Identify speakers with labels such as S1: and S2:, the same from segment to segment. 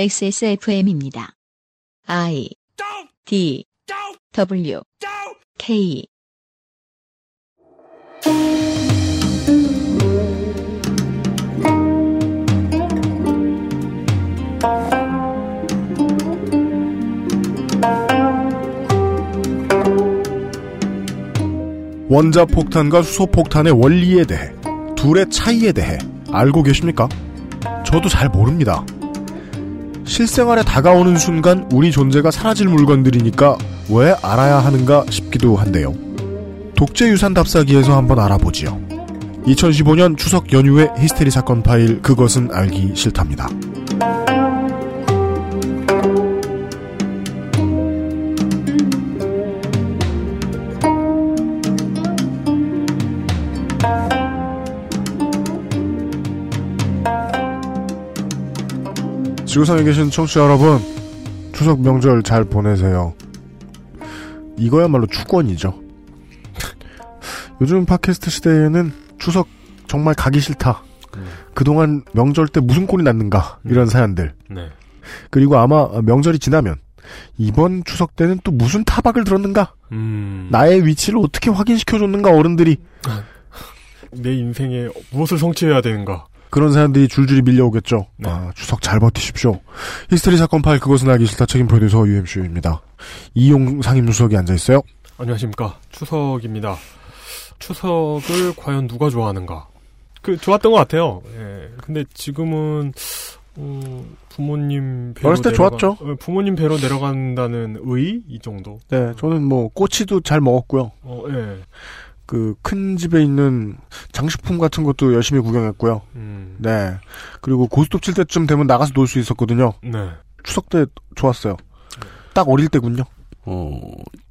S1: XSFM입니다. I D W K
S2: 원자폭탄과 수소폭탄의 원리에 대해, 둘의 차이에 대해 알고 계십니까? 저도 잘 모릅니다. 실생활에 다가오는 순간 우리 존재가 사라질 물건들이니까 왜 알아야 하는가 싶기도 한데요. 독재유산 답사기에서 한번 알아보지요. 2015년 추석 연휴의 히스테리 사건 파일 그것은 알기 싫답니다. 지구상에 계신 청취자 여러분, 추석 명절 잘 보내세요. 이거야말로 축원이죠. 요즘 팟캐스트 시대에는 추석 정말 가기 싫다.
S3: 음.
S2: 그동안 명절 때 무슨 꼴이 났는가 이런 사연들
S3: 네.
S2: 그리고 아마 명절이 지나면 이번 추석 때는 또 무슨 타박을 들었는가
S3: 음.
S2: 나의 위치를 어떻게 확인시켜줬는가 어른들이
S3: 내 인생에 무엇을 성취해야 되는가?
S2: 그런 사람들이 줄줄이 밀려오겠죠.
S3: 네.
S2: 아, 추석 잘 버티십시오. 히스테리 사건 파일 그것은 알기 싫다 책임 프로듀서 UMC입니다. 이용 상임수석이 앉아있어요.
S3: 안녕하십니까. 추석입니다. 추석을 과연 누가 좋아하는가? 그, 좋았던 것 같아요. 예. 근데 지금은, 어, 부모님 배로.
S2: 어렸을 때
S3: 내려가-
S2: 좋았죠.
S3: 어, 부모님 배로 내려간다는 의? 이 정도?
S2: 네, 저는 뭐 꼬치도 잘 먹었고요.
S3: 어, 예.
S2: 그 큰 집에 있는 장식품 같은 것도 열심히 구경했고요.
S3: 음.
S2: 네, 그리고 고스톱 칠 때쯤 되면 나가서 놀 수 있었거든요.
S3: 네.
S2: 추석 때 좋았어요. 딱 어릴 때군요.
S4: 어,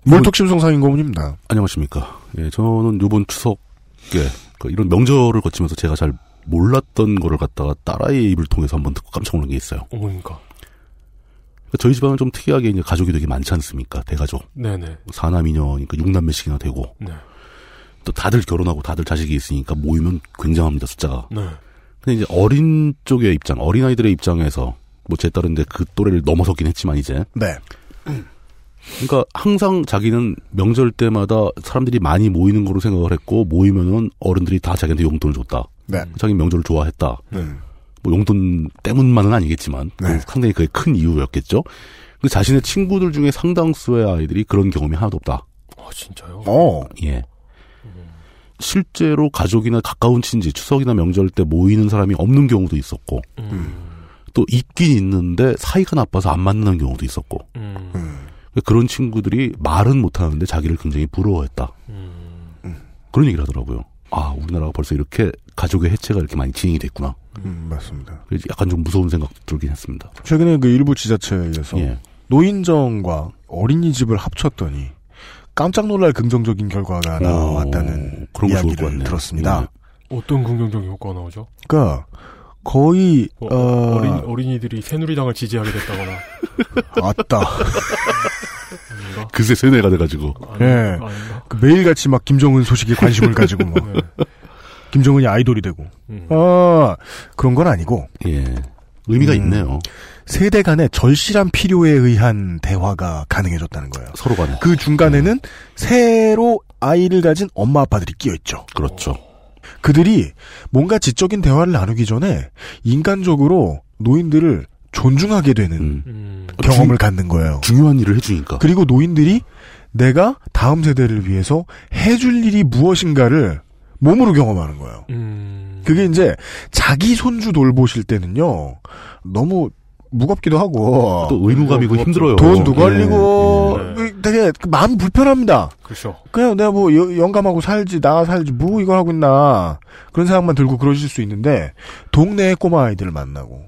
S2: 물톡심송 상임고문입니다.
S4: 안녕하십니까. 예, 저는 요번 추석에, 그 이런 명절을 거치면서 제가 잘 몰랐던 거를 갖다가 딸아이 입을 통해서 한번 듣고 깜짝 놀란 게 있어요.
S3: 어, 뭡니까?
S4: 그러니까 저희 집안은 좀 특이하게 이제 가족이 되게 많지 않습니까? 대가족.
S3: 네네.
S4: 사남이녀니까 6남매씩이나 되고,
S3: 네.
S4: 또 다들 결혼하고 다들 자식이 있으니까 모이면 굉장합니다, 숫자가.
S3: 네.
S4: 근데 이제 어린 쪽의 입장, 어린아이들의 입장에서, 뭐 제 딸은 이제 그 또래를 넘어섰긴 했지만 이제.
S2: 네,
S4: 그러니까 항상 자기는 명절 때마다 사람들이 많이 모이는 거로 생각을 했고, 모이면은 어른들이 다 자기한테 용돈을 줬다.
S2: 네,
S4: 자기 명절을 좋아했다.
S2: 음.
S3: 네.
S4: 뭐 용돈 때문만은 아니겠지만 그
S2: 네.
S4: 상당히 그게 큰 이유였겠죠. 근데 자신의 친구들 중에 상당수의 아이들이 그런 경험이 하나도 없다.
S3: 아, 진짜요?
S2: 어,
S4: 예. 실제로 가족이나 가까운 친지, 추석이나 명절 때 모이는 사람이 없는 경우도 있었고,
S3: 음.
S4: 또 있긴 있는데 사이가 나빠서 안 만나는 경우도 있었고,
S3: 음.
S4: 그런 친구들이 말은 못하는데 자기를 굉장히 부러워했다.
S3: 음.
S4: 그런 얘기를 하더라고요. 아, 우리나라가 벌써 이렇게 가족의 해체가 이렇게 많이 진행이 됐구나.
S2: 음, 맞습니다.
S4: 그래서 약간 좀 무서운 생각도 들긴 했습니다.
S2: 최근에 그 일부 지자체에서
S4: 예.
S2: 노인정과 어린이집을 합쳤더니 깜짝 놀랄 긍정적인 결과가
S4: 어,
S2: 나왔다는
S4: 그런 거 좋을 것
S2: 이야기를
S4: 같네요.
S2: 들었습니다.
S4: 예.
S3: 어떤 긍정적인 효과가 나오죠?
S2: 그러니까 거의
S3: 어,
S2: 어,
S3: 어린, 어린이들이 새누리당을 지지하게 됐다거나.
S2: 왔다.
S3: 아닌가?
S4: 글쎄 세뇌가 돼가지고
S3: 아니,
S2: 예.
S3: 아닌가?
S2: 그 매일같이 막 김정은 소식에 관심을 가지고 막
S3: 네.
S2: 김정은이 아이돌이 되고
S3: 음.
S2: 아 그런 건 아니고
S4: 예 의미가
S2: 음.
S4: 있네요
S2: 세대 간의 절실한 필요에 의한 대화가 가능해졌다는 거예요.
S4: 서로 간에
S2: 그 중간에는
S3: 네.
S2: 새로 아이를 가진 엄마 아빠들이 끼어 있죠.
S4: 그, 렇죠
S2: 그들이 뭔가 지적인 대화를 나누기 전에 인간적으로 노인들을 존중하게 되는
S4: 음.
S3: 음.
S2: 경험을 갖는 거예요.
S4: 중요한 일을 해주니까
S2: 그리고 노인들이 내가 다음 세대를 위해서 해줄 일이 무엇인가를 몸으로 경험하는 거예요.
S3: 음.
S2: 그게 이제 자기 손주 돌보실 때는요. 너무 무겁기도 하고
S4: 또 의무감이고
S3: 그거
S4: 힘들어요
S2: 그렇죠. 돈도
S4: 예,
S2: 걸리고
S3: 예.
S2: 되게 마음 불편합니다.
S3: 그렇죠.
S2: 그냥 내가 뭐 여- 영감하고 살지 나 살지 뭐 이걸 하고 있나 그런 생각만 들고 그러실 수 있는데 동네의 꼬마 아이들을 만나고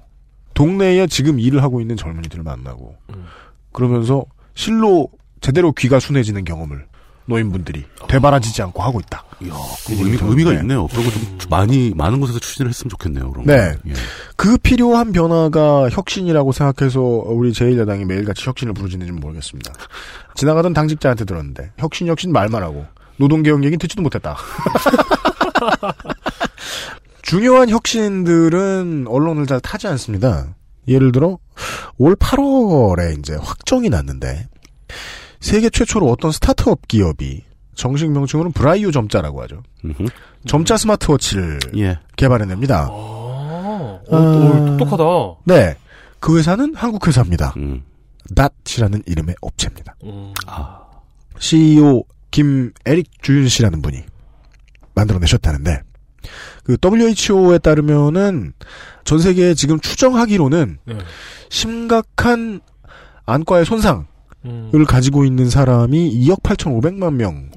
S2: 동네에 지금 일을 하고 있는 젊은이들을 만나고
S3: 음.
S2: 그러면서 실로 제대로 귀가 순해지는 경험을 노인분들이 되바라지지 않고 하고 있다.
S4: 예. 이야, 그 의미, 의미가
S2: 네.
S4: 있네요 그런
S3: 음.
S4: 거좀 많이 많은 곳에서 추진을 했으면 좋겠네요 그런
S2: 네.
S4: 거. 예.
S2: 그 필요한 변화가 혁신이라고 생각해서 우리 제1야당이 매일같이 혁신을 부르짖는지는 모르겠습니다. 지나가던 당직자한테 들었는데 혁신 혁신 말만 하고 노동개혁 얘기는 듣지도 못했다. 중요한 혁신들은 언론을 잘 타지 않습니다. 예를 들어 올 8월에 이제 확정이 났는데 세계 최초로 어떤 스타트업 기업이 정식 명칭으로는 브라이오 점자라고 하죠.
S4: 음흠.
S2: 점자 스마트워치를
S4: 예.
S2: 개발해냅니다.
S3: 음. 아, 어,
S2: 아.
S3: 어, 똑똑하다.
S2: 네. 그 회사는 한국 회사입니다.
S4: 음.
S2: 낫이라는 이름의 업체입니다.
S3: 음,
S4: 아.
S2: CEO 김에릭 주윤 씨라는 분이 만들어내셨다는데 그 WHO에 따르면은 전 세계에 지금 추정하기로는
S3: 네.
S2: 심각한 안과의 손상을
S3: 음,
S2: 가지고 있는 사람이 2억 8,500만 명으로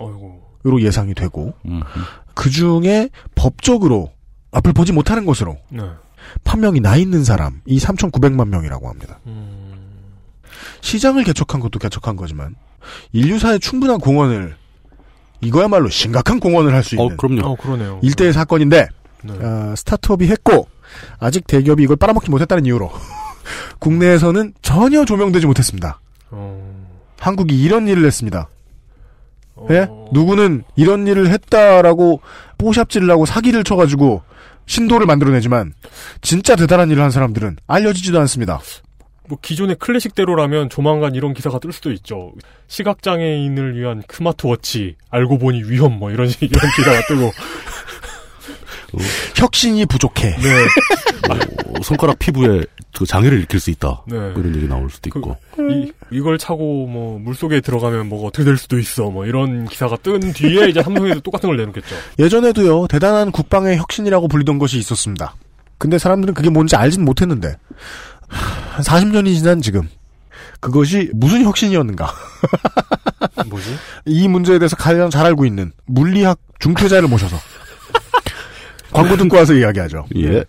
S3: 어이고.
S2: 예상이 되고
S4: 음.
S2: 그 중에 법적으로 앞을 보지 못하는 것으로
S3: 네.
S2: 판명이 나 있는 사람이 3,900만 명이라고 합니다.
S3: 음,
S2: 시장을 개척한 것도 개척한 거지만 인류사에 충분한 공헌을 이거야말로 심각한 공헌을 할 수 있는
S4: 어, 그럼요.
S3: 어, 그러네요.
S2: 일대의 사건인데
S3: 네.
S2: 아, 스타트업이 했고 아직 대기업이 이걸 빨아먹지 못했다는 이유로 국내에서는 전혀 조명되지 못했습니다.
S3: 어,
S2: 한국이 이런 일을 했습니다.
S3: 어,
S2: 예? 누구는 이런 일을 했다라고 뽀샵질을 하고 사기를 쳐가지고 신도를 만들어내지만 진짜 대단한 일을 한 사람들은 알려지지도 않습니다.
S3: 뭐 기존의 클래식대로라면 조만간 이런 기사가 뜰 수도 있죠. 시각장애인을 위한 스마트워치 알고 보니 위험 뭐 이런 식- 이런 기사가 뜨고.
S2: 혁신이 부족해.
S3: 네.
S4: 어, 손가락 피부에 그 장애를 일으킬 수 있다.
S3: 네.
S4: 뭐 이런 얘기 나올 수도
S3: 그-
S4: 있고.
S3: 이, 이걸 차고 뭐 물속에 들어가면 뭐가 어떻게 될 수도 있어 뭐 이런 기사가 뜬 뒤에 이제 삼성에도 똑같은 걸 내놓겠죠.
S2: 예전에도요 대단한 국방의 혁신이라고 불리던 것이 있었습니다. 근데 사람들은 그게 뭔지 알진 못했는데 한 40년이 지난 지금 그것이 무슨 혁신이었는가
S3: 뭐지?
S2: 이 문제에 대해서 가장 잘 알고 있는 물리학 중퇴자를 모셔서 광고 듣고 와서 이야기하죠.
S3: 네.
S4: 예.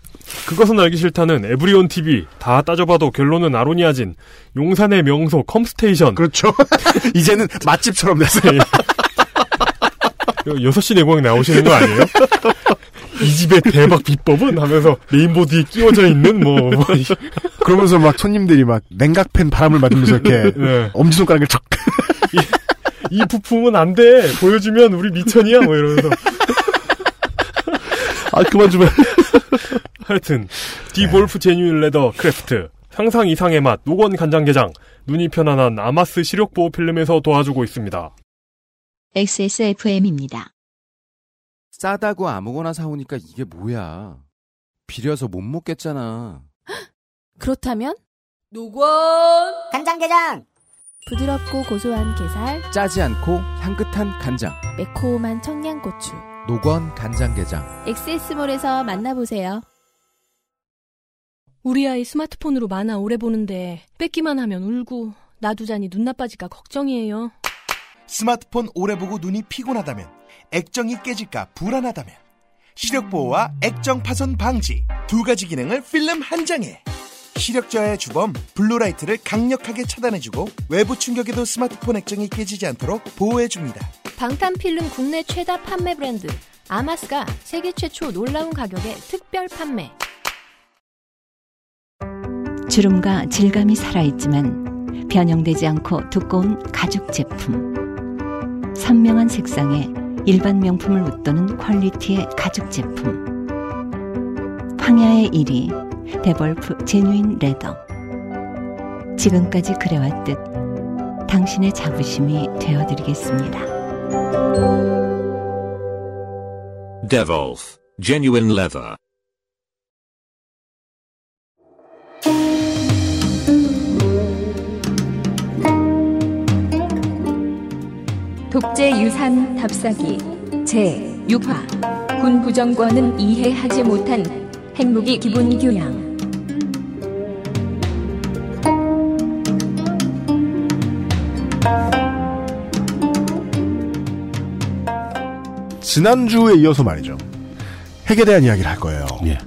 S3: 그것은 알기 싫다는 에브리온 TV 다 따져봐도 결론은 아로니아진 용산의 명소 컴스테이션
S2: 그렇죠. 이제는 맛집처럼 됐어요.
S3: 여- 6시 내공에 나오시는 거 아니에요? 이 집의 대박 비법은 하면서 레인보우 뒤에 끼워져 있는 뭐, 뭐 이-
S2: 그러면서 막 손님들이 막 냉각팬 바람을 맞으면서 이렇게
S3: 네.
S2: 엄지손가락을 척.
S3: 이 부품은 안 돼. 보여주면 우리 미천이야. 뭐 이러면서.
S4: 아, 그만 좀 해.
S3: 하여튼
S2: 네.
S3: 디볼프 제뉴인 레더 크래프트 상상 이상의 맛 노건 간장게장 눈이 편안한 아마스 시력보호 필름에서 도와주고 있습니다.
S1: XSFM입니다.
S5: 싸다고 아무거나 사오니까 이게 뭐야. 비려서 못 먹겠잖아.
S6: 그렇다면 노건
S7: 간장게장
S6: 부드럽고 고소한 게살,
S5: 짜지 않고 향긋한 간장.
S6: 매콤한 청양고추.
S5: 노건 간장게장.
S6: 엑세스몰에서 만나보세요.
S8: 우리 아이 스마트폰으로 만화 오래 보는데 뺏기만 하면 울고 놔두자니 눈 나빠질까 걱정이에요.
S9: 스마트폰 오래 보고 눈이 피곤하다면 액정이 깨질까 불안하다면 시력 보호와 액정 파손 방지 두 가지 기능을 필름 한 장에 시력 저하의 주범 블루라이트를 강력하게 차단해주고 외부 충격에도 스마트폰 액정이 깨지지 않도록 보호해줍니다.
S8: 방탄필름 국내 최다 판매 브랜드 아마스가 세계 최초 놀라운 가격에 특별 판매.
S10: 주름과 질감이 살아있지만 변형되지 않고 두꺼운 가죽 제품. 선명한 색상에 일반 명품을 웃도는 퀄리티의 가죽 제품. 황야의 1위, 데볼프 제뉴인 레더. 지금까지 그래왔듯 당신의 자부심이 되어드리겠습니다.
S11: Devolf, genuine leather.
S10: 독재 유산 답사기 제 6화 군 부정권은 이해하지 못한 핵무기 기본 교양
S2: 지난주에 이어서 말이죠. 핵에 대한 이야기를 할 거예요.
S4: 예.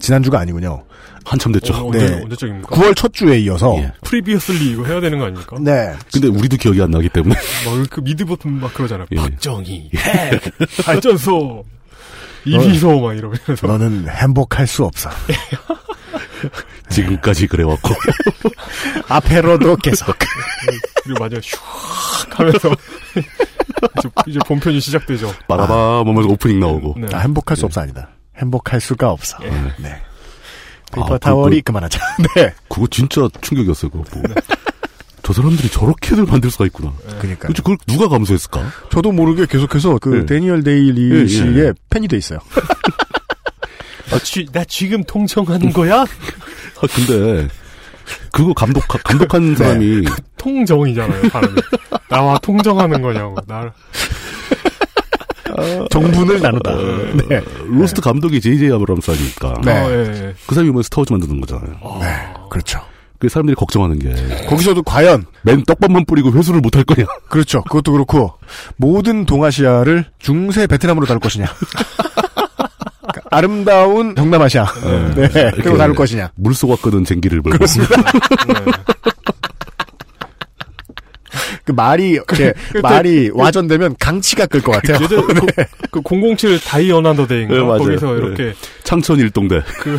S2: 지난주가 아니군요.
S4: 한참 됐죠.
S3: 어,
S2: 네.
S3: 언제, 언제적입니까?
S2: 9월 첫 주에 이어서
S4: 예.
S3: 프리비어슬리 이거 해야 되는 거 아닙니까?
S2: 네.
S4: 근데 우리도 기억이 안 나기 때문에.
S3: 막그 미드 버튼 막 그러잖아요.
S4: 예.
S3: 박정희, 핵, 발전소, 이비소 막
S4: 어.
S3: 이러면서
S2: 너는 행복할 수 없어.
S4: 지금까지 그래왔고.
S3: 네.
S2: 앞에로도 계속.
S3: 그리고 마지막 슉 하면서 이제, 이제 본편이 시작되죠.
S4: 빠라밤 하면서 오프닝 나오고.
S3: 네.
S2: 예. 아, 행복할 수 없어 아니다. 행복할 수가 없어. 네. 음, 페이퍼
S4: 아,
S2: 타월이 그만하자. 네.
S4: 그거 진짜 충격이었어요. 그거 보고.
S3: 네.
S4: 저 사람들이 저렇게들 만들 수가 있구나.
S2: 그러니까
S4: 그치, 그걸 누가 감수했을까? 아,
S2: 저도 모르게 계속해서 그
S4: 네.
S2: 데니얼 데일리
S4: 예, 예.
S2: 씨의 팬이 돼 있어요.
S3: 아, 지, 나 지금 통정하는 거야?
S4: 아, 근데 그거 감독
S3: 네.
S4: 감독한 사람이
S3: 통정이잖아요, 사람이. 나와 통정하는 거냐고. 나를. 어,
S2: 정분을 나누다. 네.
S4: 로스트 감독이 제이제이 아브람스니까
S2: 네.
S3: 어, 예, 예.
S4: 그 사람이 이번에 스타워즈 만드는 거잖아요.
S3: 어.
S2: 그렇죠.
S4: 그 사람들이 걱정하는 게
S2: 거기서도 과연
S4: 맨 떡밥만 뿌리고 회수를 못 할 거냐.
S2: 그렇죠. 그것도 그렇고 모든 동아시아를 중세 베트남으로 다룰 것이냐. 그러니까 아름다운 동남아시아. 네. 그리고 다룰 것이냐.
S4: 물소가 끄는 쟁기를 불고
S2: 그 말이 이렇게 말이 와전되면 강치가 끌 것 같아요.
S3: 예전 그, 그007 다이 어나더 데이인가?
S4: 네, 맞아요.
S3: 거기서
S4: 네.
S3: 이렇게
S4: 창천 일동대.
S3: 그,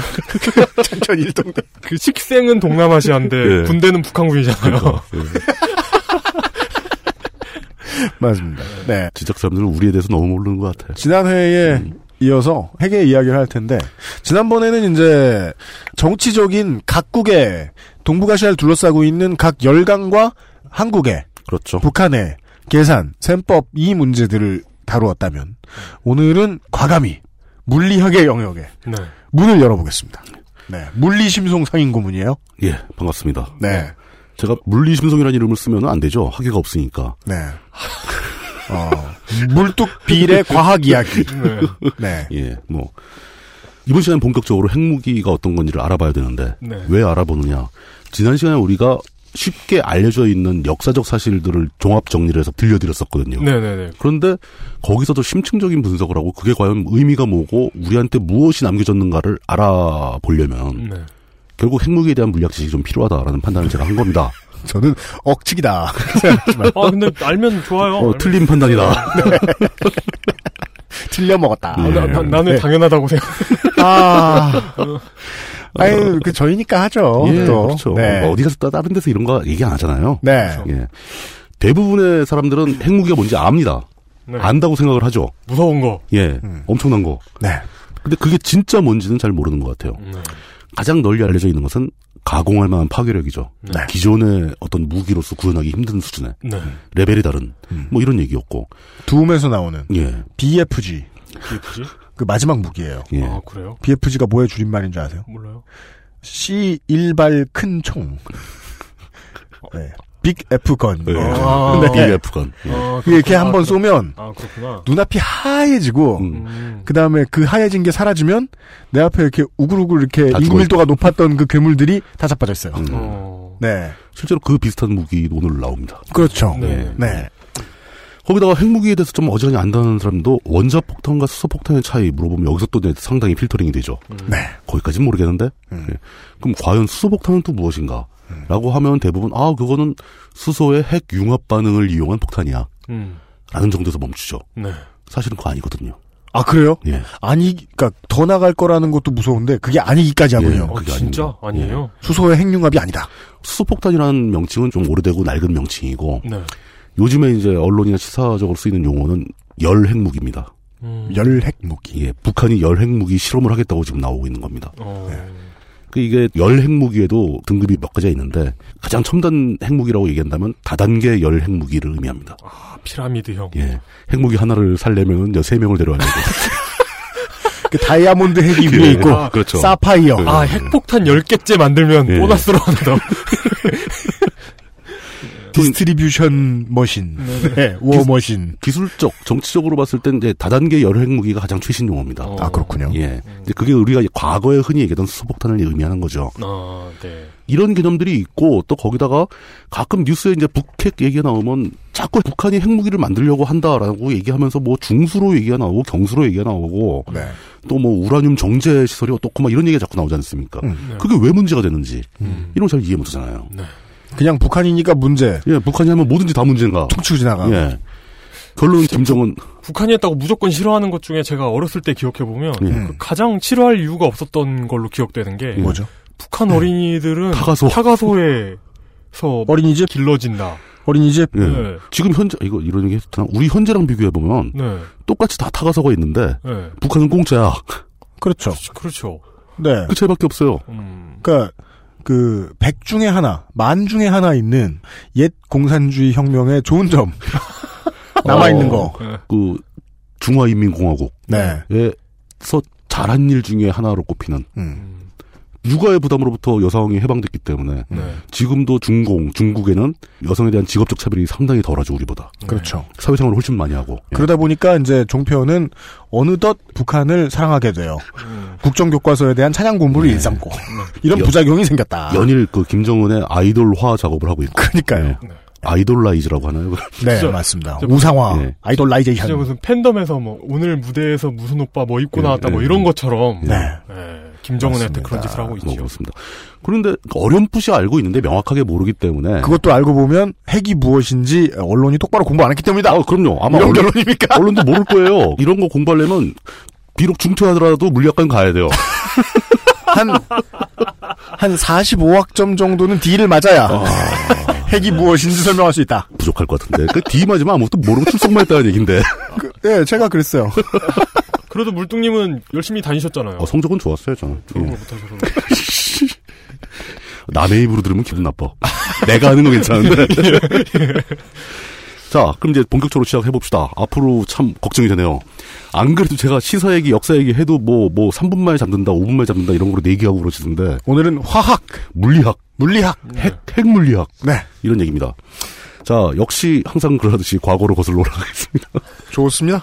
S2: 천천 일동대.
S3: 그 식생은 동남아시아인데
S4: 예.
S3: 군대는 북한군이잖아요.
S4: 그러니까,
S2: 네.
S4: 예.
S2: 맞습니다. 네.
S4: 지적 사람들은 우리에 대해서 너무 모르는 것 같아요.
S2: 지난 회에 이어서 회계 이야기를 할 텐데 지난번에는 이제 정치적인 각국의 동북아시아를 둘러싸고 있는 각 열강과 한국의
S4: 그렇죠.
S2: 북한의 계산, 셈법 이 문제들을 다루었다면 오늘은 과감히 물리학의 영역에
S3: 네.
S2: 문을 열어보겠습니다. 네, 물리심송 상인 고문이에요.
S4: 예, 반갑습니다.
S2: 네,
S4: 제가 물리심성이라는 이름을 쓰면 안 되죠. 학위가 없으니까.
S2: 네. 어, 물뚝 비례 과학 이야기.
S3: 네.
S2: 네,
S4: 예, 뭐 이번 시간 본격적으로 핵무기가 어떤 건지를 알아봐야 되는데
S3: 네.
S4: 왜 알아보느냐? 지난 시간에 우리가 쉽게 알려져 있는 역사적 사실들을 종합 정리를 해서 들려드렸었거든요.
S3: 네네네.
S4: 그런데 거기서도 심층적인 분석을 하고 그게 과연 의미가 뭐고 우리한테 무엇이 남겨졌는가를 알아보려면
S3: 네.
S4: 결국 핵무기에 대한 물리학 지식이 좀 필요하다라는 판단을 제가 한 겁니다.
S2: 저는 억측이다. 생각하지만
S3: 아, 근데 알면 좋아요.
S4: 어,
S3: 알면.
S4: 틀린 판단이다.
S2: 틀려 먹었다.
S3: 아,
S4: 예.
S3: 나, 나, 나는
S2: 네.
S3: 당연하다고 생각.
S2: 아, 아유, 그 저희니까 하죠.
S4: 예,
S2: 또.
S4: 그렇죠.
S2: 네.
S4: 뭐 어디 가서 따- 다른 데서 이런 거 얘기 안 하잖아요.
S2: 네.
S4: 예. 대부분의 사람들은 핵무기가 뭔지 압니다.
S3: 네.
S4: 안다고 생각을 하죠.
S3: 무서운 거.
S4: 예, 엄청난 거.
S2: 네.
S4: 근데 그게 진짜 뭔지는 잘 모르는 것 같아요.
S3: 네.
S4: 가장 널리 알려져 있는 것은 가공할 만한 파괴력이죠.
S2: 네.
S4: 기존의 어떤 무기로서 구현하기 힘든 수준의
S3: 네.
S4: 레벨이 다른 뭐 이런 얘기였고,
S2: 도움에서 나오는
S4: 예,
S2: BFG.
S3: BFG?
S2: 그 마지막 무기예요.
S4: 예,
S3: 아, 그래요?
S2: BFG가 뭐의 줄임말인 줄 아세요?
S3: 몰라요.
S2: C1발 큰 총. 네. 빅 F건. 어.
S4: 예.
S3: 아,
S2: 네.
S4: BF건. 예.
S3: 아,
S2: 이렇게
S3: 그렇구나.
S2: 한 번 쏘면
S3: 아, 그렇구나.
S2: 눈앞이 하얘지고
S3: 음.
S2: 그 다음에 그 하얘진 게 사라지면 내 앞에 이렇게 우글우글 이렇게
S4: 다 음.
S2: 인구 밀도가 높았던 그 괴물들이 다 자빠져 있어요.
S3: 어.
S2: 네.
S4: 실제로 그 비슷한 무기 오늘 나옵니다.
S2: 그렇죠.
S3: 네.
S2: 네.
S4: 거기다가 핵무기에 대해서 좀 어지간히 안다는 사람도 원자폭탄과 폭탄과 수소폭탄의 차이 물어보면 여기서 또 이제 상당히 필터링이 되죠.
S2: 네.
S4: 거기까지는 모르겠는데. 예. 그럼 과연 수소폭탄은 또 무엇인가? 라고 하면 대부분 아 그거는 수소의 핵 융합 반응을 이용한 폭탄이야.
S3: 음.
S4: 라는 정도에서 멈추죠.
S3: 네.
S4: 사실은 그거 아니거든요.
S2: 아 그래요?
S4: 예.
S2: 아니, 그니까 더 나갈 거라는 것도 무서운데 그게 아니기까지 하군요.
S4: 예.
S3: 어,
S4: 그게
S3: 진짜?
S4: 아닙니다.
S3: 아니에요?
S2: 수소의 핵융합이 아니다.
S4: 수소폭탄이라는 명칭은 좀 오래되고 낡은 명칭이고
S3: 네.
S4: 요즘에 이제 언론이나 시사적으로 쓰이는 용어는 열 핵무기입니다.
S3: 음.
S2: 열핵무기.
S4: 예, 북한이 열 핵무기 실험을 하겠다고 지금 나오고 있는 겁니다.
S3: 어.
S4: 그 이게 열 핵무기에도 등급이 몇 가지가 있는데 가장 첨단 핵무기라고 얘기한다면 다단계 열 핵무기를 의미합니다.
S3: 아, 피라미드형.
S4: 예. 핵무기 하나를 살려면 세 명을 데려와야 되고.
S2: 그 다이아몬드 핵이 위에 있고
S4: 아, 그렇죠.
S2: 사파이어.
S4: 네.
S3: 아, 핵폭탄 10개째 만들면
S4: 예.
S3: 보너스로 한다.
S4: 그
S2: 디스트리뷰션 머신. 네. 워머신.
S4: 기술적, 정치적으로 봤을 땐 이제 다단계 열 핵무기가 가장 최신 용어입니다.
S3: 어.
S2: 아 그렇군요.
S4: 예. 이제 그게 우리가 과거에 흔히 얘기했던 수소폭탄을 의미하는 거죠.
S3: 아, 네.
S4: 이런 개념들이 있고 또 거기다가 가끔 뉴스에 이제 북핵 얘기가 나오면 자꾸 북한이 핵무기를 만들려고 한다라고 얘기하면서 뭐 중수로 얘기가 나오고 경수로 얘기가 나오고
S2: 네.
S4: 또 뭐 우라늄 정제 시설이 어떻고 막 이런 얘기가 자꾸 나오지 않습니까?
S2: 음.
S3: 네.
S4: 그게 왜 문제가 되는지
S3: 음.
S4: 이런 걸 잘 이해 못하잖아요.
S2: 그냥 북한이니까 문제.
S4: 예, 북한이 하면 뭐든지 다 문제인가.
S2: 통치고 지나가.
S4: 예. 결론은 김정은
S3: 북한이 했다고 무조건 싫어하는 것 중에 제가 어렸을 때 기억해보면
S4: 예.
S2: 음.
S3: 가장 싫어할 이유가 없었던 걸로 기억되는 게
S2: 뭐죠?
S3: 북한 어린이들은
S4: 타가소.
S3: 타가소에서
S2: 어린이집?
S3: 길러진다.
S2: 어린이집?
S4: 예.
S3: 네.
S4: 지금 현재 이거 이런 얘기 해도 되나? 우리 현재랑 비교해 보면
S3: 네.
S4: 똑같이 다 타가서가 있는데
S3: 네.
S4: 북한은 공짜야.
S2: 그렇죠.
S3: 그렇죠.
S2: 네.
S4: 그 차이밖에 없어요.
S3: 음.
S2: 그러니까 그 백 중에 하나, 만 중에 하나 있는 옛 공산주의 혁명의 좋은 점 남아 있는 거.
S3: 예.
S4: 그 중화인민공화국에서
S2: 네.
S4: 잘한 일 중에 하나로 꼽히는
S2: 음.
S3: 음.
S4: 육아의 부담으로부터 여성이 해방됐기 때문에
S3: 네.
S4: 지금도 중공 중국에는 여성에 대한 직업적 차별이 상당히 덜하죠 우리보다
S2: 그렇죠.
S4: 사회생활을 훨씬 많이 하고
S2: 예. 그러다 보니까 이제 종편은 어느덧 북한을 사랑하게 돼요.
S3: 음.
S2: 국정 교과서에 대한 찬양 공부를
S4: 네.
S2: 일삼고 이런
S4: 여-
S2: 부작용이 생겼다.
S4: 연일 그 김정은의 아이돌화 작업을 하고 있고
S2: 그러니까요.
S4: 네. 아이돌라이즈라고 하나요?
S2: 네,
S3: 진짜-
S2: 맞습니다.
S3: 진짜-
S2: 우상화,
S4: 예.
S2: 아이돌라이제이션.
S3: 진짜 무슨 팬덤에서 뭐 오늘 무대에서 무슨 오빠 뭐 입고
S4: 예,
S3: 나왔다 뭐
S4: 예,
S3: 이런
S4: 예.
S3: 것처럼
S2: 네.
S3: 예, 김정은한테
S2: 맞습니다.
S3: 그런 짓을 하고 있죠.
S4: 뭐 그렇습니다. 그런데 어렴풋이 알고 있는데 명확하게 모르기 때문에
S2: 그것도 알고 보면 핵이 무엇인지 언론이 똑바로 공부 안 했기 때문이다.
S4: 아, 그럼요. 아마
S2: 이런
S4: 언론-
S2: 결론입니까?
S4: 언론도 모를 거예요. 이런 거 공부하려면 비록 중퇴하더라도 물리학관 가야 돼요.
S2: 한, 한 45학점 정도는 D를 맞아야 핵이 무엇인지 설명할 수 있다.
S4: 부족할 것 같은데. 그 D 맞으면 아무것도 모르고 출석만 했다는 얘긴데.
S2: 그, 예, 제가 그랬어요.
S3: 그래도 물뚱님은 열심히 다니셨잖아요.
S4: 어, 성적은 좋았어요, 저는.
S3: 그런
S4: 예.
S3: 걸 못하셔서.
S4: 남의 입으로 들으면 기분 나빠. 내가 하는 거 괜찮은데. 자, 그럼 이제 본격적으로 시작해봅시다. 앞으로 참 걱정이 되네요. 안 그래도 제가 시사 얘기, 역사 얘기 해도 뭐, 뭐, 3분 만에 잡는다, 5분 만에 잡는다, 이런 거로 내기하고 그러시던데,
S2: 오늘은 화학,
S4: 물리학,
S2: 물리학.
S4: 핵, 핵물리학,
S2: 네,
S4: 이런 얘기입니다. 자, 역시 항상 그러듯이 과거로 거슬러 올라가겠습니다.
S2: 좋습니다.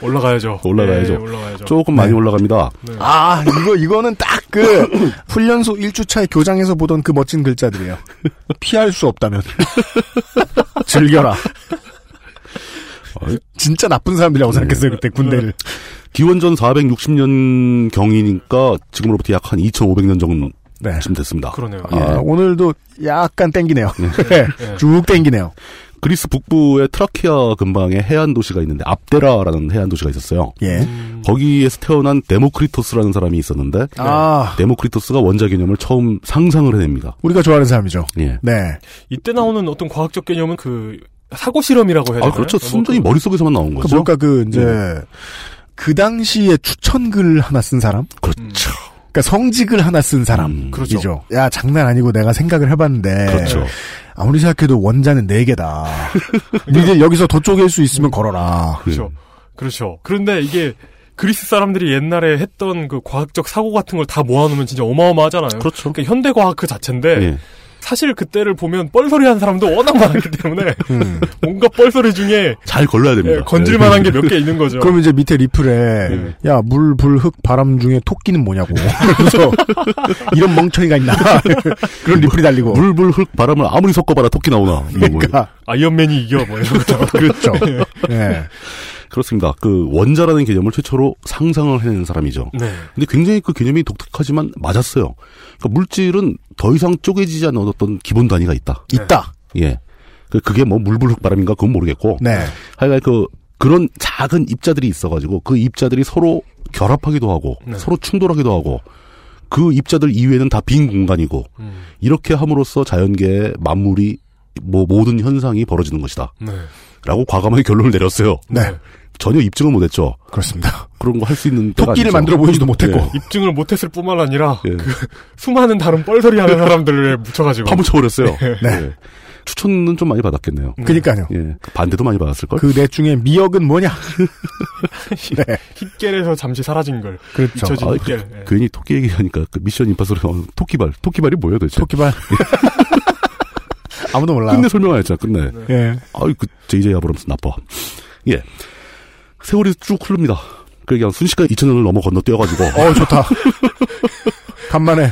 S3: 올라가야죠.
S4: 올라가야죠.
S3: 예, 올라가야죠.
S4: 조금 많이 올라갑니다.
S2: 아, 이거, 이거는 딱 그 훈련소 1주차의 교장에서 보던 그 멋진 글자들이에요. 피할 수 없다면. 즐겨라. 어, 진짜 나쁜 사람들이라고 생각했어요, 그때 군대를.
S4: 기원전 460년 경이니까 지금으로부터 약 한 2,500년 정도쯤
S2: 네.
S4: 됐습니다.
S3: 그러네요.
S4: 예.
S2: 아, 오늘도 약간 땡기네요.
S3: 예.
S2: 쭉 땡기네요.
S4: 그리스 북부의 트라키아 근방에 해안 도시가 있는데 압데라라는 해안 도시가 있었어요.
S2: 예.
S3: 음.
S4: 거기에서 태어난 데모크리토스라는 사람이 있었는데
S2: 아,
S4: 데모크리토스가 원자 개념을 처음 상상을 해냅니다.
S2: 우리가 좋아하는 사람이죠.
S4: 예.
S2: 네.
S3: 이때 나오는 어떤 과학적 개념은 그 사고 실험이라고 해야 되나요?
S4: 아 그렇죠.
S3: 뭐
S4: 순전히
S3: 그-
S4: 머릿속에서만 나온
S2: 그
S4: 거죠. 예.
S2: 뭘까 그 이제 그 당시에 추천글 하나 쓴 사람,
S4: 그렇죠.
S2: 그러니까 성직을 하나 쓴 사람이죠.
S4: 음,
S3: 그렇죠.
S2: 야 장난 아니고 내가 생각을 해봤는데
S4: 그렇죠.
S2: 아무리 생각해도 원자는 네 개다. 니들 여기서 더 쪼갤 수 있으면 걸어라.
S3: 그렇죠. 그렇죠. 그런데 이게 그리스 사람들이 옛날에 했던 그 과학적 사고 같은 걸 다 모아놓으면 진짜 어마어마하잖아요.
S4: 그렇죠.
S3: 그러니까 현대 과학 그 자체인데
S4: 예.
S3: 사실 그때를 보면 뻘소리 한 사람도 워낙 많았기 때문에
S2: 음.
S3: 뭔가 뻘소리 중에
S4: 잘 걸러야 됩니다.
S3: 예, 건질만한 게 몇 개 있는
S4: 그렇죠.
S3: 거죠.
S2: 그럼 이제 밑에 리플에
S4: 예.
S2: 야 물 불 흙 바람 중에 토끼는 뭐냐고. 그래서 이런 멍청이가 있나 그런 리플이 달리고.
S4: 물불 흙 바람을 아무리 섞어봐라 토끼 나오나. 뭐, 뭐.
S2: 그러니까
S3: 아이언맨이 이겨 뭐 이런 거.
S2: 그렇죠.
S4: 예.
S2: 네.
S4: 그렇습니다. 그 원자라는 개념을 최초로 상상을 해낸 사람이죠.
S3: 네.
S4: 근데 굉장히 그 개념이 독특하지만 맞았어요. 그러니까 물질은 더 이상 쪼개지지 않는 어떤 기본 단위가 있다.
S2: 있다.
S4: 예. 그- 그게 뭐 물불흙바람인가 그건 모르겠고
S2: 네.
S4: 하여간 그 그런 작은 입자들이 있어가지고 그 입자들이 서로 결합하기도 하고
S3: 네.
S4: 서로 충돌하기도 하고 그 입자들 이외에는 다 빈 공간이고
S3: 음,
S4: 이렇게 함으로써 자연계의 만물이 뭐 모든 현상이 벌어지는 것이다.
S3: 네.
S4: 라고 과감하게 결론을 내렸어요.
S2: 네.
S4: 전혀 입증을 못했죠.
S2: 그렇습니다.
S4: 그런 거 할 수 있는 때가
S2: 토끼를
S4: 아니죠.
S2: 만들어 보이지도 못했고.
S4: 예.
S3: 입증을 못했을 뿐만 아니라
S4: 예.
S3: 수많은 다른 뻘소리 하는 사람들에 묻혀가지고
S4: 파묻혀버렸어요.
S2: 네.
S4: 예. 추천은 좀 많이 받았겠네요.
S2: 그니까요.
S4: 예. 그 반대도 많이 받았을걸?
S2: 그 넷 중에 미역은 뭐냐?
S3: 힛겔에서 잠시 사라진 걸
S2: 그렇죠.
S3: 잊혀진
S4: 아,
S3: 힛겔. 예.
S4: 괜히 토끼 얘기하니까 그 미션 임파서블에 나오는 토끼발. 토끼발이 뭐예요 도대체?
S2: 토끼발. 아무도 몰라요.
S4: 끝내 설명하였잖아, 끝내.
S2: 예.
S4: 아유, 그, JJ 아브람스 나빠. 예. 세월이 쭉 흐릅니다. 그, 그냥 순식간에 2000년을 넘어 건너 뛰어가지고.
S2: 어, 좋다. 간만에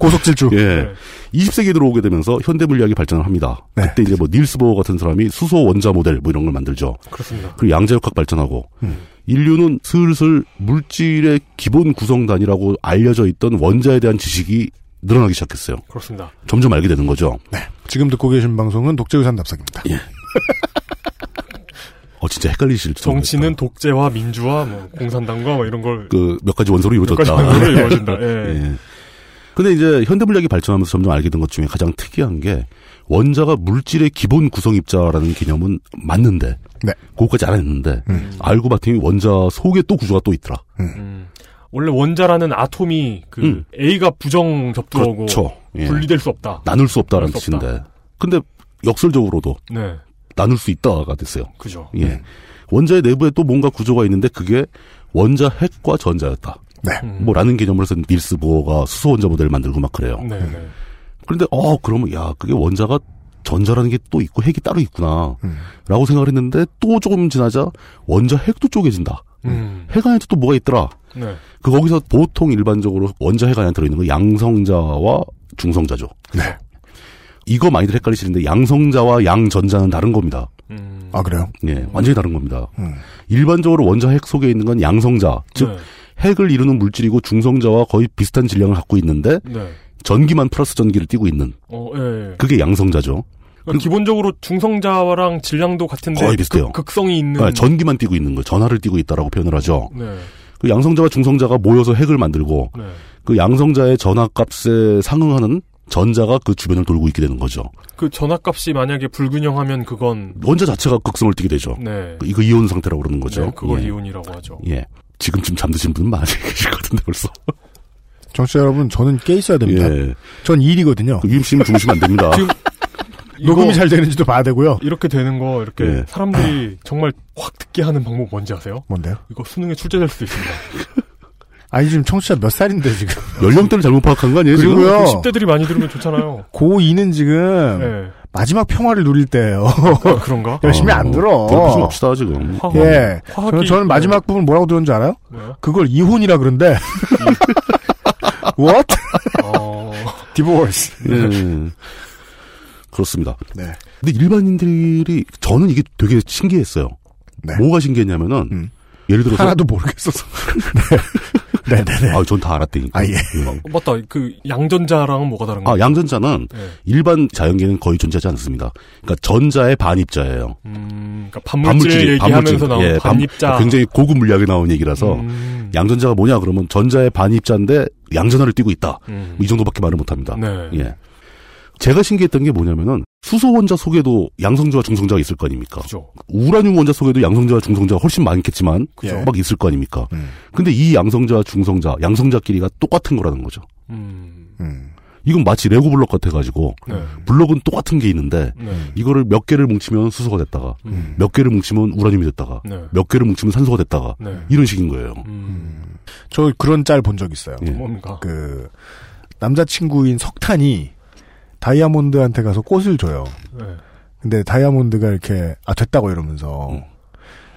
S2: 고속 질주.
S4: 예. 20세기에 들어오게 되면서 현대 물리학이 발전을 합니다.
S2: 네.
S4: 그때 이제 뭐 닐스 보어 같은 사람이 수소 원자 모델 뭐 이런 걸 만들죠.
S3: 그렇습니다.
S4: 그리고 양자역학 발전하고.
S3: 음.
S4: 인류는 슬슬 물질의 기본 구성 단위라고 알려져 있던 원자에 대한 지식이 늘어나기 시작했어요.
S3: 그렇습니다.
S4: 점점 알게 되는 거죠.
S2: 지금 듣고 계신 방송은 독재유산 답사입니다.
S4: 어 진짜 헷갈리실지
S3: 정치는
S4: 그러니까.
S3: 독재와 민주화, 뭐 공산당과 뭐 이런 걸
S4: 그몇 가지 원소로 이루어졌다.
S3: 여기까지 만들어 이루어진다. 예.
S4: 예. 근데 이제 현대 물리학이 발전하면서 점점 알게 된 것 중에 가장 특이한 게 원자가 물질의 기본 구성 입자라는 개념은 맞는데
S2: 네.
S4: 그것까지 알아냈는데 알고 봤더니 원자 속에 또 구조가 또 있더라.
S3: 음. 원래 원자라는 아톰이 그
S4: 음.
S3: A가 부정 접두어고
S4: 그렇죠. 예.
S3: 분리될 수 없다.
S4: 나눌 수 없다라는
S3: 나눌 수 없다.
S4: 뜻인데. 근데 역설적으로도
S3: 네,
S4: 나눌 수 있다가 됐어요.
S3: 그죠.
S2: 네.
S4: 예. 원자의 내부에 또 뭔가 구조가 있는데 그게 원자 핵과 전자였다.
S2: 네.
S3: 음.
S4: 뭐라는 개념으로 해서 닐스 보어가 수소 원자 모델을 만들고 막 그래요.
S2: 음.
S3: 네, 네.
S4: 그런데 어 그러면 야 그게 원자가 전자라는 게 또 있고 핵이 따로 있구나.
S2: 음.
S4: 라고 생각을 했는데 또 조금 지나자 원자 핵도 쪼개진다.
S3: 음,
S4: 핵 안에도 또 뭐가 있더라.
S3: 네.
S4: 그 거기서 보통 일반적으로 원자 핵 안에 들어있는 거 양성자와 중성자죠.
S2: 네.
S4: 이거 많이들 헷갈리시는데 양성자와 양전자는 다른 겁니다.
S3: 음,
S2: 아 그래요?
S4: 예, 완전히 다른 겁니다.
S2: 음.
S4: 일반적으로 원자 핵 속에 있는 건 양성자, 즉
S3: 네,
S4: 핵을 이루는 물질이고 중성자와 거의 비슷한 질량을 갖고 있는데
S3: 네.
S4: 전기만 플러스 전기를 띠고 있는
S3: 어, 예. 예.
S4: 그게 양성자죠.
S3: 그러니까 기본적으로 중성자와랑 질량도 같은데
S4: 거의 비슷해요.
S3: 극, 성이 있는
S4: 아, 전기만 띠고 있는 거, 전하를 띠고 있다라고 표현을 하죠.
S3: 네,
S4: 그 양성자와 중성자가 모여서 핵을 만들고
S3: 네.
S4: 그 양성자의 전하값에 상응하는 전자가 그 주변을 돌고 있게 되는 거죠.
S3: 그 전압값이 만약에 불균형하면 그건
S4: 원자 자체가 극성을 띠게 되죠.
S3: 네,
S4: 이거 음. 이온 상태라고 그러는 거죠.
S3: 네, 그걸
S4: 예.
S3: 이온이라고 하죠.
S4: 예. 지금쯤 잠드신 분 많이 계실 것 같은데 벌써.
S2: 정치 여러분 저는 깨 있어야 됩니다.
S4: 예.
S2: 전 일이거든요.
S4: 그 유임씨는 주무시면 안 됩니다.
S3: 지금
S2: 녹음이
S3: 이거-
S2: 잘 되는지도 봐야 되고요.
S3: 이렇게 되는 거 이렇게
S4: 예.
S3: 사람들이 정말 확 듣게 하는 방법 뭔지 아세요?
S2: 뭔데요?
S3: 이거 수능에 출제될 수도 있습니다.
S2: 아니 지금 청취자 몇 살인데 지금?
S4: 아, 연령대를 잘못 파악한 거 아니에요? 지금?
S2: 그리고요.
S3: 10대들이 많이 들으면 좋잖아요.
S2: 고2는
S4: 어.
S2: 지금
S3: 예.
S2: 마지막 평화를 누릴 때예요.
S4: 뭐?
S3: 아, 그런가?
S2: 열심히 안 들어.
S4: 들어보지 맙시다, 지금.
S3: 화학-
S4: 예.
S2: 예.
S3: 화학이-
S2: 저는, 저는 마지막 부분 뭐라고 들은 줄 알아요?
S3: 뭐야?
S2: 그걸 이혼이라 그런데. What?
S3: 어,
S2: Divorce.
S4: 예. 그렇습니다.
S2: 네.
S4: 근데 일반인들이, 저는 이게 되게 신기했어요.
S2: 네.
S4: 뭐가 신기했냐면은,
S2: 음.
S4: 예를 들어서,
S2: 하나도 모르겠어서. 네. 네네네.
S4: 아, 전 다 알았다니까.
S2: 아, 예.
S3: 맞다. 그 양전자랑은 뭐가 다른가?
S4: 아, 양전자는
S2: 네.
S3: 예.
S4: 일반 자연계는 거의 존재하지 않습니다. 그러니까 전자의 반입자예요.
S3: 음, 그러니까 반물질 얘기하면서
S4: 반물질.
S3: 나온
S4: 예, 반-
S3: 반입자.
S4: 굉장히 고급 물리학에 나온 얘기라서
S3: 음,
S4: 양전자가 뭐냐 그러면 전자의 반입자인데 양전하를 띠고 있다.
S3: 음.
S4: 이 정도밖에 말을 못합니다.
S3: 네.
S4: 예. 제가 신기했던 게 뭐냐면은 수소 원자 속에도 양성자와 중성자가 있을 거 아닙니까?
S3: 그죠.
S4: 우라늄 원자 속에도 양성자와 중성자가 훨씬 많겠지만
S2: 그죠.
S4: 막 있을 거 아닙니까?
S2: 음.
S4: 근데 이 양성자와 중성자, 양성자끼리가 똑같은 거라는 거죠.
S3: 음,
S2: 음.
S4: 이건 마치 레고 블럭 같아 가지고
S3: 네.
S4: 블럭은 똑같은 게 있는데
S3: 네.
S4: 이거를 몇 개를 뭉치면 수소가 됐다가
S3: 음.
S4: 몇 개를 뭉치면 우라늄이 됐다가
S3: 네.
S4: 몇 개를 뭉치면 산소가 됐다가
S3: 네.
S4: 이런 식인 거예요.
S3: 음,
S2: 저 그런 짤 본 적 있어요.
S4: 예.
S3: 뭔가.
S2: 그, 남자친구인 석탄이 다이아몬드한테 가서 꽃을 줘요.
S4: 그
S3: 네.
S2: 근데 다이아몬드가 이렇게, 아, 됐다고 이러면서,
S4: 음.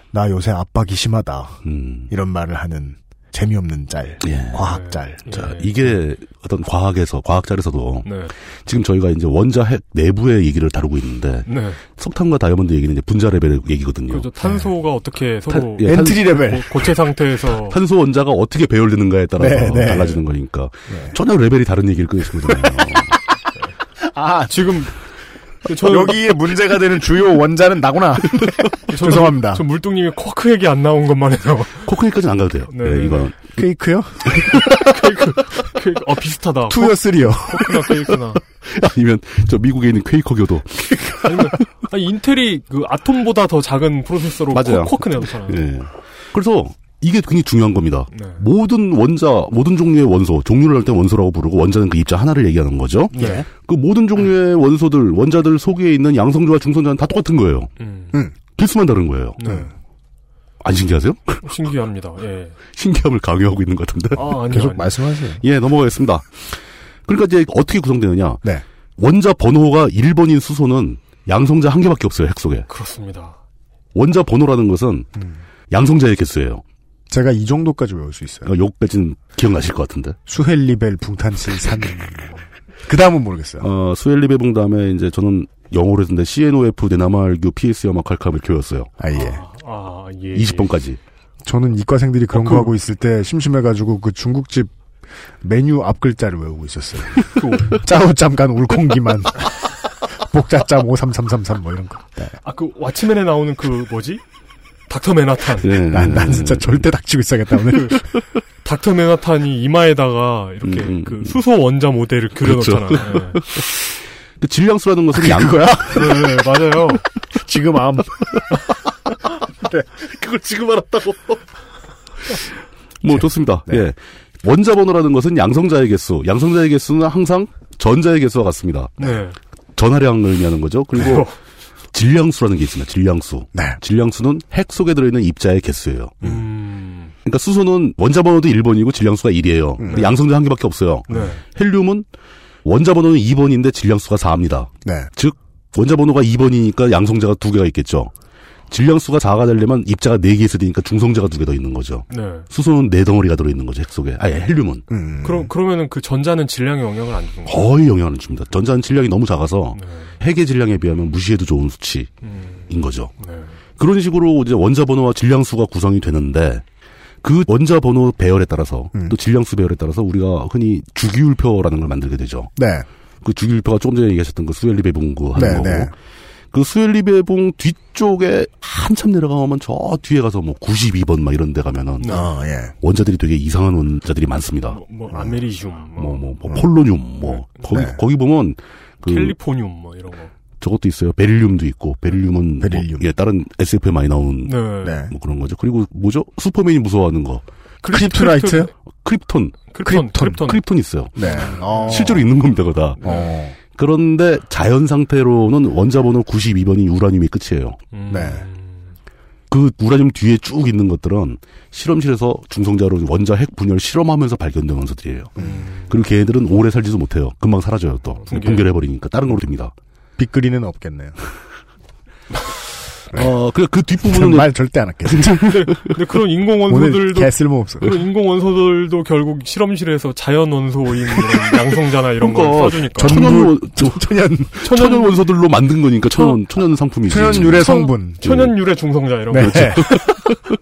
S2: 나 요새 압박이 심하다.
S4: 음.
S2: 이런 말을 하는 재미없는 짤.
S4: 예.
S2: 과학 짤.
S3: 예.
S4: 자, 이게 어떤 과학에서 과학자에서도
S3: 네.
S4: 지금 저희가 이제 원자 핵 내부의 얘기를 다루고 있는데
S3: 네.
S4: 석탄과 다이아몬드 얘기는 이제 분자 레벨의 얘기거든요.
S3: 그죠. 탄소가 어떻게 서로
S4: 예. 탄- 예,
S2: 엔트리 레벨.
S3: 고, 체 상태에서
S4: 탄소 원자가 어떻게 배열되는가에 따라서
S2: 네, 네.
S4: 달라지는 거니까
S2: 네.
S4: 전혀 레벨이 다른 얘기를 꺼내신 거잖아요.
S2: 아, 지금
S3: 그 저
S2: 여기에 문제가 되는 주요 원자는 나구나. 네.
S3: 저-
S2: 죄송합니다.
S3: 저 물뚱님이 쿼크 얘기 안 나온 것만 해서
S4: 코크까지는 안 가도 돼요.
S3: 네, 네,
S4: 예, 이건
S2: 케이크요?
S3: 케이크- 어 비슷하다.
S2: 투요 쓰리요.
S3: 쿼크나 케이크나.
S4: 아니면 저 미국에 있는 퀘이커 교도
S3: 아니면 아니, 인텔이 그 아톰보다 더 작은 프로세서로
S4: 맞아요.
S3: 쿼크 내놓잖아요.
S4: 예. 그래서 이게 굉장히 중요한 겁니다.
S3: 네.
S4: 모든 원자, 모든 종류의 원소, 종류를 할 때 원소라고 부르고 원자는 그 입자 하나를 얘기하는 거죠.
S3: 네.
S2: 예.
S4: 그 모든 종류의 원소들, 원자들 속에 있는 양성자와 중성자는 다 똑같은 거예요.
S3: 음.
S4: 필수만 다른 거예요.
S3: 네.
S4: 안 신기하세요?
S3: 신기합니다. 예.
S4: 신기함을 강요하고 있는 것 같은데.
S3: 아, 아니요.
S2: 계속
S3: 아니요.
S2: 말씀하세요.
S4: 예, 넘어가겠습니다. 그러니까 이제 어떻게 구성되느냐.
S2: 네.
S4: 원자 번호가 1번인 수소는 양성자 한 개밖에 없어요, 핵 속에.
S3: 그렇습니다.
S4: 원자 번호라는 것은 양성자의 개수예요.
S2: 제가 이 정도까지 외울 수 있어요.
S4: 그러니까 여기까지는 기억나실 것 같은데.
S2: 네. 수헬리벨 붕탄실 산. 그 다음은 모르겠어요.
S4: 어, 수엘리 베봉 다음에 이제 저는 영어로 했는데 CNOF 네나말교 PS 여마칼카을 교였어요.
S2: 아, 예.
S3: 아, 아, 예. 예.
S4: 20번까지.
S2: 저는 이과생들이 그런
S3: 어,
S2: 거
S3: 그-
S2: 하고 있을 때 심심해가지고 그 중국집 메뉴 앞 글자를 외우고 있었어요.
S3: 그,
S2: 짜오 잠깐 울콩기만. 복자짬 53333 뭐 이런 거. 네.
S3: 아, 그 와치맨에 나오는 그 뭐지? 닥터 맨하탄.
S4: 예.
S2: 난, 난 진짜 절대 닥치고 있어야겠다, 오늘.
S3: 닥터 맨하탄이 이마에다가 이렇게
S4: 음, 음,
S3: 그
S4: 음.
S3: 수소 원자 모델을 그려놓잖아요.
S4: 그 질량수라는 것은 양,
S2: 그거야?
S3: 예. 네, 맞아요.
S2: 지금 암.
S4: 그걸 지금 알았다고. 뭐 좋습니다.
S2: 네.
S4: 예. 원자번호라는 것은 양성자의 개수. 양성자의 개수는 항상 전자의 개수와 같습니다.
S3: 네.
S4: 전하량을 의미하는 거죠. 그리고 질량수라는 게 있습니다. 질량수.
S2: 네.
S4: 질량수는 핵 속에 들어있는 입자의 개수예요.
S3: 음.
S4: 그러니까 수소는 원자번호도 1번이고 질량수가 1이에요. 양성자 한 개밖에 없어요.
S3: 네.
S4: 헬륨은 원자번호는 2번인데 질량수가 4입니다.
S2: 네.
S4: 즉 원자번호가 2번이니까 양성자가 두 개가 있겠죠. 질량수가 4가 되려면 입자가 4개 있어야 되니까 중성자가 두 개 더 있는 거죠.
S3: 네.
S4: 수소는 네 덩어리가 들어있는 거죠, 핵 속에. 아니, 헬륨은.
S2: 음.
S3: 그럼 그러면은 그 전자는 질량에 영향을 안 주는 거예요.
S4: 거의 영향을 줍니다. 전자는 질량이 너무 작아서
S3: 네.
S4: 핵의 질량에 비하면 무시해도 좋은 수치인
S3: 음.
S4: 거죠.
S3: 네.
S4: 그런 식으로 이제 원자 번호와 질량수가 구성이 되는데 그 원자 번호 배열에 따라서
S3: 음.
S4: 또 질량수 배열에 따라서 우리가 흔히 주기율표라는 걸 만들게 되죠.
S2: 네.
S4: 그 주기율표가 조금 전에 얘기하셨던 그 수엘리 베붕 그 하는
S2: 네,
S4: 거고
S2: 네.
S4: 그 수엘리 베붕 뒤쪽에 한참 내려가면 저 뒤에 가서 뭐 92번 막 이런 데 가면은
S2: 어, 예.
S4: 원자들이 되게 이상한 원자들이 많습니다.
S3: 뭐, 뭐 아메리슘, 뭐,
S4: 뭐, 뭐, 뭐 폴로늄, 뭐, 거기,
S2: 음. 네.
S4: 거기 보면, 그,
S3: 캘리포늄, 뭐 이런 거.
S4: 저것도 있어요. 베릴륨도 있고, 베릴륨은,
S2: 베릴륨.
S4: 뭐, 예, 다른 SF에 많이 나오는,
S3: 네.
S2: 네.
S4: 뭐 그런 거죠. 그리고 뭐죠? 슈퍼맨이 무서워하는 거.
S2: 크립토나이트?
S4: 크립톤,
S3: 크립톤,
S4: 크립톤,
S3: 크립톤.
S4: 있어요.
S2: 네. 어.
S4: 실제로 있는 겁니다, 그거 다.
S2: 어.
S4: 그런데 자연 상태로는 원자번호 92번이 우라늄이 끝이에요.
S3: 음.
S2: 네.
S4: 그 우라늄 뒤에 쭉 있는 것들은 실험실에서 중성자로 원자 핵 분열 실험하면서 발견된 원소들이에요. 그리고 걔네들은 오래 살지도 못해요. 금방 사라져요, 또.
S3: 붕괴.
S4: 붕괴해버리니까 다른 걸로 됩니다.
S2: 빅그리는 없겠네요.
S4: 어, 그, 그 뒷부분은
S2: 말 절대 안 할게요.
S3: 근데 그런 인공
S2: 오늘
S3: 원소들도
S2: 개쓸모 없어.
S3: 그런 인공 원소들도 결국 실험실에서 자연 원소인 이런 양성자나 이런 걸
S4: 그러니까
S3: 써주니까
S2: 전-
S4: 천연, 원,
S2: 천연
S4: 천연 원소들로 만든 거니까 천연, 천연 상품이지.
S2: 천연 유래 성분.
S3: 천연 유래 중성자 이런
S2: 그 네.
S3: 거.
S4: 그렇죠.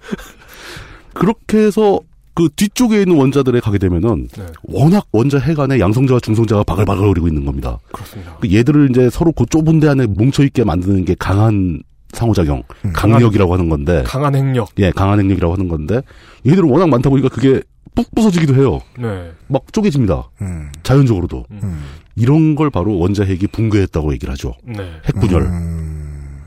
S4: 그렇게 해서 그 뒤쪽에 있는 원자들에 가게 되면은
S3: 네.
S4: 워낙 원자 핵 안에 양성자와 중성자가 바글바글거리고 있는 겁니다.
S3: 그렇습니다.
S4: 그 얘들을 이제 서로 그 좁은 데 안에 뭉쳐있게 만드는 게 강한 상호작용,
S2: 음,
S4: 강력이라고 하는 건데,
S3: 강한 핵력.
S4: 예, 강한 행력이라고 하는 건데, 얘들은 워낙 많다 보니까 그게 뿍 부서지기도 해요.
S3: 네.
S4: 막 쪼개집니다.
S2: 음.
S4: 자연적으로도.
S2: 음.
S4: 이런 걸 바로 원자 핵이 붕괴했다고 얘기를 하죠.
S3: 네.
S4: 핵 분열.
S2: 음.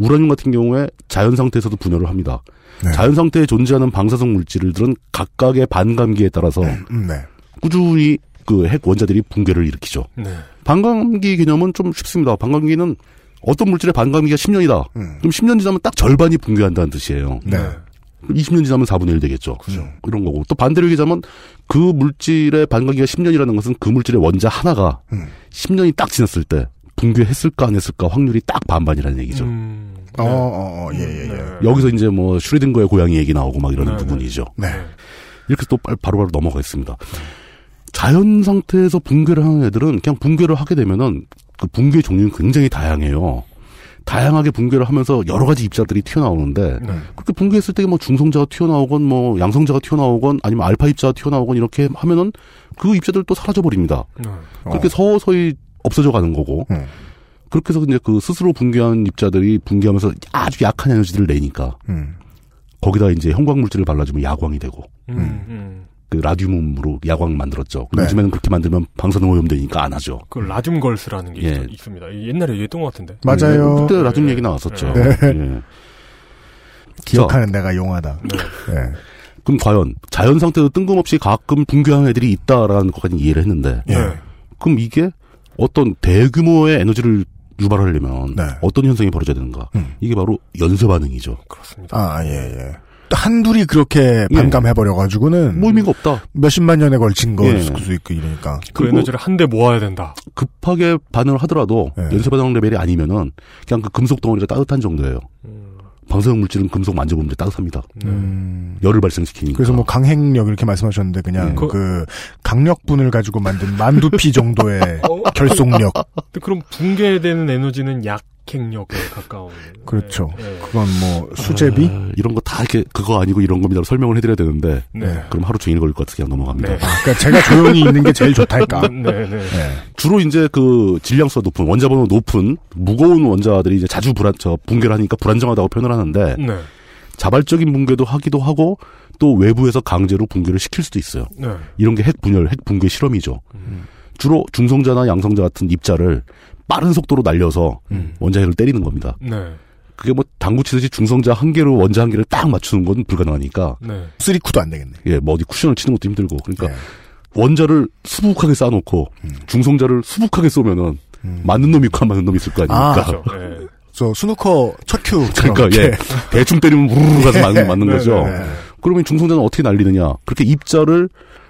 S4: 우라늄 같은 경우에 자연 상태에서도 분열을 합니다.
S2: 네.
S4: 자연 상태에 존재하는 방사성 물질들은 각각의 반감기에 따라서
S2: 음, 네.
S4: 꾸준히 그 핵 원자들이 붕괴를 일으키죠.
S3: 네.
S4: 반감기 개념은 좀 쉽습니다. 반감기는 어떤 물질의 반감기가 10년이다.
S2: 음.
S4: 그럼 10년 지나면 딱 절반이 붕괴한다는 뜻이에요.
S2: 네.
S4: 20년 지나면 4분의 1 되겠죠. 이런 거고. 또 반대로 얘기하자면 그 물질의 반감기가 10년이라는 것은 그 물질의 원자 하나가
S2: 음.
S4: 10년이 딱 지났을 때 붕괴했을까 안 했을까 확률이 딱 반반이라는 얘기죠.
S3: 음.
S2: 어, 어, 어, 예, 예, 예.
S3: 네.
S4: 여기서 이제 뭐 슈레딩거의 고양이 얘기 나오고 막 이런
S3: 네,
S4: 부분이죠.
S2: 네.
S4: 이렇게 또 빨- 바로바로 넘어가겠습니다. 자연 상태에서 붕괴를 하는 애들은 그냥 붕괴를 하게 되면은 그 붕괴 종류는 굉장히 다양해요. 다양하게 붕괴를 하면서 여러 가지 입자들이 튀어나오는데
S3: 네.
S4: 그렇게 붕괴했을 때 뭐 중성자가 튀어나오건 뭐 양성자가 튀어나오건 아니면 알파 입자가 튀어나오건 이렇게 하면은 그 입자들 또 사라져 버립니다.
S3: 네.
S4: 그렇게 서서히 없어져 가는 거고
S2: 어. 음.
S4: 그렇게 해서 이제 그 스스로 붕괴한 입자들이 붕괴하면서 아주 약한 에너지를 내니까
S2: 음.
S4: 거기다 이제 형광물질을 발라주면 야광이 되고
S3: 음. 음.
S4: 그 라듐으로 야광 만들었죠.
S2: 네.
S4: 요즘에는 그렇게 만들면 방사능 오염되니까 안 하죠.
S3: 그 라듐 걸스라는 게
S4: 예.
S3: 있- 있습니다. 옛날에 얘기했던 것 같은데.
S2: 맞아요.
S4: 그때 라듐
S3: 네.
S4: 얘기 나왔었죠.
S2: 네.
S4: 예.
S2: 기억하는 내가 용하다.
S4: 네.
S2: 예.
S4: 자, 그럼 과연 자연 상태도 뜬금없이 가끔 붕괴하는 애들이 있다라는 것까지 이해를 했는데
S2: 예.
S3: 네.
S4: 그럼 이게 어떤 대규모의 에너지를 유발하려면
S2: 네.
S4: 어떤 현상이 벌어져야 되는가?
S2: 음.
S4: 이게 바로 연쇄 반응이죠.
S3: 그렇습니다.
S2: 아, 예, 예. 한둘이 그렇게 반감해버려가지고는
S4: 예. 뭐 의미가 없다.
S2: 몇십만 년에 걸친 거
S4: 예.
S2: 수 있고 이러니까.
S3: 그
S4: 그리고
S3: 에너지를 한데 모아야 된다.
S4: 급하게 반응을 하더라도
S2: 예.
S4: 연쇄 반응 레벨이 아니면은 그냥 그 금속 덩어리가 따뜻한 정도예요. 방사성 물질은 금속 만져보면 이제 따뜻합니다.
S3: 네.
S2: 음.
S4: 열을 발생시키니까.
S2: 그래서 뭐 강행력 이렇게 말씀하셨는데 그냥
S4: 음.
S2: 그, 강력분을 가지고 만든 만두피 정도의
S3: 어?
S2: 결속력
S3: 근데 그럼 붕괴되는 에너지는 약행력에 가까운.
S2: 그렇죠.
S3: 네. 네.
S2: 그건 뭐 수제비
S4: 아, 이런 거 다 이렇게 그거 아니고 이런 겁니다. 고 설명을 해드려야 되는데
S3: 네.
S4: 그럼 하루 종일 걸릴 것 같아서 그냥 넘어갑니다.
S3: 네.
S2: 아, 그러니까 제가 조용히 있는 게 제일 좋달까
S3: 네, 네.
S4: 주로 이제 그 질량수가 높은 원자번호 높은 무거운 원자들이 이제 자주 불안 저 붕괴를 하니까 불안정하다고 표현을 하는데
S3: 네.
S4: 자발적인 붕괴도 하기도 하고 또 외부에서 강제로 붕괴를 시킬 수도 있어요.
S3: 네.
S4: 이런 게 핵 분열, 핵 붕괴 실험이죠.
S3: 음.
S4: 주로 중성자나 양성자 같은 입자를 빠른 속도로 날려서
S3: 음.
S4: 원자핵을 때리는 겁니다.
S3: 네.
S4: 그게 뭐 당구 치듯이 중성자 한 개로 원자 한 개를 딱 맞추는 건 불가능하니까
S3: 네.
S2: 쓰리쿠도 안 되겠네.
S4: 예, 뭐 어디 쿠션을 치는 것도 힘들고 그러니까
S2: 네.
S4: 원자를 수북하게 쌓아놓고
S3: 음.
S4: 중성자를 수북하게 쏘면은
S2: 음.
S4: 맞는 놈이 있고 안 맞는 놈이 있을 거 아닙니까?
S2: 아,
S3: 그렇죠. 예.
S2: 저 스누커 첫 큐.
S4: 그러니까 예 대충 때리면 우르르 가서 맞는, 맞는 거죠.
S3: 네, 네.
S4: 그러면 중성자는 어떻게 날리느냐? 그렇게 입자를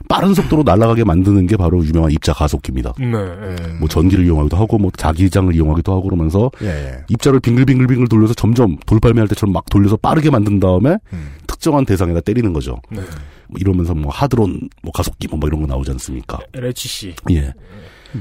S4: 빠른 속도로 날아가게 만드는 게 바로 유명한 입자 가속기입니다.
S3: 네. 예.
S4: 뭐 전기를 이용하기도 하고 뭐 자기장을 이용하기도 하고 그러면서
S2: 예, 예.
S4: 입자를 빙글빙글빙글 돌려서 점점 돌팔매할 때처럼 막 돌려서 빠르게 만든 다음에
S2: 음.
S4: 특정한 대상에다 때리는 거죠.
S3: 네.
S4: 뭐 이러면서 뭐 하드론, 뭐 가속기 뭐 이런 거 나오지 않습니까?
S3: LHC
S4: 예.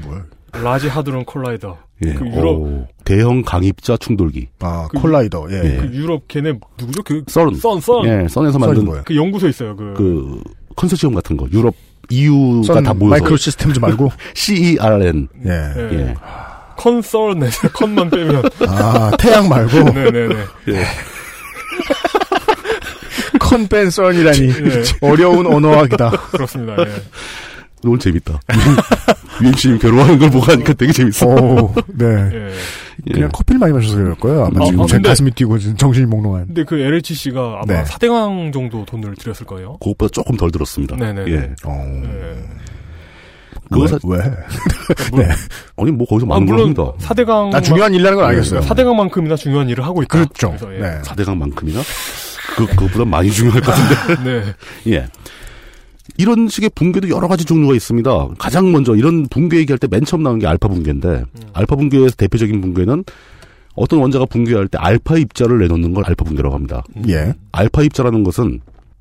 S2: 뭘?
S3: 라지 하드론 콜라이더.
S4: 예.
S3: 그 유럽-
S4: 오, 대형 강입자 충돌기.
S2: 아
S3: 그-
S2: 콜라이더. 예.
S4: 예.
S3: 그 유럽 걔네 누구죠? 그
S4: 썬.
S3: 썬, 썬.
S2: 네.
S4: 예, 썬에서
S2: 썬이
S4: 만든
S2: 뭐예요?
S3: 그 연구소 있어요. 그,
S4: 그 컨소시엄 같은 거. 유럽 E EU가
S2: 썬
S4: 다 모여서
S2: 마이크로 시스템즈 말고.
S4: CERN.
S2: 예.
S3: 예.
S4: 예.
S3: 네, 컨설에서 컨만 빼면
S2: 아 태양 말고
S3: 네네네.
S2: 컨벤션이라니
S3: 예.
S2: 어려운 언어학이다.
S3: 그렇습니다. 예.
S4: 너무 재밌다. 유임씨님 괴로워하는 걸 보고 하니까 되게 재밌어.
S2: 오, 네.
S3: 예.
S2: 그냥 커피를 많이 마셔서 그럴 거예요. 아마
S3: 아,
S2: 지금
S3: 아,
S2: 제
S3: 근데-
S2: 가슴이 뛰고 지금 정신이 몽롱한.
S3: 근데 그 LHC가 아마
S2: 네.
S3: 사대강 정도 돈을 들였을 거예요.
S4: 그것보다 조금 덜 들었습니다.
S3: 네네네.
S4: 예.
S2: 어.
S3: 예.
S4: 그거
S2: 왜?
S4: 사-
S2: 왜?
S3: 물론,
S4: 아니 뭐 거기서
S3: 아,
S4: 많은 걸
S3: 물론
S4: 합니다.
S3: 사대강
S2: 나 아, 중요한 일이라는 걸 알겠어요.
S3: 사대강만큼이나 중요한 일을 하고 있다.
S2: 그렇죠.
S3: 그래서, 예.
S2: 네.
S4: 사대강만큼이나 그 그보다 많이 중요할 것 같은데.
S3: 네.
S4: 예. 이런 식의 붕괴도 여러 가지 종류가 있습니다. 가장 먼저 이런 붕괴 얘기할 때 맨 처음 나온 게 알파 붕괴인데
S3: 음.
S4: 알파 붕괴에서 대표적인 붕괴는 어떤 원자가 붕괴할 때 알파 입자를 내놓는 걸 알파 붕괴라고 합니다.
S2: 예.
S4: 알파 입자라는 것은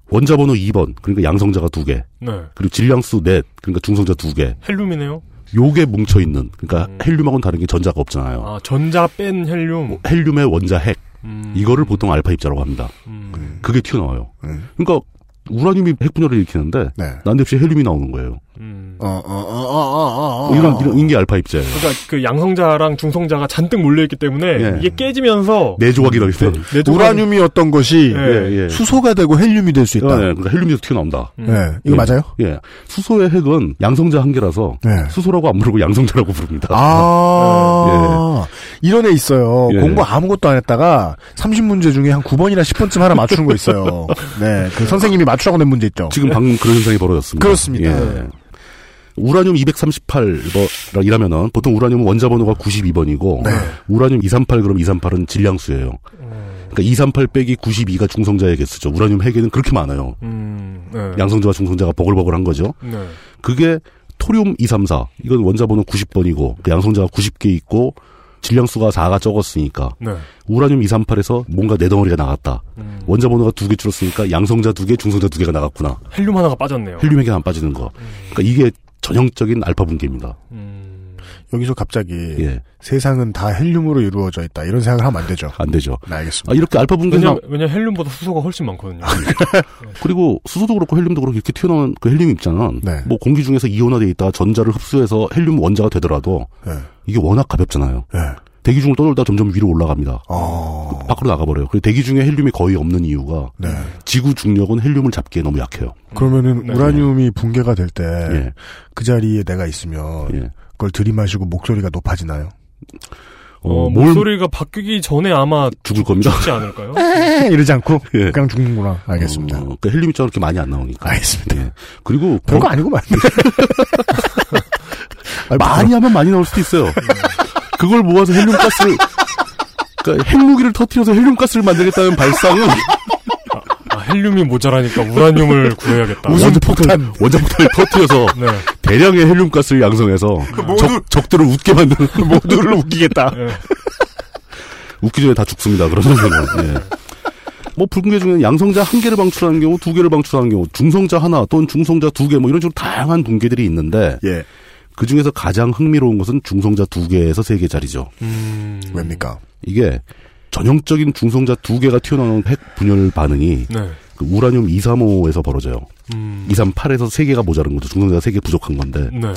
S4: 원자 번호 2번 그러니까 양성자가 두 개,
S3: 네.
S4: 그리고 질량수 넷 그러니까 중성자 두 개.
S3: 헬륨이네요. 요게
S4: 요게 뭉쳐 있는 그러니까
S3: 음.
S4: 헬륨하고는 다른 게 전자가 없잖아요.
S3: 아, 전자 뺀 헬륨.
S4: 헬륨의 원자 핵
S3: 음.
S4: 뭐, 이거를 네. 보통 알파 입자라고 합니다.
S3: 음.
S4: 그게 튀어나와요.
S2: 음.
S4: 그러니까 우라늄이 핵 분열을 일으키는데
S2: 네.
S4: 난데없이 헬륨이 나오는 거예요. 뭐
S3: 음.
S2: 어, 어, 어, 어, 어, 어, 어.
S4: 이런 이런 게 알파 입자예요.
S3: 그러니까 그 양성자랑 중성자가 잔뜩 몰려 있기 때문에
S4: 예.
S3: 이게 깨지면서
S4: 네 조각이라고 해요.
S3: 내 조각이-
S2: 우라늄이었던 것이
S3: 예.
S4: 예, 예.
S2: 네. 수소가 되고 헬륨이 될 수 있다.
S4: 예, 예. 그러니까 헬륨에서 튀어나온다.
S3: 음.
S2: 예. 이거
S4: 예.
S2: 맞아요?
S4: 예. 수소의 핵은 양성자 한 개라서
S2: 네.
S4: 수소라고 안 부르고 양성자라고 부릅니다.
S2: 아, 이런 애 있어요.
S4: 예.
S2: 공부 아무것도 안 했다가 30문제 중에 한 9번이나 10번쯤 하나 맞추는 거 있어요. 네, 그 선생님이 맞추라고 낸 문제 있죠.
S4: 지금 방금 그런 현상이 벌어졌습니다.
S2: 그렇습니다.
S4: 예. 우라늄 238번이라면은 보통 우라늄 원자 번호가
S2: 네.
S4: 92번이고 우라늄 238 그럼 238은 질량수예요.
S2: 음.
S4: 그러니까 238 빼기 92가 중성자의 개수죠. 우라늄 핵에는 그렇게 많아요.
S3: 음. 네.
S4: 양성자와 중성자가 버글버글한 거죠.
S3: 네.
S4: 그게 토륨 234. 이건 원자 번호 90번이고 그 양성자가 90개 있고 질량수가 4가 적었으니까
S3: 네.
S4: 우라늄 238에서 뭔가 내 덩어리가 나갔다.
S3: 음.
S4: 원자 번호가 두 개 줄었으니까 양성자 두 개, 중성자 두 개가 나갔구나.
S3: 헬륨 하나가 빠졌네요.
S4: 헬륨에게 안 빠지는 거. 그러니까 이게 전형적인 알파 붕괴입니다.
S3: 음.
S2: 여기서 갑자기
S3: 네.
S4: 예,
S2: 세상은 다 헬륨으로 이루어져 있다. 이런 생각을 하면 안 되죠.
S4: 안 되죠.
S2: 네, 알겠습니다.
S4: 아, 이렇게 알파 붕괴
S3: 왜냐
S4: 상
S3: 왜냐 헬륨보다 수소가 훨씬
S4: 아,
S3: 많거든요.
S4: 그리고 수소도 그렇고 헬륨도 그렇고 이렇게 튀어나온 그 헬륨 입자는
S2: 네.
S4: 뭐 공기 중에서 이온화돼 있다가 전자를 흡수해서 헬륨 원자가 되더라도
S2: 예.
S4: 이게 워낙 가볍잖아요.
S2: 예.
S4: 대기 중을 떠돌다 점점 위로 올라갑니다.
S2: 어,
S4: 밖으로 나가버려요. 그리고 대기 중에 헬륨이 거의 없는 이유가
S2: 네.
S4: 지구 중력은 헬륨을 잡기에 너무 약해요.
S2: 그러면은
S3: 네.
S2: 우라늄이 붕괴가 될 때 그
S4: 예,
S2: 자리에 내가 있으면
S4: 예.
S2: 그걸 들이마시고 목소리가 높아지나요?
S3: 어,
S4: 어, 뭘
S3: 목소리가 바뀌기 전에 아마
S4: 죽을 겁니다.
S3: 죽지 않을까요?
S2: 에 이러지 않고
S4: 예.
S2: 그냥 죽는구나. 알겠습니다.
S4: 어, 그 헬륨이 저렇게 많이 안 나오니까.
S2: 알겠습니다.
S4: 예. 그리고
S2: 별거
S4: 거-
S2: 아니고만. 아니,
S4: 많이 하면 많이 나올 수도 있어요. 그걸 모아서 헬륨 가스를 그러니까 핵무기를 터트려서 헬륨 가스를 만들겠다는 발상은
S3: 아, 헬륨이 모자라니까 우라늄을 구해야겠다.
S4: 원자 폭탄 원자 폭탄을 터트려서
S3: 네.
S4: 대량의 헬륨 가스를 양성해서 적, 적들을 웃게 만드는 모두를 웃기겠다.
S3: 그 예.
S4: 웃기 전에 다 죽습니다. 그런 거는. 예. 뭐 붉은계 중에는 양성자 한 개를 방출하는 경우, 두 개를 방출하는 경우, 중성자 하나 또는 중성자 두 개 뭐 이런 식으로 다양한 붕괴들이 있는데
S2: 예.
S4: 그 중에서 가장 흥미로운 것은 중성자 두 개에서 세 개짜리죠.
S3: 음.
S2: 왜입니까?
S4: 이게 전형적인 중성자 두 개가 튀어나오는 핵 분열 반응이
S3: 네.
S4: 그 우라늄 235에서 벌어져요.
S3: 음.
S4: 238에서 세 개가 모자른 거죠. 중성자가 세 개 부족한 건데
S3: 네.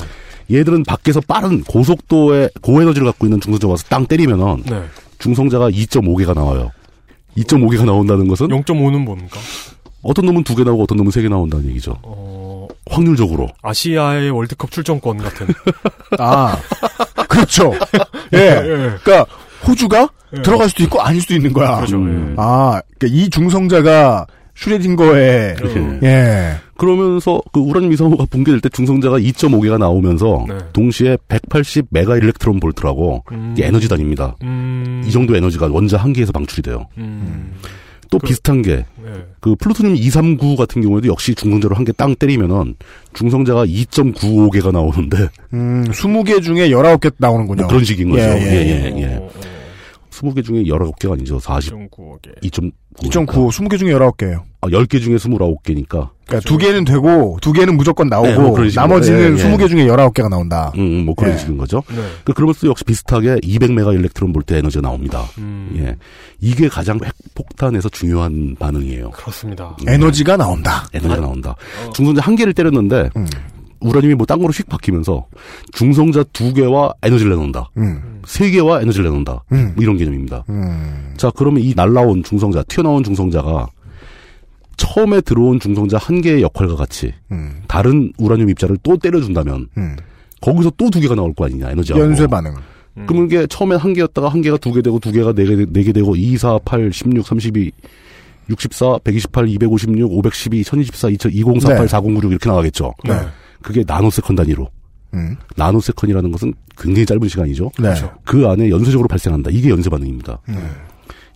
S4: 얘들은 밖에서 빠른 고속도의 고에너지를 갖고 있는 중성자 와서 땅 때리면은
S3: 네.
S4: 중성자가 2.5개가 나와요. 2.5개가 나온다는 것은
S3: 0.5는 뭡니까?
S4: 어떤 놈은 두 개 나오고 어떤 놈은 세 개 나온다는 얘기죠.
S3: 어,
S4: 확률적으로.
S3: 아시아의 월드컵 출전권 같은.
S2: 아, 그렇죠. 예.
S3: 예.
S2: 그러니까 호주가
S3: 예.
S2: 들어갈 수도 있고 아닐 수도 있는 거야.
S3: 그렇죠.
S4: 음.
S2: 아, 그러니까 이 중성자가 슈레딩거에
S4: 그렇게.
S3: 음.
S2: 예.
S4: 그러면서 그 우라늄 이상호가 붕괴될 때 중성자가 2.5개가 나오면서
S3: 네.
S4: 동시에 180 메가 일렉트론 볼트라고
S3: 음.
S4: 이게 에너지 단입니다.
S3: 음.
S4: 이 정도 에너지가 원자 한 개에서 방출이 돼요.
S3: 음.
S4: 또
S3: 그-
S4: 비슷한 게 그
S3: 예.
S4: 플루토늄 239 같은 경우에도 역시 중성자로 한 개 땅 때리면은 중성자가 2.95개가 나오는데
S2: 음, 20개 중에 19개 나오는군요.
S4: 뭐 그런 식인 거죠.
S2: 예, 예.
S4: 예예예.
S3: 어, 어,
S4: 20개 중에 19개가 아니죠. 40
S3: 2.9억에.
S4: 2.9.
S2: 2.95, 20개 중에 19개예요.
S4: 그러니까. 아, 10개 중에 29개니까.
S2: 그러니까 두 개는 되고 두 개는 무조건 나오고
S4: 네, 뭐 그런 식으로.
S2: 나머지는
S4: 예, 예.
S2: 20개 중에 19개가 나온다.
S4: 음, 뭐 그런
S2: 예.
S4: 식인 거죠.
S3: 네.
S4: 그 그러면서 역시 비슷하게 200메가 일렉트론 볼트 에너지가 나옵니다.
S3: 음.
S4: 예. 이게 가장 핵폭탄에서 중요한 반응이에요.
S3: 그렇습니다.
S4: 예.
S2: 에너지가 나온다.
S4: 에너지가 나온다. 중성자 한 개를 때렸는데
S2: 음.
S4: 우라늄이 뭐 딴 거로 휙 바뀌면서 중성자 두 개와 에너지를 내놓는다.
S2: 음.
S4: 세 개와 에너지를 내놓는다.
S2: 음.
S4: 뭐 이런 개념입니다.
S2: 음.
S4: 자, 그러면 이 날라온 중성자, 튀어나온 중성자가 처음에 들어온 중성자 한 개의 역할과 같이
S2: 음.
S4: 다른 우라늄 입자를 또 때려준다면
S2: 음.
S4: 거기서 또 두 개가 나올 거 아니냐 에너지가
S2: 연쇄 반응.
S4: 그러면 이게 처음에 한 개였다가 한 개가 두 개 되고 두 개가 네 개 네 개 되고 2, 4, 8, 16, 32, 64, 128, 256, 512, 1024, 2000, 2048,
S2: 네.
S4: 4096 이렇게 나가겠죠.
S2: 네.
S4: 그게 나노세컨 단위로.
S2: 음.
S4: 나노세컨이라는 것은 굉장히 짧은 시간이죠.
S2: 네.
S4: 그 안에 연쇄적으로 발생한다. 이게 연쇄 반응입니다.
S2: 음.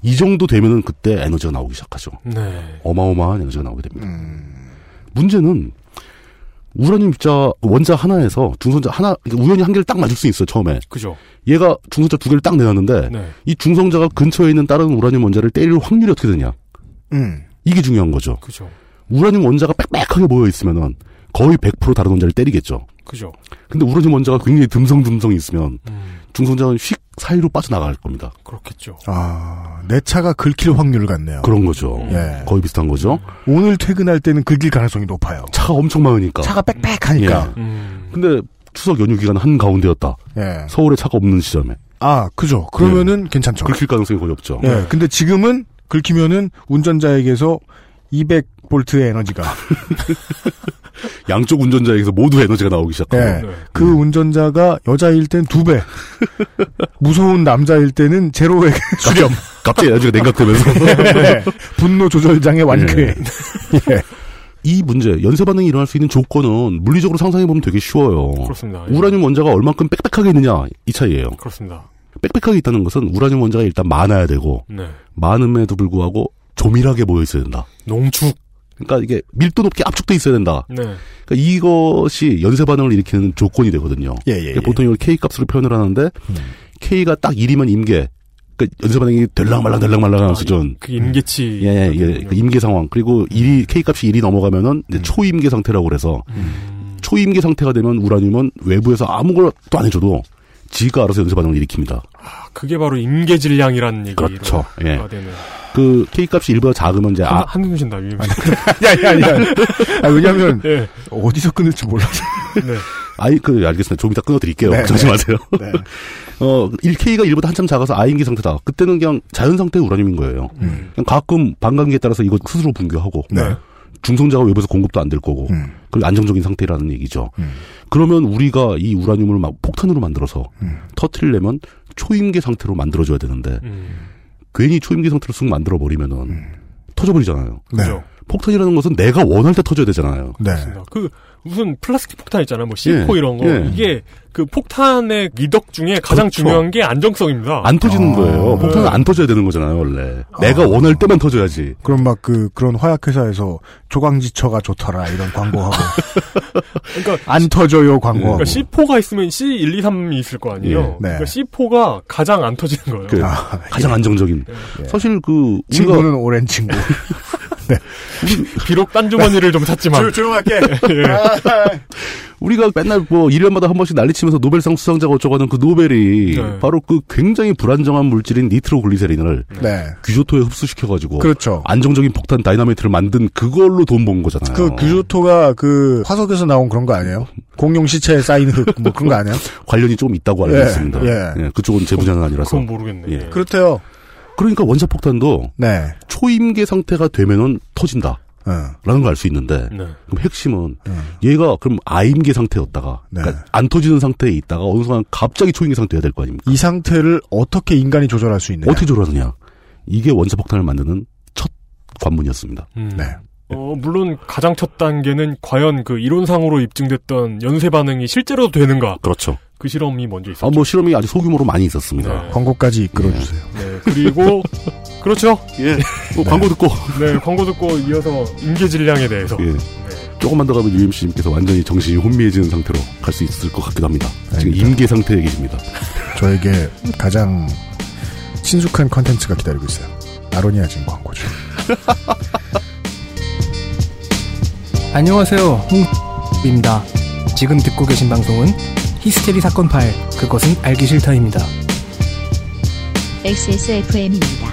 S4: 이 정도 되면은 그때 에너지가 나오기 시작하죠.
S3: 네.
S4: 어마어마한 에너지가 나오게 됩니다.
S2: 음.
S4: 문제는 우라늄 입자 원자 하나에서 중성자 하나 그러니까 우연히 한 개를 딱 맞을 수 있어 요 처음에
S3: 그죠.
S4: 얘가 중성자 두 개를 딱 내놨는데
S3: 네.
S4: 이 중성자가 근처에 있는 다른 우라늄 원자를 때릴 확률이 어떻게 되냐
S2: 음.
S4: 이게 중요한 거죠
S3: 그죠.
S4: 우라늄 원자가 빽빽하게 모여 있으면은 거의 100% 다른 원자를 때리겠죠
S3: 그죠.
S4: 근데 우라늄 원자가 굉장히 듬성듬성 있으면
S3: 음.
S4: 중성자는 휙 사이로 빠져나갈 겁니다
S3: 그렇겠죠.
S2: 아, 내 차가 긁힐 확률 같네요.
S4: 그런 거죠
S2: 예.
S4: 거의 비슷한 거죠
S2: 오늘 퇴근할 때는 긁힐 가능성이 높아요.
S4: 차가 엄청 많으니까 예.
S2: 차가 빽빽하니까.
S3: 음.
S4: 근데 추석 연휴 기간 한 가운데였다
S2: 예.
S4: 서울에 차가 없는 시점에
S2: 아, 그죠. 그러면은 괜찮죠.
S4: 긁힐 가능성이 거의 없죠
S2: 예. 근데 지금은 긁히면은 운전자에게서 200볼트의 에너지가
S4: 양쪽 운전자에게서 모두 에너지가 나오기 시작하고
S2: 예.
S3: 네.
S2: 그 운전자가 여자일 땐 두 배, 무서운 남자일 때는 제로의 수렴,
S4: 갑자기 에너지가 냉각되면서
S2: 예. 분노 조절 장애 완쾌. 예.
S4: 이 문제 연쇄 반응이 일어날 수 있는 조건은 물리적으로 상상해 보면 되게 쉬워요.
S3: 그렇습니다. 예.
S4: 뭐 우라늄 원자가 얼만큼 빽빽하게 있느냐 이 차이예요.
S3: 그렇습니다.
S4: 빽빽하게 있다는 것은 우라늄 원자가 일단 많아야 되고
S3: 네.
S4: 많음에도 불구하고 조밀하게 모여 있어야 된다.
S3: 농축.
S4: 그러니까 이게 밀도 높게 압축돼 있어야 된다.
S3: 네.
S4: 그러니까 이것이 연쇄 반응을 일으키는 조건이 되거든요.
S2: 예, 예, 예.
S4: 그러니까 보통 이걸 K 값으로 표현을 하는데
S3: 음.
S4: K가 딱 1이면 임계. 그러니까 연쇄 반응이 덜랑말랑 덜랑말랑하는 수준.
S3: 그 임계치.
S4: 예, 예, 예. 그 임계 상황. 그리고 1이, K값이 1이 넘어가면은 이제 초임계 상태라고 그래서 초임계 상태가 되면 우라늄은 외부에서 아무것도 안 해줘도 지가 알아서 연쇄 반응을 일으킵니다.
S3: 아, 그게 바로 임계 질량이라는 얘기로
S4: 그렇죠. 예.
S3: 가 되는.
S4: 그 K값이 1보다 작으면 이제
S3: 한,
S4: 아,
S3: 한숨 쉰다. 위에.
S2: 야, 야, 야. 아,
S4: 그
S2: 왜냐면
S3: 예.
S2: 어디서 끊을지 몰라서.
S3: 네.
S4: 아이, 그, 알겠습니다. 좀 이따 끊어드릴게요.
S2: 네,
S4: 걱정하지
S2: 네.
S4: 마세요.
S2: 네.
S4: 어, 1K가 1보다 한참 작아서 아임계 상태다. 그때는 그냥 자연 상태의 우라늄인 거예요.
S2: 음.
S4: 그냥 가끔 반감기에 따라서 이거 스스로 붕괴하고.
S2: 네.
S4: 중성자가 외부에서 공급도 안 될 거고.
S2: 음.
S4: 그리고 안정적인 상태라는 얘기죠.
S2: 음.
S4: 그러면 우리가 이 우라늄을 막 폭탄으로 만들어서
S2: 음.
S4: 터트리려면 초임계 상태로 만들어줘야 되는데
S3: 음.
S4: 괜히 초임계 상태로 쑥 만들어 버리면은
S2: 음.
S4: 터져버리잖아요.
S2: 네.
S3: 그죠.
S4: 폭탄이라는 것은 내가 원할 때 터져야 되잖아요.
S2: 네.
S3: 그렇습니다. 그 무슨 플라스틱 폭탄 있잖아요. 뭐 C4
S4: 예,
S3: 이런 거.
S4: 예.
S3: 이게 그 폭탄의 미덕 중에 가장
S4: 그렇죠.
S3: 중요한 게 안정성입니다.
S4: 안 터지는
S2: 아.
S4: 거예요.
S2: 네.
S4: 폭탄은 안 터져야 되는 거잖아요, 원래. 내가 원할 때만 터져야지.
S2: 그럼 막 그 그런 화약 회사에서 조강지처가 좋더라 이런 광고하고
S3: 그러니까
S2: 안 터져요 광고하고.
S3: 그러니까 C4가 있으면 C1, 2, 3이 있을 거 아니에요.
S4: 예,
S2: 어. 네.
S3: 그러니까 C4가 가장 안 터지는 거예요.
S4: 그
S2: 아,
S4: 가장 안정적인.
S2: 예.
S4: 사실 그 우리가
S2: 친구는 오랜 친구.
S3: 비록 딴 주머니를 좀 샀지만.
S2: 조용할게.
S4: 우리가 맨날 뭐 1년마다 한 번씩 난리치면서 노벨상 수상자가 어쩌고 하는 그 노벨이
S3: 네.
S4: 바로 그 굉장히 불안정한 물질인 니트로글리세린을
S2: 네.
S4: 규조토에 흡수시켜가지고
S2: 그렇죠.
S4: 안정적인 폭탄 다이나마이트를 만든 그걸로 돈 번 거잖아요.
S3: 어.
S2: 그 규조토가 그 화석에서 나온 그런 거 아니에요? 공룡 시체에 쌓인 흙 뭐 그런 거 아니에요?
S4: 관련이 조금 있다고 알고
S2: 예,
S4: 있습니다.
S2: 예.
S4: 예, 그쪽은 제 분야는 아니라서.
S3: 그건 모르겠네.
S4: 예.
S3: 그
S2: 그렇대요.
S4: 그러니까 원자 폭탄도
S2: 네. 어,
S4: 초임계 상태가 되면은 터진다.
S2: 응.
S4: 라는 걸 알 수 있는데
S3: 네.
S4: 그럼 핵심은
S2: 응.
S4: 얘가 그럼 아임계 상태였다가
S2: 네.
S4: 그러니까 안 터지는 상태에 있다가 어느 순간 갑자기 초임계 상태가 될 거 아닙니까?
S2: 이 상태를 어떻게 인간이 조절할 수 있느냐.
S4: 네. 어떻게 조절하느냐? 이게 원자 폭탄을 만드는 첫 관문이었습니다.
S3: 음.
S2: 네.
S3: 어, 물론 가장 첫 단계는 과연 그 이론상으로 입증됐던 연쇄 반응이 실제로 되는가
S4: 그렇죠.
S3: 그 실험이 먼저 있었죠.
S4: 아, 뭐 실험이 아주 소규모로 많이 있었습니다.
S3: 네.
S2: 광고까지 이끌어주세요.
S3: 네, 그리고 그렇죠.
S4: 예. 뭐 광고 듣고
S3: 네, 광고 듣고 이어서 인계 질량에 대해서
S2: 네.
S4: 예. 조금만 더 가면 UMC님께서 완전히 정신이 혼미해지는 상태로 갈 수 있을 것 같기도 합니다. 지금
S2: 알겠습니다.
S4: 임계 상태에 계십니다.
S2: 저에게 가장 친숙한 컨텐츠가 기다리고 있어요. 아로니아 진 광고죠.
S7: 안녕하세요. 홍입니다. 지금 듣고 계신 방송은 히스테리 사건 파일 그것은 알기 싫다입니다.
S1: XSFM입니다.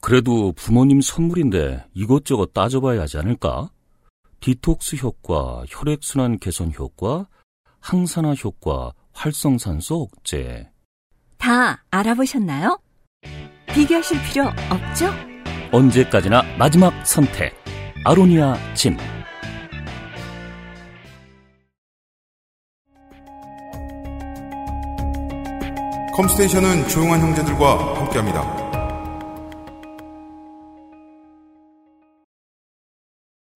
S11: 그래도 부모님 선물인데 이것저것 따져봐야 하지 않을까? 디톡스 효과, 혈액순환 개선 효과, 항산화 효과, 활성산소 억제.
S12: 다 알아보셨나요? 비교하실 필요 없죠?
S11: 언제까지나 마지막 선택. 아로니아 진.
S13: 컴스테이션은 조용한 형제들과 함께합니다.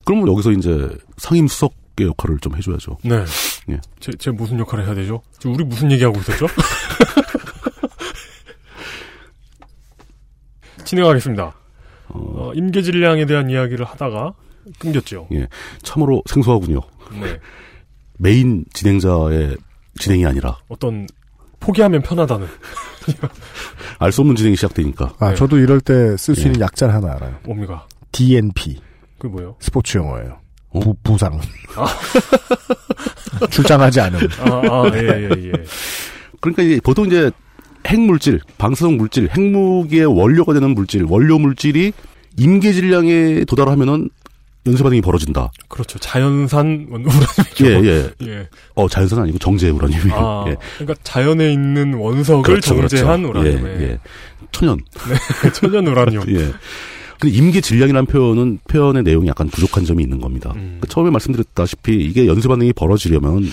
S4: 그러면 여기서 이제 상임 수석의 역할을 좀 해줘야죠.
S3: 네.
S4: 예.
S3: 제, 제 무슨 역할을 해야 되죠? 지금 우리 무슨 얘기하고 있었죠? 진행하겠습니다. 어, 임계 질량에 대한 이야기를 하다가 끊겼죠.
S4: 예. 참으로 생소하군요.
S3: 네.
S4: 메인 진행자의 진행이 아니라
S3: 어떤 포기하면 편하다는
S4: 알 수 없는 진행이 시작되니까.
S2: 아,
S3: 네.
S2: 저도 이럴 때 쓸 수
S4: 예.
S2: 있는 약자를 하나 알아요.
S3: 옵니까?
S2: DNP.
S3: 그게 뭐예요?
S2: 스포츠 용어예요. 부, 부상.
S4: 아.
S2: 출장하지 않음.
S3: 아, 아, 예, 예, 예.
S4: 그러니까 이제 보통 이제 핵물질, 방사성 물질, 핵무기의 원료가 되는 물질, 원료 물질이 임계 질량에 도달하면은 연쇄 반응이 벌어진다.
S3: 그렇죠. 자연산 원우라는
S4: 예, 예.
S3: 예.
S4: 어, 자연산 아니고 정제 우라늄이에요.
S3: 아,
S4: 예. 그렇죠,
S3: 그러니까 자연에 있는 원석을 정제한 우라늄.
S4: 예, 예. 천연.
S3: 네, 천연 우라늄.
S4: 예. 근데 임계 질량이라는 표현은 표현의 내용이 약간 부족한 점이 있는 겁니다. 그러니까 처음에 말씀드렸다시피 이게 연쇄 반응이 벌어지려면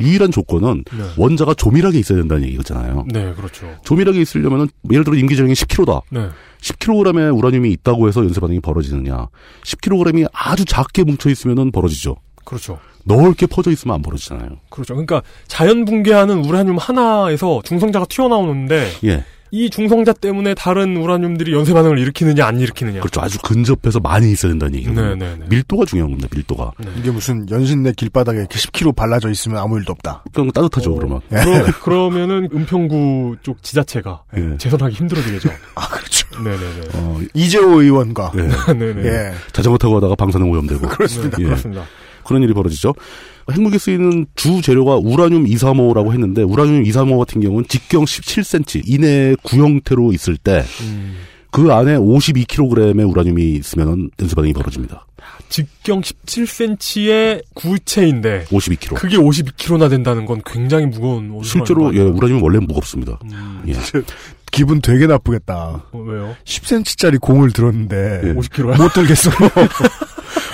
S4: 유일한 조건은
S3: 네.
S4: 원자가 조밀하게 있어야 된다는 얘기잖아요.
S3: 네, 그렇죠.
S4: 조밀하게 있으려면 예를 들어 임계 질량이 10kg다.
S3: 네.
S4: 10kg의 우라늄이 있다고 해서 연쇄 반응이 벌어지느냐. 10kg이 아주 작게 뭉쳐 있으면 벌어지죠.
S3: 그렇죠.
S4: 넓게 퍼져 있으면 안 벌어지잖아요.
S3: 그렇죠. 그러니까 자연 붕괴하는 우라늄 하나에서 중성자가 튀어나오는데
S4: 예.
S3: 이 중성자 때문에 다른 우라늄들이 연쇄 반응을 일으키느냐 안 일으키느냐.
S4: 그렇죠. 아주 근접해서 많이 있어야 된다는 얘기거요
S3: 네, 네, 네.
S4: 밀도가 중요한 겁니다. 밀도가.
S2: 이게 무슨 연신내 길바닥에 이렇게 10kg 발라져 있으면 아무 일도 없다.
S4: 그럼
S2: 어.
S4: 따뜻하죠, 그러면.
S3: 그러, 그러면은 은평구 쪽 지자체가
S2: 네.
S4: 예.
S3: 재선하기 힘들어지겠죠.
S2: 아, 그렇죠.
S3: 네, 네, 네.
S4: 어,
S2: 이재호 의원과.
S4: 예.
S3: 네, 네.
S2: 예.
S4: 자전거 타고 가다가 방사능 오염되고.
S2: 그렇습니다.
S4: 예.
S3: 그렇습니다.
S4: 그런 일이 벌어지죠. 핵무기 쓰이는 주 재료가 우라늄 235라고 했는데 우라늄 235 같은 경우는 직경 17cm 이내 구형태로 있을 때 그
S3: 음,
S4: 안에 52kg의 우라늄이 있으면 연쇄 반응이 벌어집니다.
S3: 직경 17cm의 구체인데
S4: 52kg.
S3: 그게 52kg나 된다는 건 굉장히 무거운 원소
S4: 실제로 예,
S3: 아닌가요?
S4: 우라늄은 원래 무겁습니다.
S3: 음,
S4: 예.
S2: 기분 되게 나쁘겠다.
S3: 어, 왜요?
S2: 10cm짜리 공을 들었는데.
S4: 예.
S3: 50kg야?
S2: 못 들겠어.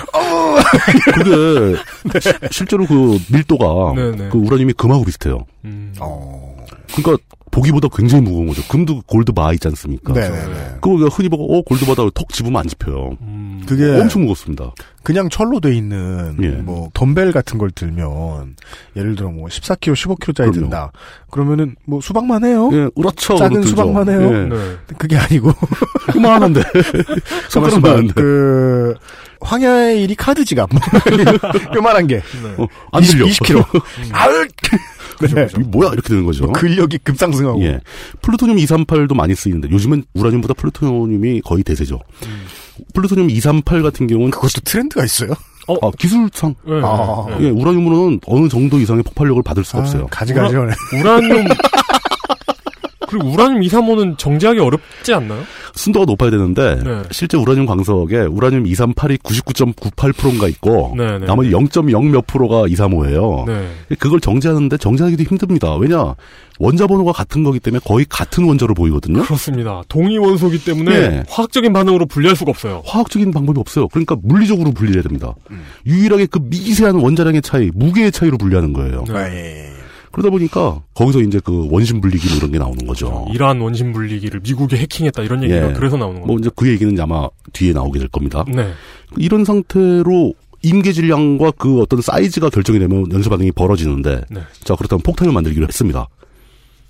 S4: 그게
S2: 네.
S4: 시- 실제로 그 밀도가
S3: 네네.
S4: 그 우라늄이 금하고 비슷해요.
S3: 음,
S4: 아.
S2: 어.
S4: 그러니까 보기보다 굉장히 무거운 거죠. 금도 골드바 있지
S2: 그렇죠.
S4: 않습니까?
S2: 네네네.
S4: 그거 우리가 흔히 보고 어 골드바다 턱 집으면 안 집혀요.
S3: 음,
S2: 그게 어?
S4: 엄청 무겁습니다.
S2: 그냥 철로 돼 있는
S4: 예.
S2: 뭐 덤벨 같은 걸 들면 예를 들어 뭐 14kg, 15kg짜리
S4: 그럼요.
S2: 든다. 그러면은 뭐 수박만 해요.
S4: 예, 그렇죠.
S2: 작은
S4: 그렇죠.
S2: 수박만 해요.
S4: 예.
S3: 네.
S2: 그게 아니고
S4: 그만한데.
S2: 가만있어봐.
S4: 손가락만한데.
S2: 그 황야의 일이 카드 지갑 요만한 게
S4: 어, 안
S2: 20,
S4: 들려.
S2: 20kg. 아유 그 네.
S4: 이게 뭐야 이렇게 되는 거죠.
S2: 근력이 급상승하고
S4: 예. 플루토늄 238도 많이 쓰이는데 요즘은 우라늄보다 플루토늄이 거의 대세죠.
S2: 음.
S4: 플루토늄 238 같은 경우는
S2: 그것도 트렌드가 있어요.
S4: 아, 기술상
S3: 네,
S2: 아.
S3: 네.
S4: 예,
S3: 아,
S4: 우라늄으로는 어느 정도 이상의 폭발력을 받을 수가 없어요.
S2: 가지가지하네.
S3: 우라늄 그리고 우라늄 235는 정제하기 어렵지 않나요?
S4: 순도가 높아야 되는데
S3: 네.
S4: 실제 우라늄 광석에 우라늄 238이 99.98%가 있고
S3: 네, 네,
S4: 나머지 0.0몇 프로가 235예요.
S3: 네.
S4: 그걸 정제하는데 정제하기도 힘듭니다. 왜냐 원자 번호가 같은 거기 때문에 거의 같은 원자로 보이거든요.
S3: 그렇습니다. 동위 원소기 때문에
S4: 예.
S3: 화학적인 반응으로 분리할 수가 없어요.
S4: 화학적인 방법이 없어요. 그러니까 물리적으로 분리해야 됩니다.
S3: 음.
S4: 유일하게 그 미세한 원자량의 차이, 무게의 차이로 분리하는 아, 거예요.
S3: 네.
S4: 그러다 보니까 거기서 이제 그 원심 분리기 뭐 이런 게 나오는 거죠.
S3: 이러한 원심 분리기를 미국이 해킹했다 이런 얘기가
S4: 예.
S3: 그래서 나오는 거예요.
S4: 뭐 이제 그 얘기는 아마 뒤에 나오게 될 겁니다.
S3: 네.
S4: 이런 상태로 임계 질량과 그 어떤 사이즈가 결정이 되면 연쇄 반응이 벌어지는데
S3: 네.
S4: 자 그렇다면 폭탄을 만들기로 했습니다.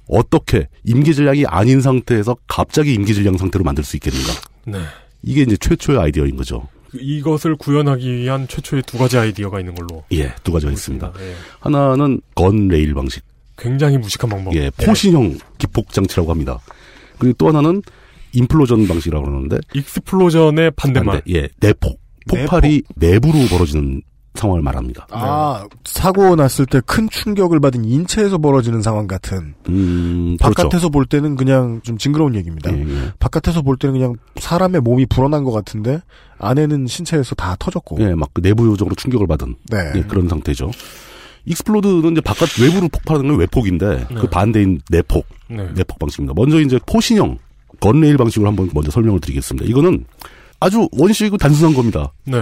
S4: 어떻게 임계 질량이 아닌 상태에서 갑자기 임계 질량 상태로 만들 수 있겠는가?
S3: 네.
S4: 이게 이제 최초의 아이디어인 거죠.
S3: 그- 이것을 구현하기 위한 최초의 두 가지 아이디어가 있는 걸로.
S4: 예, 두 가지가 있습니다.
S3: 예.
S4: 하나는 건 레일 방식.
S3: 굉장히 무식한 방법.
S4: 예, 포신형 기폭 장치라고 합니다. 그리고 또 하나는 임플로전 방식이라고 그러는데
S3: 익스플로전의 네, 반대말.
S4: 반대, 예, 내폭. 폭발이 내부로 벌어지는 상황을 말합니다.
S2: 아, 사고 났을 때 큰 충격을 받은 인체에서 벌어지는 상황 같은.
S4: 음,
S2: 바깥에서
S4: 그렇죠. 예.
S2: 볼 때는 그냥 좀 징그러운 얘기입니다. 바깥에서 볼 때는 그냥 사람의 몸이 불어난 것 같은데 안에는 신체에서 다 터졌고.
S4: 예, 막그 내부 요적으로 충격을 받은
S2: 네.
S4: 예, 그런 상태죠. 익스플로드는 이제 바깥 외부로 폭발하는 건 외폭인데
S2: 네.
S4: 그 반대인 내폭,
S2: 네.
S4: 내폭 방식입니다. 먼저 이제 포신형 건레일 방식으로 한번 먼저 설명을 드리겠습니다. 이거는 아주 원시이고 단순한 겁니다.
S3: 네.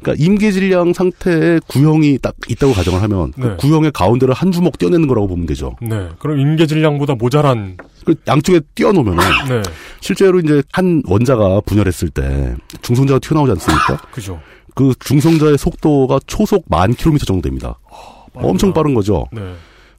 S4: 그러니까 임계 질량 상태의 구형이 딱 있다고 가정을 하면 그
S3: 네.
S4: 구형의 가운데를 한 주먹 떼어내는 거라고 보면 되죠.
S3: 네. 그럼 임계 질량보다 모자란.
S4: 그 양쪽에 띄어놓으면
S3: 네.
S4: 실제로 이제 한 원자가 분열했을 때 중성자가 튀어나오지 않습니까?
S3: 그죠.
S4: 그 중성자의 속도가 초속 만 킬로미터 정도 됩니다. 엄청 아, 빠른 거죠.
S3: 네.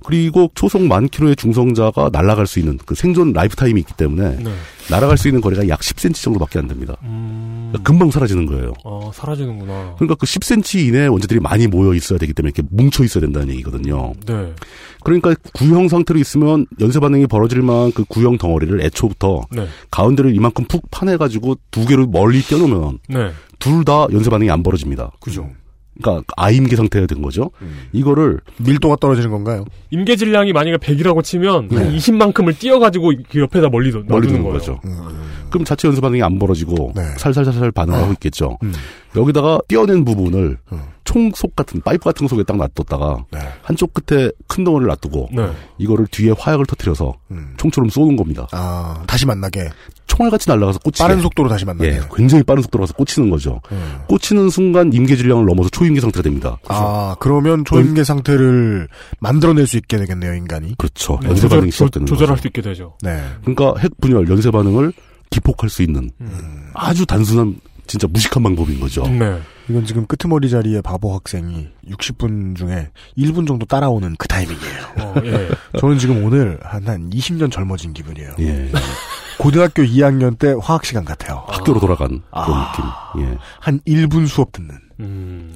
S4: 그리고 초속 만 킬로의 중성자가 날아갈 수 있는 그 생존 라이프타임이 있기 때문에
S3: 네.
S4: 날아갈 수 있는 거리가 약 10cm 정도밖에 안 됩니다. 그러니까 금방 사라지는 거예요.
S3: 아, 사라지는구나.
S4: 그러니까 그 10cm 이내에 원자들이 많이 모여 있어야 되기 때문에 이렇게 뭉쳐 있어야 된다는 얘기거든요.
S3: 네.
S4: 그러니까 구형 상태로 있으면 연쇄 반응이 벌어질 만한 그 구형 덩어리를 애초부터
S3: 네.
S4: 가운데를 이만큼 푹 파내가지고 두 개를 멀리 떼어놓으면
S3: 네.
S4: 둘 다 연쇄 반응이 안 벌어집니다.
S3: 그죠.
S4: 그러니까 아임계 상태가 된 거죠.
S3: 음.
S4: 이거를
S2: 밀도가 떨어지는 건가요?
S3: 임계 질량이 만약에 100이라고 치면 한
S4: 네.
S3: 20만큼을 띄어가지고 그 옆에다 멀리 놔- 놔두는
S4: 멀리 두는
S3: 거예요. 음,
S4: 거죠. 그럼 자체 연쇄 반응이 안 벌어지고
S3: 네.
S4: 살살살살 반응하고 있겠죠.
S2: 음.
S4: 여기다가 떼어낸 부분을
S3: 음.
S4: 총속 같은 파이프 같은 속에 딱 놔뒀다가 한쪽 끝에 큰 덩어리를 놔두고
S3: 음.
S2: 네.
S4: 이거를 뒤에 화약을 터뜨려서 총처럼 쏘는 겁니다.
S2: 아, 다시 만나게.
S4: 총알같이 날아가서 꽂히게.
S2: 빠른 속도로 다시 만나게. 음.
S4: 예, 굉장히 빠른 속도로 가서 꽂히는 거죠.
S3: 음.
S4: 꽂히는 순간 임계 질량을 넘어서 초임계 상태가 됩니다.
S2: 아, 그러면 초임계 상태를 만들어낼 수 있게 되겠네요, 인간이.
S4: 그렇죠. 연쇄 반응이 시작되는
S3: 조절할
S4: 거죠.
S3: 수 있게 되죠.
S2: 네.
S4: 그러니까 핵 분열 연쇄 반응을 기폭할 수 있는 아주 단순한 진짜 무식한 방법인 거죠.
S3: 음. 네.
S2: 이건 지금 끄트머리 자리에 바보 학생이 60분 중에 1분 정도 따라오는 그 타이밍이에요.
S3: 예.
S2: 저는 지금 오늘 한, 한 20년 젊어진 기분이에요.
S4: 예.
S2: 고등학교 2학년 때 화학 시간 같아요.
S4: 학교로 돌아간 그런 느낌. 예.
S2: 한 1분 수업 듣는.
S4: 음.
S3: 음,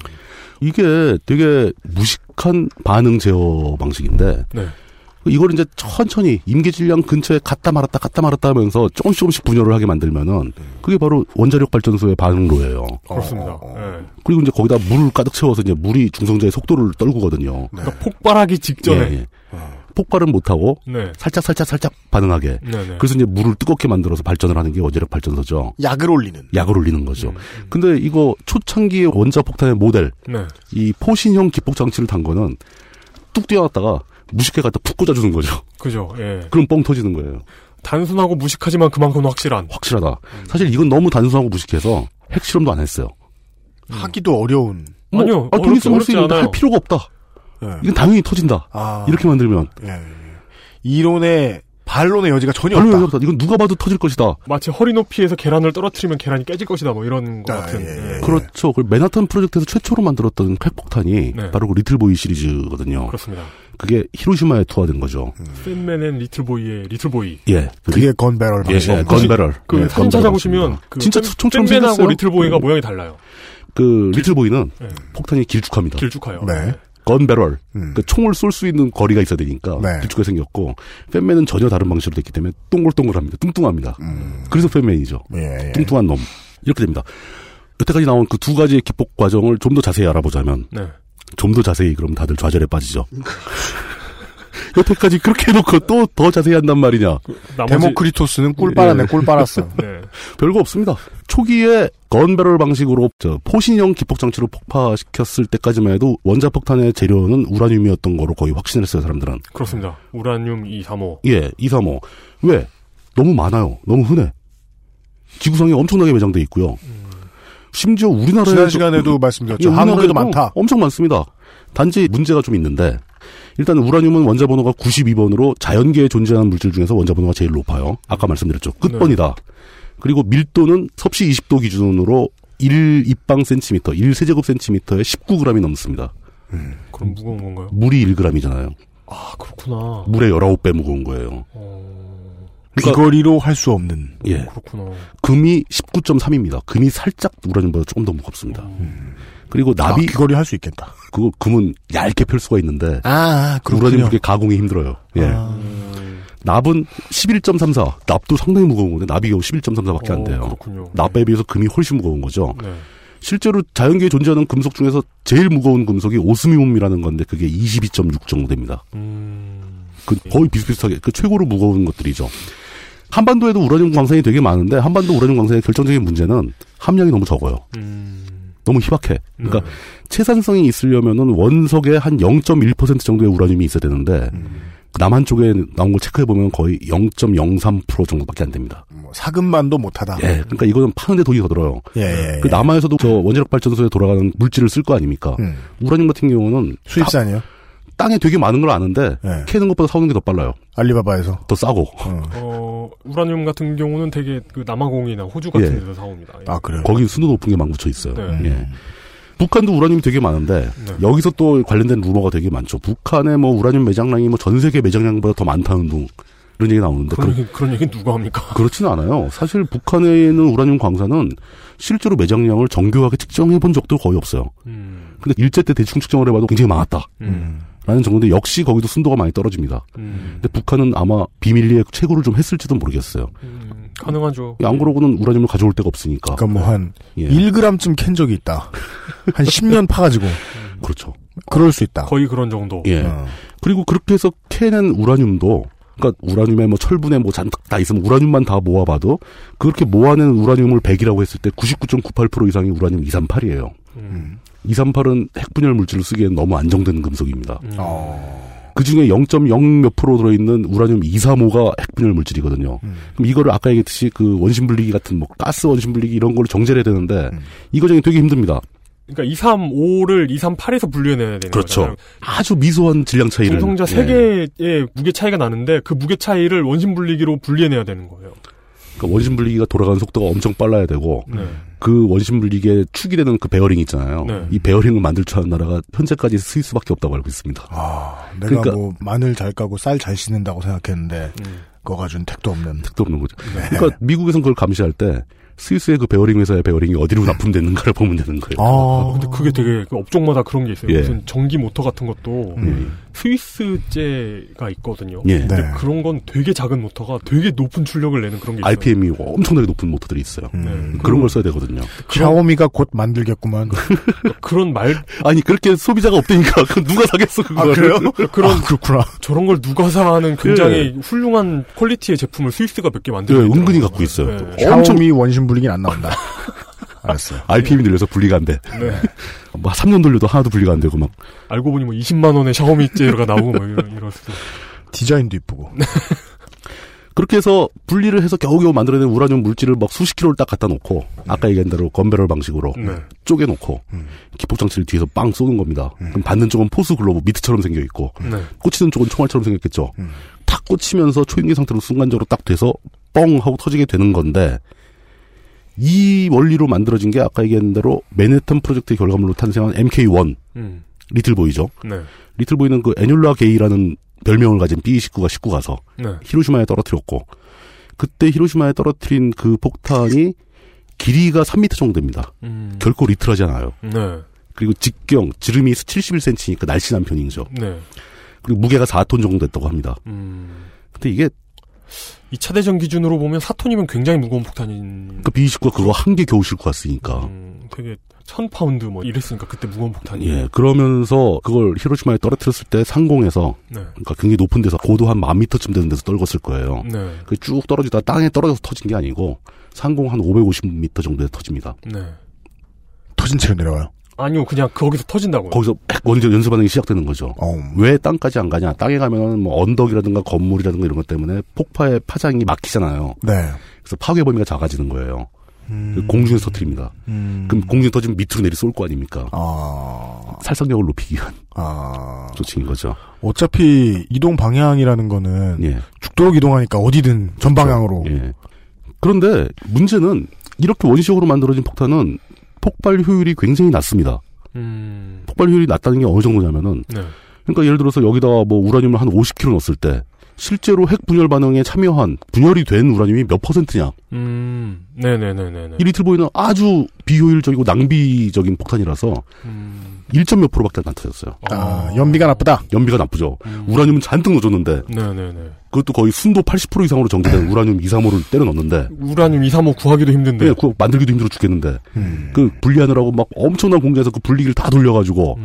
S4: 이게 되게 무식한 반응 제어 방식인데
S3: 네.
S4: 이걸 이제 천천히 임계 질량 근처에 갔다 말았다 갔다 말았다 하면서 조금씩 조금씩 분열을 하게 만들면은 그게 바로 원자력 발전소의 반응로예요.
S3: 그렇습니다.
S4: 어,
S3: 예.
S4: 그리고 이제 거기다 물을 가득 채워서 이제 물이 중성자의 속도를 떨구거든요.
S3: 그러니까 폭발하기 직전에
S4: 예, 예. 폭발은 못하고
S3: 네.
S4: 살짝 살짝 살짝 반응하게.
S3: 네, 네.
S4: 그래서 이제 물을 뜨겁게 만들어서 발전을 하는 게 원자력 발전소죠.
S2: 약을 올리는. 네. 음.
S4: 약을 올리는 거죠. 근데 이거 초창기의 원자 폭탄의 모델,
S3: 네.
S4: 이 포신형 기폭 장치를 단 거는 뚝 뛰어갔다가 무식해 갖다 푹 꽂아주는 거죠.
S3: 그죠. 예.
S4: 그럼 뻥 터지는 거예요.
S3: 단순하고 무식하지만 그만큼 확실한.
S4: 확실하다.
S2: 음.
S4: 사실 이건 너무 단순하고 무식해서 핵실험도 안 했어요.
S2: 하기도 어려운.
S3: 아니요,
S4: 아, 돈
S3: 어렵-
S4: 있으면 할수
S2: 어렵지
S4: 있는데
S2: 않아요.
S4: 할 필요가 없다. 이건 당연히 터진다.
S2: 음. 아.
S4: 이렇게 만들면.
S2: 이론에, 반론의 여지가 전혀
S4: 별로
S2: 없다.
S4: 여지 없다. 이건 누가 봐도 터질 것이다.
S3: 마치 허리 높이에서 계란을 떨어뜨리면 계란이 깨질 것이다. 뭐 이런
S4: 아,
S3: 것 같은. 예.
S2: 네.
S4: 그렇죠. 그 맨하탄 프로젝트에서 최초로 만들었던 핵폭탄이
S3: 네.
S4: 바로 그 리틀보이 시리즈거든요.
S3: 그렇습니다.
S4: 그게 히로시마에 투하된 거죠.
S3: 팬맨 앤 리틀보이의 리틀보이.
S4: 예.
S2: 그게 건배럴
S4: 예,
S2: 방식.
S4: 예, 건배럴.
S3: 그
S4: 예,
S3: 사진
S4: 건배럴
S3: 찾아보시면
S4: 방식입니다.
S3: 그
S4: 진짜
S3: 팬-
S4: 총처럼
S3: 팬맨하고
S4: 생겼어요.
S3: 리틀보이가
S4: 예.
S3: 모양이 달라요.
S4: 그 리틀보이는
S3: 네.
S4: 폭탄이 길쭉합니다.
S3: 길쭉해요. 음.
S2: 네.
S4: 건배럴.
S2: 음,
S4: 그 총을 쏠 수 있는 거리가 있어야 되니까
S2: 네.
S4: 길쭉하게 생겼고 팬맨은 전혀 다른 방식으로 됐기 때문에 동글동글합니다. 뚱뚱합니다. 그래서 팬맨이죠.
S2: 음. 예, 예.
S4: 뚱뚱한 놈. 이렇게 됩니다. 여태까지 나온 그 두 가지의 기폭 과정을 좀 더 자세히 알아보자면
S3: 네.
S4: 좀 더 자세히 그럼 다들 좌절에 빠지죠. 여태까지 그렇게 해놓고 또 더 자세히 한단 말이냐.
S2: 나머지- 데모크리토스는 꿀 빨았네, 꿀 빨았어.
S3: 네.
S4: 별거 없습니다. 초기에 건배럴 방식으로 저 포신형 기폭장치로 폭파시켰을 때까지만 해도 원자폭탄의 재료는 우라늄이었던 거로 거의 확신을 했어요, 사람들은.
S3: 그렇습니다. 우라늄 235.
S4: 예, 235. 왜? 너무 많아요. 너무 흔해. 지구상에 엄청나게 매장돼 있고요. 심지어 우리나라에
S2: 지난 시간에도 말씀드렸죠. 그렇죠. 한국에도
S4: 뭐
S2: 많다.
S4: 엄청 많습니다. 단지 문제가 좀 있는데 일단 우라늄은 원자 번호가 92번으로 자연계에 존재하는 물질 중에서 원자 번호가 제일 높아요. 아까
S2: 네.
S4: 말씀드렸죠. 끝번이다. 그리고 밀도는 섭씨 20도 기준으로 1 입방 센티미터, 1 세제곱 센티미터에 19g이 넘습니다.
S3: 그럼 무거운 건가요?
S4: 물이 1g이잖아요.
S3: 아, 그렇구나.
S4: 물의 19배 무거운 거예요.
S2: 귀걸이로 할 수 없는.
S4: 예.
S3: 그렇구나.
S4: 금이 19.3입니다. 금이 살짝 우라늄보다 조금 더 무겁습니다. 그리고 나비
S2: 귀걸이 할 수 있겠다.
S4: 그거 금은 얇게 펼 수가 있는데
S2: 아, 그렇군요. 아.
S4: 우라늄 그게 가공이 힘들어요. 예. 납은 11.34. 납도 상당히 무거운 건데 납이 겨우 11.34밖에
S3: 어,
S4: 안 돼요. 납에 비해서 금이 훨씬 무거운 거죠.
S3: 네.
S4: 실제로 자연계에 존재하는 금속 중에서 제일 무거운 금속이 오스미움이라는 건데 그게 22.6 정도 됩니다. 그 거의 비슷비슷하게 그 최고로 무거운 것들이죠. 한반도에도 우라늄 광산이 되게 많은데 한반도 우라늄 광산의 결정적인 문제는 함량이 너무 적어요.
S3: 음,
S4: 너무 희박해. 그러니까
S2: 네.
S4: 채산성이 있으려면은 원석에 한 0.1% 정도의 우라늄이 있어야 되는데
S2: 음.
S4: 남한 쪽에 나온 걸 체크해 보면 거의 0.03% 정도밖에 안 됩니다.
S2: 뭐 사금만도 못하다.
S4: 예, 그러니까 이거는 파는데 돈이 더 들어요.
S2: 예, 아. 예,
S4: 그 남한에서도 저 원자력 발전소에 돌아가는 물질을 쓸 거 아닙니까?
S2: 음.
S4: 우라늄 같은 경우는
S2: 수입산이요? 예.
S4: 땅에 되게 많은 걸 아는데 캐는 것보다 사오는 게 더 빨라요.
S2: 알리바바에서
S4: 더 싸고.
S3: 어, 우라늄 같은 경우는 되게 그 남아공이나 호주 같은
S4: 예.
S3: 데서 사옵니다.
S2: 아,
S3: 예.
S4: 거기 순도 높은 게 망붙여 있어요.
S3: 네.
S4: 예. 북한도 우라늄이 되게 많은데 여기서 또 관련된 루머가 되게 많죠. 북한의 뭐 우라늄 매장량이 뭐 전 세계 매장량보다 더 많다는 둥 이런 얘기 나오는데
S3: 그런,
S4: 그-
S3: 얘기, 그런 얘기는 누가 합니까?
S4: 그렇진 않아요. 사실 북한에 있는 우라늄 광산은 실제로 매장량을 정교하게 측정해 본 적도 거의 없어요. 근데 일제 때 대충 측정을 해봐도 굉장히 많았다.
S3: 음,
S4: 라는 정도인데 역시 거기도 순도가 많이 떨어집니다. 근데 북한은 아마 비밀리에 최고를 좀 했을지도 모르겠어요.
S3: 음, 가능하죠.
S4: 안 그러고는 우라늄을 가져올 데가 없으니까.
S2: 그러니까 뭐 한
S4: 예.
S2: 1g쯤 캔 적이 있다. 한 10년 파가지고.
S4: 그렇죠.
S2: 그럴 수 있다. 어.
S3: 거의 그런 정도.
S4: 예.
S2: 네.
S4: 그리고 그렇게 해서 캐낸 우라늄도 그러니까 우라늄에 뭐 철분에 뭐 잔뜩 다 있으면 우라늄만 다 모아봐도 그렇게 모아낸 우라늄을 100이라고 했을 때 99.98% 이상이 우라늄 238이에요. 238은 핵분열 물질로 쓰기엔 너무 안정된 금속입니다.
S3: 아.
S4: 그 중에 0.0몇 프로 들어있는 우라늄 235가 핵분열 물질이거든요.
S3: 음.
S4: 그럼 이거를 아까 얘기했듯이 그 원심분리기 같은 뭐 가스 원심분리기 이런 걸로 정제를 해야 되는데
S3: 음.
S4: 이 과정이 되게 힘듭니다.
S3: 그러니까 235를 238에서 분류해내야 되는 거잖아요.
S4: 아주 미소한 질량 그렇죠. 차이를.
S3: 중성자
S4: 예.
S3: 3개의 무게 차이가 나는데 그 무게 차이를 원심 분리기로 분리해내야 되는 거예요.
S4: 그러니까 원심 분리기가 돌아가는 속도가 엄청 빨라야 되고
S3: 네.
S4: 그 원심 분리기에 축이 되는 그 베어링 있잖아요.
S2: 네.
S4: 이 베어링을 만들 줄 아는 나라가 현재까지 스위스밖에 없다고 알고 있습니다.
S2: 아. 내가 뭐 마늘 잘 까고 쌀 잘 씻는다고 생각했는데 그거가 준 택도 없는.
S4: 택도 없는 거죠.
S2: 네.
S4: 그러니까 미국에선 그걸 감시할 때 스위스의 그 베어링 회사의 베어링이 어디로 납품됐는가를 보면 되는 거예요.
S2: 어.
S3: 아, 근데 그게 되게 그 업종마다 그런 게 있어요.
S4: 예. 음.
S3: 무슨 전기 모터 같은 것도 스위스제가 있거든요.
S4: 예.
S3: 근데
S4: 네.
S3: 그런 건 되게 작은 모터가 되게 높은 출력을 내는
S2: 그렇죠.
S3: 그런 게 있어요. 네. 그러니까
S4: RPM이 엄청나게 높은 모터들이 있어요.
S2: 음.
S4: 그런 걸 써야 되거든요.
S2: 샤오미가 곧 만들겠구만.
S3: 그런 말
S4: 아니 그렇게 소비자가 없다니까 그 누가
S2: 아,
S4: 사겠어 그거를?
S3: 그런
S2: 그렇구나.
S3: 저런 걸 누가 사는 굉장히
S2: 예.
S3: 훌륭한 퀄리티의 제품을 스위스가 몇 개
S4: 예,
S3: 만들고 있더라고요.
S4: 은근히 갖고 있어요.
S3: 네.
S4: 엄청
S2: 샤오미 원심 분리기는 안 나온다. 알았어요.
S4: RPM이 늘려서 분리가 안 돼.
S3: 네.
S4: 막 3년 돌려도 하나도 분리가 안 되고 막
S3: 알고 보니 뭐 20만 원의 샤오미 제가 나오고 뭐 이런 이런
S2: 디자인도 이쁘고.
S3: 네.
S4: 그렇게 해서 분리를 해서 겨우겨우 만들어낸 우라늄 물질을 막 수십 킬로를 딱 갖다 놓고 아까 얘기한 대로 건배럴 방식으로
S2: 네.
S4: 쪼개놓고 기폭장치를 뒤에서 빵 쏘는 겁니다. 그럼 받는 쪽은 포스 글로브 미트처럼 생겨 있고
S2: 네.
S4: 꽂히는 쪽은 총알처럼 생겼겠죠. 탁 꽂히면서 초인기 상태로 순간적으로 딱 돼서 뻥 하고 터지게 되는 건데 이 원리로 만들어진 게 아까 얘기한 대로 맨해튼 프로젝트의 결과물로 탄생한 MK1
S3: 음.
S4: 리틀보이죠.
S3: 네.
S4: 리틀보이는 그 애뉴라 게이라는 별명을 가진 B19가 싣고 가서
S3: 네.
S4: 히로시마에 떨어뜨렸고 그때 히로시마에 떨어뜨린 그 폭탄이 길이가 3m 정도 됩니다.
S3: 음.
S4: 결코 리틀하지 않아요.
S3: 네.
S4: 그리고 직경, 지름이 71cm니까 날씬한 편이죠.
S3: 네.
S4: 그리고 무게가 4톤 정도 됐다고 합니다. 근데 이게
S3: 음. 이 차대전 기준으로 보면 4톤이면 굉장히 무거운 폭탄인
S4: 그 B19가 그거 한 개 겨우 싣고 갔으니까
S3: 음, 되게 1000파운드 뭐 이랬으니까 그때 무거운 폭탄이.
S4: 예, 그러면서 그걸 히로시마에 떨어뜨렸을 때 상공에서
S3: 네.
S4: 그러니까 굉장히 높은 데서 고도 한 만 미터쯤 되는 데서 떨궜을 거예요.
S3: 네.
S4: 그 쭉 떨어지다 땅에 떨어져서 터진 게 아니고 상공 한 550m 정도에 터집니다.
S3: 네.
S2: 터진 채로 내려와요.
S3: 아니요, 그냥 거기서 터진다고요.
S4: 거기서 막 먼저 연습 반응이 시작되는 거죠. 왜 땅까지 안 가냐? 땅에 가면 뭐 언덕이라든가 건물이라든가 이런 것 때문에 폭파의 파장이 막히잖아요.
S2: 네.
S4: 그래서 파괴 범위가 작아지는 거예요.
S2: 음.
S4: 그 공중에서 터뜨립니다.
S2: 음. 아.
S4: 그럼 공중에 터지면 밑으로 내리 쏠 거 아닙니까? 살상력을 높이기 위한 조치인 거죠.
S2: 어차피 이동 방향이라는 거는 죽도록 이동하니까 네. 어디든 전 방향으로.
S4: 예. 그런데 문제는 이렇게 원시적으로 만들어진 폭탄은 폭발 효율이 굉장히 낮습니다. 폭발 효율이 낮다는 게 어느 정도냐면은
S3: 음. 네.
S4: 그러니까 예를 들어서 여기다 뭐 우라늄을 한 50kg 넣었을 때 실제로 핵 분열 반응에 참여한 분열이 된 우라늄이 몇 퍼센트냐?
S3: 음. 네, 네, 네, 네, 네.
S4: 이 리틀 보이는 아주 비효율적이고 낭비적인 폭탄이라서 1점 몇 프로밖에 안 터졌어요.
S2: 아, 연비가 나쁘다.
S4: 연비가 나쁘죠. 우라늄은 잔뜩 넣어줬는데
S3: 네, 네, 네.
S4: 그것도 거의 순도 80% 이상으로 정제된
S2: 음.
S4: 우라늄 235를 때려 넣는데
S3: 우라늄 235 구하기도 힘든데.
S4: 예, 그거 만들기도 힘들어 죽겠는데
S2: 음.
S4: 그 분리하느라고 막 엄청난 공장에서 그 분리기를 다 돌려가지고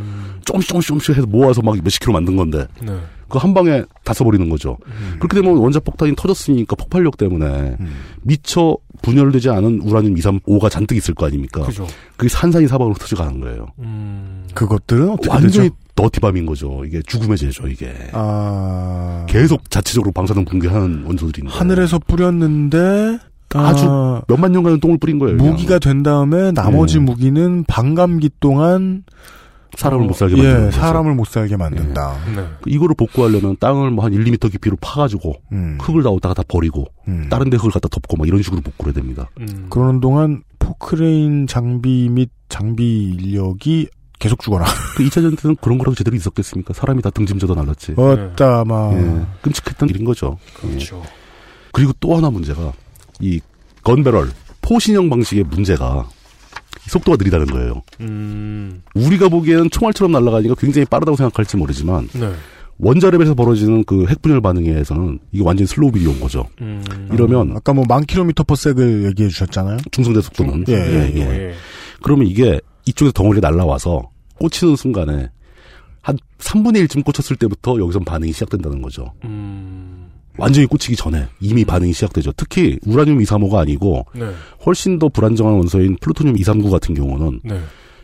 S4: 조금씩 조금씩 조금씩 해서 모아서 막 몇십 킬로 만든 건데
S3: 네.
S4: 그 한 방에 다 써버리는 거죠. 그렇게 되면 원자 폭탄이 터졌으니까 폭발력 때문에
S2: 음.
S4: 미처 분열되지 않은 우라늄 235가 잔뜩 있을 거 아닙니까?
S3: 그죠. 음.
S4: 게 산산이 사방으로 터져가는 거예요.
S2: 그것들은 어떻게
S4: 완전히 예.
S2: 되죠?
S4: 너티밤인 거죠. 이게 죽음의 죄죠. 이게
S2: 아,
S4: 계속 자체적으로 방사능 붕괴하는 원소들인데
S2: 하늘에서 뿌렸는데
S4: 아주 몇만 년간은 똥을 뿌린 거예요. 그냥.
S2: 무기가 된 다음에 나머지 무기는 반감기 동안
S4: 사람을 못 살게
S2: 예,
S4: 만드는 거죠.
S2: 사람을 못 살게 만든다.
S3: 네.
S4: 그 이거를 복구하려면 땅을 뭐 한 1, 2미터 깊이로 파가지고
S2: 음.
S4: 흙을 나오다가 다 버리고 다른 데 흙을 갖다 덮고 막 이런 식으로 복구를 해야 됩니다.
S3: 음.
S2: 그러는 동안 포크레인 장비 및 장비 인력이 계속 죽어라.
S4: 그 2차 전투는 그런 거라도 제대로 있었겠습니까? 사람이 다 등짐져도 날랐지.
S2: 어따마.
S4: 예, 끔찍했던 일인 거죠. 그렇죠. 그리고 또 하나 문제가 이 건배럴 포신형 방식의 문제가 속도가 느리다는 거예요.
S3: 음.
S4: 우리가 보기에는 총알처럼 날아가니까 굉장히 빠르다고 생각할지 모르지만
S3: 네.
S4: 원자 레벨에서 벌어지는 그 핵분열 반응에서는 이게 완전히 슬로우 밀이 온 거죠.
S3: 음.
S4: 이러면
S2: 아까 뭐 만 킬로미터 퍼섹을 얘기해 주셨잖아요.
S4: 중성대 속도는
S2: 예,
S4: 예, 예. 그러면 이게 이쪽에서 덩어리 날라와서 꽂히는 순간에 한 3분의 1쯤 꽂혔을 때부터 여기서 반응이 시작된다는 거죠.
S3: 음.
S4: 완전히 꽂히기 전에 이미 반응이 시작되죠. 특히 우라늄 235가 아니고
S3: 네.
S4: 훨씬 더 불안정한 원소인 플루토늄 239 같은 경우는
S3: 네.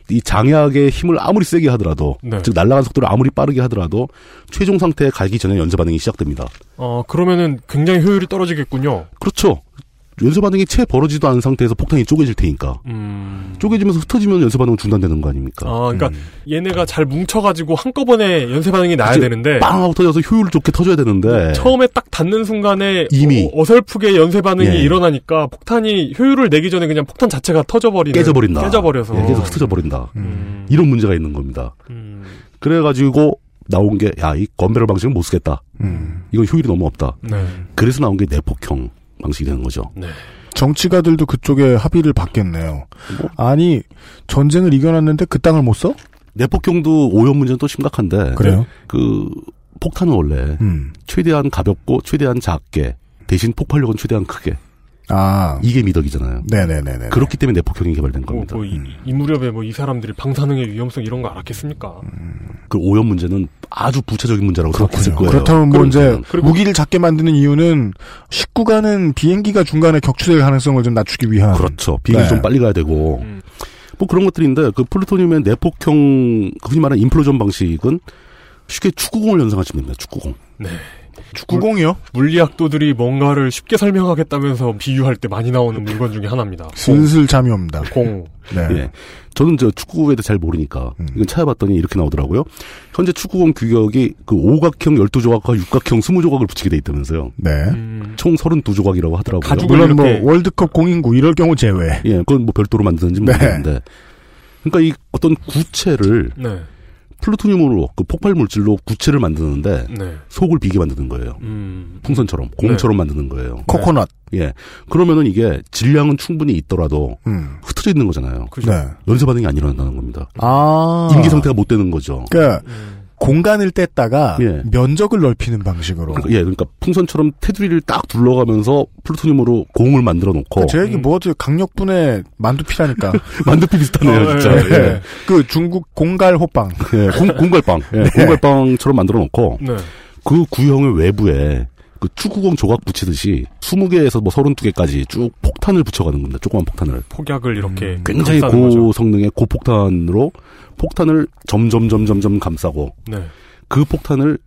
S4: 이 장약의 힘을 아무리 세게 하더라도
S3: 네.
S4: 즉 날아간 속도를 아무리 빠르게 하더라도 최종 상태에 가기 전에 연쇄 반응이 시작됩니다.
S3: 어, 그러면은 굉장히 효율이 떨어지겠군요.
S4: 그렇죠. 연쇄 반응이 채 벌어지도 않은 상태에서 폭탄이 쪼개질 테니까 쪼개지면서 흩어지면 연쇄 반응은 중단되는 거 아닙니까?
S3: 음. 아, 그러니까
S4: 음.
S3: 얘네가 잘 뭉쳐가지고 한꺼번에 연쇄 반응이 나야
S4: 이제
S3: 되는데
S4: 빵 하고 터져서 효율 좋게 터져야 되는데
S3: 네. 처음에 딱 닿는 순간에
S4: 네. 이미.
S3: 어, 설프게 연쇄 반응이
S4: 예.
S3: 일어나니까 폭탄이 효율을 내기 전에 그냥 폭탄 자체가 터져버리는
S4: 깨져버린다.
S3: 깨져버려서 음.
S4: 예, 계속 음. 흩어져 버린다.
S2: 음.
S4: 이런 문제가 있는 겁니다. 그래가지고 나온 게 야 이 건배럴 방식은 못 쓰겠다.
S2: 음.
S4: 이건 효율이 너무 없다.
S3: 네.
S4: 그래서 나온 게 내폭형 방식이 되는 거죠.
S2: 정치가들도 그쪽에 합의를 받겠네요.
S4: 뭐?
S2: 아니 전쟁을 이겨놨는데 그 땅을 못 써?
S4: 내폭형도 오염 문제는 또 심각한데.
S2: 그래요? 음.
S4: 그 폭탄은 원래 최대한 가볍고 최대한 작게 대신 폭발력은 최대한 크게.
S2: 아
S4: 이게 미덕이잖아요.
S2: 네네네네. 어, 그
S4: 그렇기 때문에 내폭형이 개발된 겁니다. 음.
S3: 뭐 이, 이 무렵에 뭐 이 사람들이 방사능의 위험성 이런 거 알았겠습니까?
S4: 그 오염 문제는 아주 부차적인 문제라고 생각했을 거예요.
S2: 그렇다면 뭐 이제
S4: 그러니까요.
S2: 무기를 작게 만드는 이유는 식구 가는 비행기가 중간에 격추될 가능성을 좀 낮추기 위한
S4: 그렇죠.
S2: 네.
S4: 비행기 좀 빨리 가야 되고 뭐 그런 것들인데 그 플루토늄의 내폭형 그 흔히 말하는 인플로전 방식은 쉽게 축구공을 연상하시면 됩니다. 축구공.
S3: 네.
S2: 축구공이요?
S3: 물리학도들이 뭔가를 쉽게 설명하겠다면서 비유할 때 많이 나오는 물건 중에 하나입니다.
S2: 슬슬 잠이 옵니다.
S3: 공.
S2: 네. 음.
S4: 예. 저는 저 축구에 대해 잘 모르니까 이건 찾아봤더니 이렇게 나오더라고요. 현재 축구공 규격이 그 오각형 12조각과 육각형 20조각을 붙이게 돼 있다면서요.
S2: 네.
S4: 총 32조각이라고 하더라고요.
S2: 물론 뭐 월드컵 공인구 이럴 경우 제외.
S4: 예, 그건 뭐 별도로 만드는지
S2: 네.
S4: 모르겠는데. 그러니까 이 어떤 구체를
S3: 네.
S4: 플루토늄으로 그 폭발 물질로 구체를 만드는데
S3: 네. 음.
S4: 속을 비게 만드는 거예요. 풍선처럼
S2: 네.
S4: 공처럼 만드는 거예요.
S2: 코코넛.
S4: 예. 그러면은 이게 질량은 충분히 있더라도
S2: 음.
S4: 흩어져 있는 거잖아요.
S2: 그죠. 네.
S4: 연쇄 반응이 안 일어난다는 겁니다.
S2: 아
S4: 임기 상태가 못 되는 거죠.
S2: 그러니까 공간을 뗐다가 면적을 넓히는 방식으로.
S4: 예, 그러니까 풍선처럼 테두리를 딱 둘러가면서 플루토늄으로 공을 만들어 놓고.
S2: 제 얘기 뭐지 강력분의 만두피라니까.
S4: 만두피 비슷하네요, 진짜.
S2: 예, 예.
S4: 예.
S2: 그 중국 공갈 호빵.
S4: 예, 공, 공갈빵. 예,
S2: 네.
S4: 공갈빵처럼 만들어 놓고.
S2: 네.
S4: 그 구형의 외부에 그 축구공 조각 붙이듯이 20개에서 뭐 32개까지 쭉 폭탄을 붙여가는 겁니다. 조그만 폭탄을.
S3: 폭약을 이렇게
S4: 음. 굉장히
S3: 감싸는
S4: 고
S3: 거죠.
S4: 성능의 고폭탄으로 폭탄을 점점 점점 점 감싸고
S3: 네.
S4: 그 폭탄을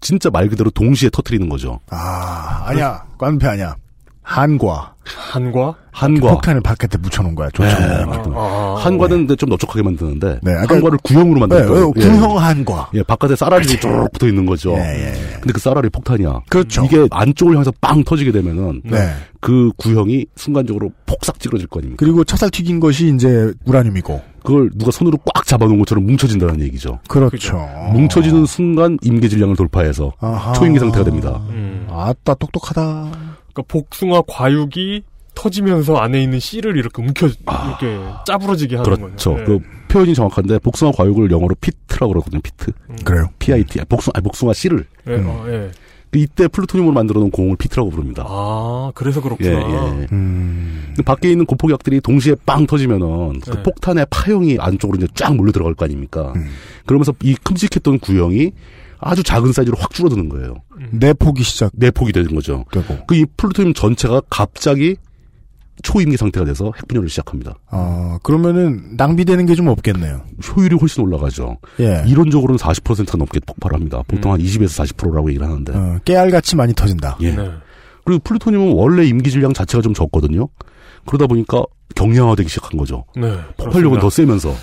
S4: 진짜 말 그대로 동시에 터트리는 거죠.
S2: 아, 아니야. 관패 아니야. 한과.
S3: 한과?
S4: 한과.
S2: 그 폭탄을 바깥에 묻혀놓은 거야.
S4: 네,
S2: 조청.
S4: 맞습니다.
S3: 아.
S4: 한과는 근데 좀 넓적하게 만드는데
S2: 네, 아까-
S4: 한과를 구형으로 만드는
S2: 네,
S4: 거예요.
S2: 어, 구형 한과.
S4: 예, 바깥에 쌀알이 쭉 붙어 있는
S2: 예.
S4: 거죠. 근데 그 쌀알이 폭탄이야. 그렇죠. 이게 안쪽을 향해서 빵 터지게 되면은
S2: 네.
S4: 그 구형이 순간적으로 폭삭 찌그러질 거 아닙니까?
S2: 그리고 차살 튀긴 것이 이제 우라늄이고.
S4: 그걸 누가 손으로 꽉 잡아놓은 것처럼 뭉쳐진다는 얘기죠.
S2: 그렇죠.
S4: 뭉쳐지는 순간 임계 질량을 돌파해서
S2: 아하.
S4: 초임기 상태가 됩니다.
S3: 음.
S2: 아따 똑똑하다.
S3: 그러니까 복숭아 과육이 터지면서 안에 있는 씨를 이렇게 움켜 이렇게 짜부러지게 하는
S4: 아, 그렇죠.
S3: 거예요.
S4: 그 표현이 정확한데 복숭아 과육을 영어로 피트라고 그러거든요. 피트.
S2: 그래요?
S4: PIT. 아, 복숭아, 아니, 복숭아 씨를.
S3: 네. 네, 어, 예.
S4: 그 이때 플루토늄으로 만들어 놓은 공을 피트라고 부릅니다.
S3: 아 그래서
S4: 예,
S3: 그렇구나.
S4: 예.
S2: 음,
S4: 근데 밖에 있는 고폭약들이 동시에 빵 터지면은 그
S3: 네.
S4: 폭탄의 파형이 안쪽으로 이제 쫙 몰려 들어갈 거 아닙니까? 그러면서 이 큼직했던 구형이 아주 작은 사이즈로 확 줄어드는 거예요.
S2: 내폭이 시작.
S4: 내폭이 되는 거죠. 그 이 플루토늄 전체가 갑자기 초임기 상태가 돼서 핵분열을 시작합니다.
S2: 아, 그러면은 낭비되는 게 좀 없겠네요.
S4: 효율이 훨씬 올라가죠.
S3: 네.
S2: 예.
S4: 이론적으로는 40%가 넘게
S3: 음.
S4: 폭발합니다. 보통 한 20에서 40%라고 얘기를 하는데.
S3: 아,
S2: 어, 깨알같이 많이 터진다.
S4: 예.
S3: 네.
S4: 그리고 플루토늄은 원래 임기 질량 자체가 좀 적거든요. 그러다 보니까 경량화되기 시작한 거죠.
S3: 네, 그렇습니다.
S4: 폭발력은
S3: 음.
S4: 더 세면서.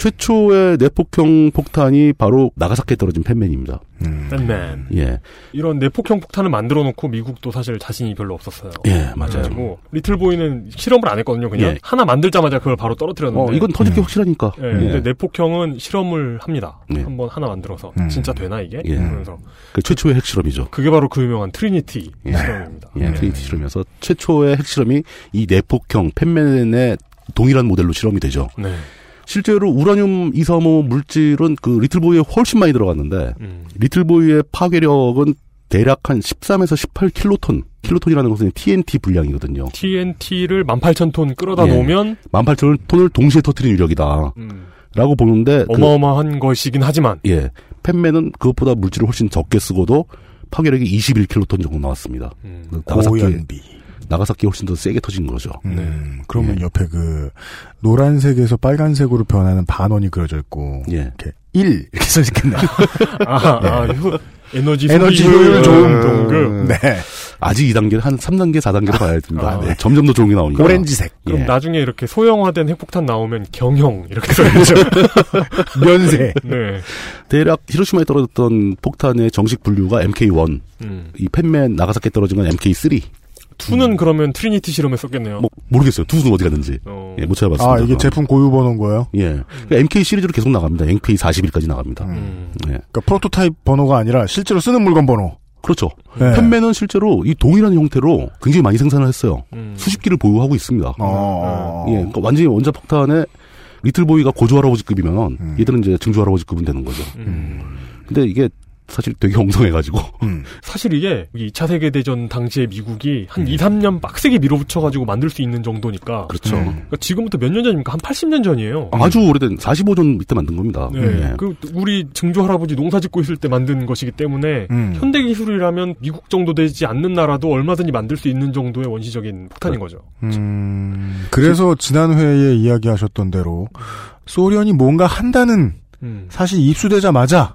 S4: 최초의 내폭형 폭탄이 바로 나가사키에 떨어진 팬맨입니다.
S2: 음.
S3: 팬맨.
S4: 예.
S3: 이런 내폭형 폭탄을 만들어 놓고 미국도 사실 자신이 별로 없었어요.
S4: 예, 맞아요.
S3: 그래가지고 리틀보이는 실험을 안 했거든요. 그냥
S4: 예.
S3: 하나 만들자마자 그걸 바로 떨어뜨렸는데.
S4: 어, 이건 터질 게 확실하니까.
S3: 예, 뭐, 근데 내폭형은 실험을 합니다. 한번 하나 만들어서
S4: 예. 음.
S3: 진짜 되나 이게?
S4: 예.
S3: 그러면서
S4: 그 최초의 핵실험이죠.
S3: 그게 바로 그 유명한 트리니티
S4: 예.
S3: 실험입니다.
S4: 예, 트리니티 실험에서 최초의 핵실험이 이 내폭형 팬맨의 동일한 모델로 실험이 되죠.
S3: 네.
S4: 실제로 우라늄 235 물질은 그 리틀보이에 훨씬 많이 들어갔는데 리틀보이의 파괴력은 대략 한 13에서 18킬로톤, 킬로톤이라는 것은 TNT 분량이거든요.
S3: TNT를 18,000톤 끌어다 놓으면
S4: 18,000톤을 동시에 터뜨린 위력이다. 라고 보는데 그-
S3: 어마어마한 것이긴 하지만
S4: 예. 팬맨은 그것보다 물질을 훨씬 적게 쓰고도 파괴력이 21킬로톤 정도 나왔습니다. 그
S2: 고연비.
S4: 나가사키 훨씬 더 세게 터진 거죠.
S2: 음, 그러면
S4: 예.
S2: 옆에 그 노란색에서 빨간색으로 변하는 반원이 그려져 있고
S4: 예.
S2: 이렇게 1 이렇게 써있겠네요.
S3: 아, 아,
S2: 예.
S3: 효- 에너지
S2: 에너지
S3: 소비
S2: 효율
S4: 아.
S2: 좋은
S3: 동급.
S2: 네.
S4: 아직 2단계 한 3단계, 4단계로 가야 됩니다.
S2: 아,
S4: 네. 점점 더 좋은 게 나오니까.
S3: 그럼
S4: 예.
S3: 나중에 이렇게 소형화된 핵폭탄 나오면 경형 이렇게 써야죠.
S2: 면세.
S3: 네.
S4: 대략 히로시마에 떨어졌던 폭탄의 정식 분류가 MK1.
S3: 음.
S4: 이 팬맨 나가사키에 떨어진 건 MK3.
S3: 투는 그러면 트리니티 실험에 썼겠네요.
S4: 뭐 모르겠어요. 두 수는 어디 갔는지. 예, 못 찾아봤습니다.
S2: 아 이게 제품 고유 번호인 거예요?
S4: 예. 그러니까 MK 시리즈로 계속 나갑니다. MK 41까지 나갑니다.
S3: 음.
S4: 예.
S2: 그러니까 프로토타입 번호가 아니라 실제로 쓰는 물건 번호.
S4: 그렇죠.
S2: 네.
S4: 팬맨은 실제로 이 동일한 형태로 굉장히 많이 생산을 했어요.
S3: 음.
S2: 음.
S4: 수십 기를 보유하고 있습니다.
S2: 어, 아.
S4: 예, 그러니까 완전히 원자 폭탄의 리틀보이가 고조 할아버지급이면
S2: 음.
S4: 얘들은 이제 증조 할아버지급은 되는 거죠. 근데 이게 사실 되게 엉성해가지고
S3: 음. 사실 이게 2차 세계 대전 당시에 미국이 한 2, 3년 빡세게 밀어붙여 가지고 만들 수 있는 정도니까.
S4: 그렇죠.
S3: 그러니까 지금부터 몇 년 전입니까? 한 80년 전이에요.
S4: 아주 오래된 45전 밑에 만든 겁니다.
S3: 네.
S4: 예.
S3: 그 우리 증조 할아버지 농사 짓고 있을 때 만든 것이기 때문에
S4: 음.
S3: 현대 기술이라면 미국 정도 되지 않는 나라도 얼마든지 만들 수 있는 정도의 원시적인 폭탄인 거죠.
S2: 음, 그래서 지난 회에 이야기하셨던 대로 소련이 뭔가 한다는
S3: 음.
S2: 사실 입수되자마자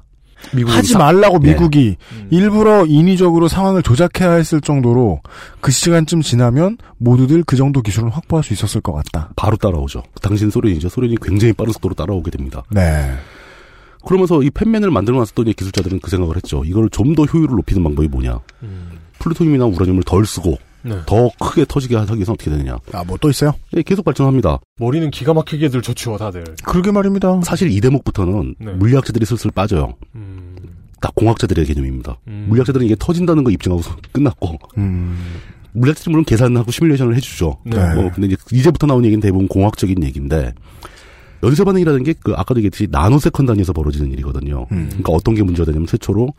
S4: 그 미국이
S2: 하지
S4: 사-
S2: 말라고
S4: 네.
S2: 미국이 일부러 인위적으로 상황을 조작해야 했을 정도로 그 시간쯤 지나면 모두들 그 정도 기술은 확보할 수 있었을 것 같다.
S4: 바로 따라오죠. 그 당시엔 소련이죠. 소련이 굉장히 빠른 속도로 따라오게 됩니다.
S2: 네.
S4: 그러면서 이 팬맨을 만들어 놨었던 이 기술자들은 그 생각을 했죠. 이걸 좀 더 효율을 높이는 방법이 뭐냐. 음. 플루토늄이나 우라늄을 덜 쓰고
S3: 네.
S4: 더 크게 터지게 하기 위해서 어떻게 되느냐.
S2: 아, 뭐 또 있어요?
S4: 예, 계속 발전합니다.
S3: 머리는 기가 막히게들 좋죠, 다들.
S2: 그러게 말입니다.
S4: 사실 이 대목부터는 물리학자들이 슬슬 빠져요. 다 공학자들의 개념입니다. 물리학자들은 이게 터진다는 거 입증하고 끝났고 물리학자들이 물론 계산하고 시뮬레이션을 해주죠.
S2: 네.
S4: 어, 근데 이제, 이제부터 나온 얘기는 대부분 공학적인 얘기인데 연쇄 반응이라는 게 그 아까도 얘기했듯이 나노세컨 단위에서 벌어지는 일이거든요.
S3: 음.
S4: 그러니까 어떤 게 문제가 되냐면 최초로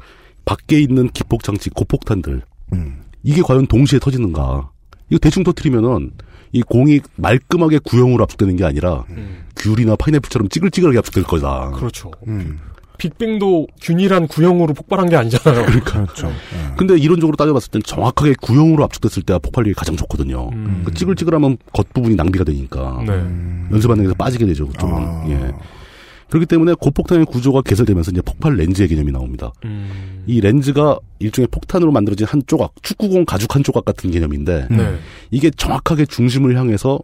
S4: 밖에 있는 기폭 장치, 고폭탄들
S3: 음.
S4: 이게 과연 동시에 터지는가? 이거 대충 터트리면은 이 공이 말끔하게 구형으로 압축되는 게 아니라 귤이나 파인애플처럼 찌글찌글하게 압축될 거다.
S3: 음. 그렇죠. 빅뱅도 균일한 구형으로 폭발한 게 아니잖아요.
S4: 음.
S2: 그렇죠.
S4: 근데 이론적으로 따져봤을 땐 정확하게 구형으로 압축됐을 때가 폭발력이 가장 좋거든요.
S3: 음.
S4: 그 찌글찌글하면 겉부분이 낭비가
S3: 아, 네.
S4: 되니까. 음. 연쇄 반응에서 빠지게 되죠, 그쪽은. 예. 그렇기 때문에 고폭탄의 구조가 개설되면서 이제 폭발 렌즈의 개념이 나옵니다. 이 렌즈가 일종의 폭탄으로 만들어진 한 조각, 축구공 가죽 한 조각 같은 개념인데,
S3: 네.
S4: 이게 정확하게 중심을 향해서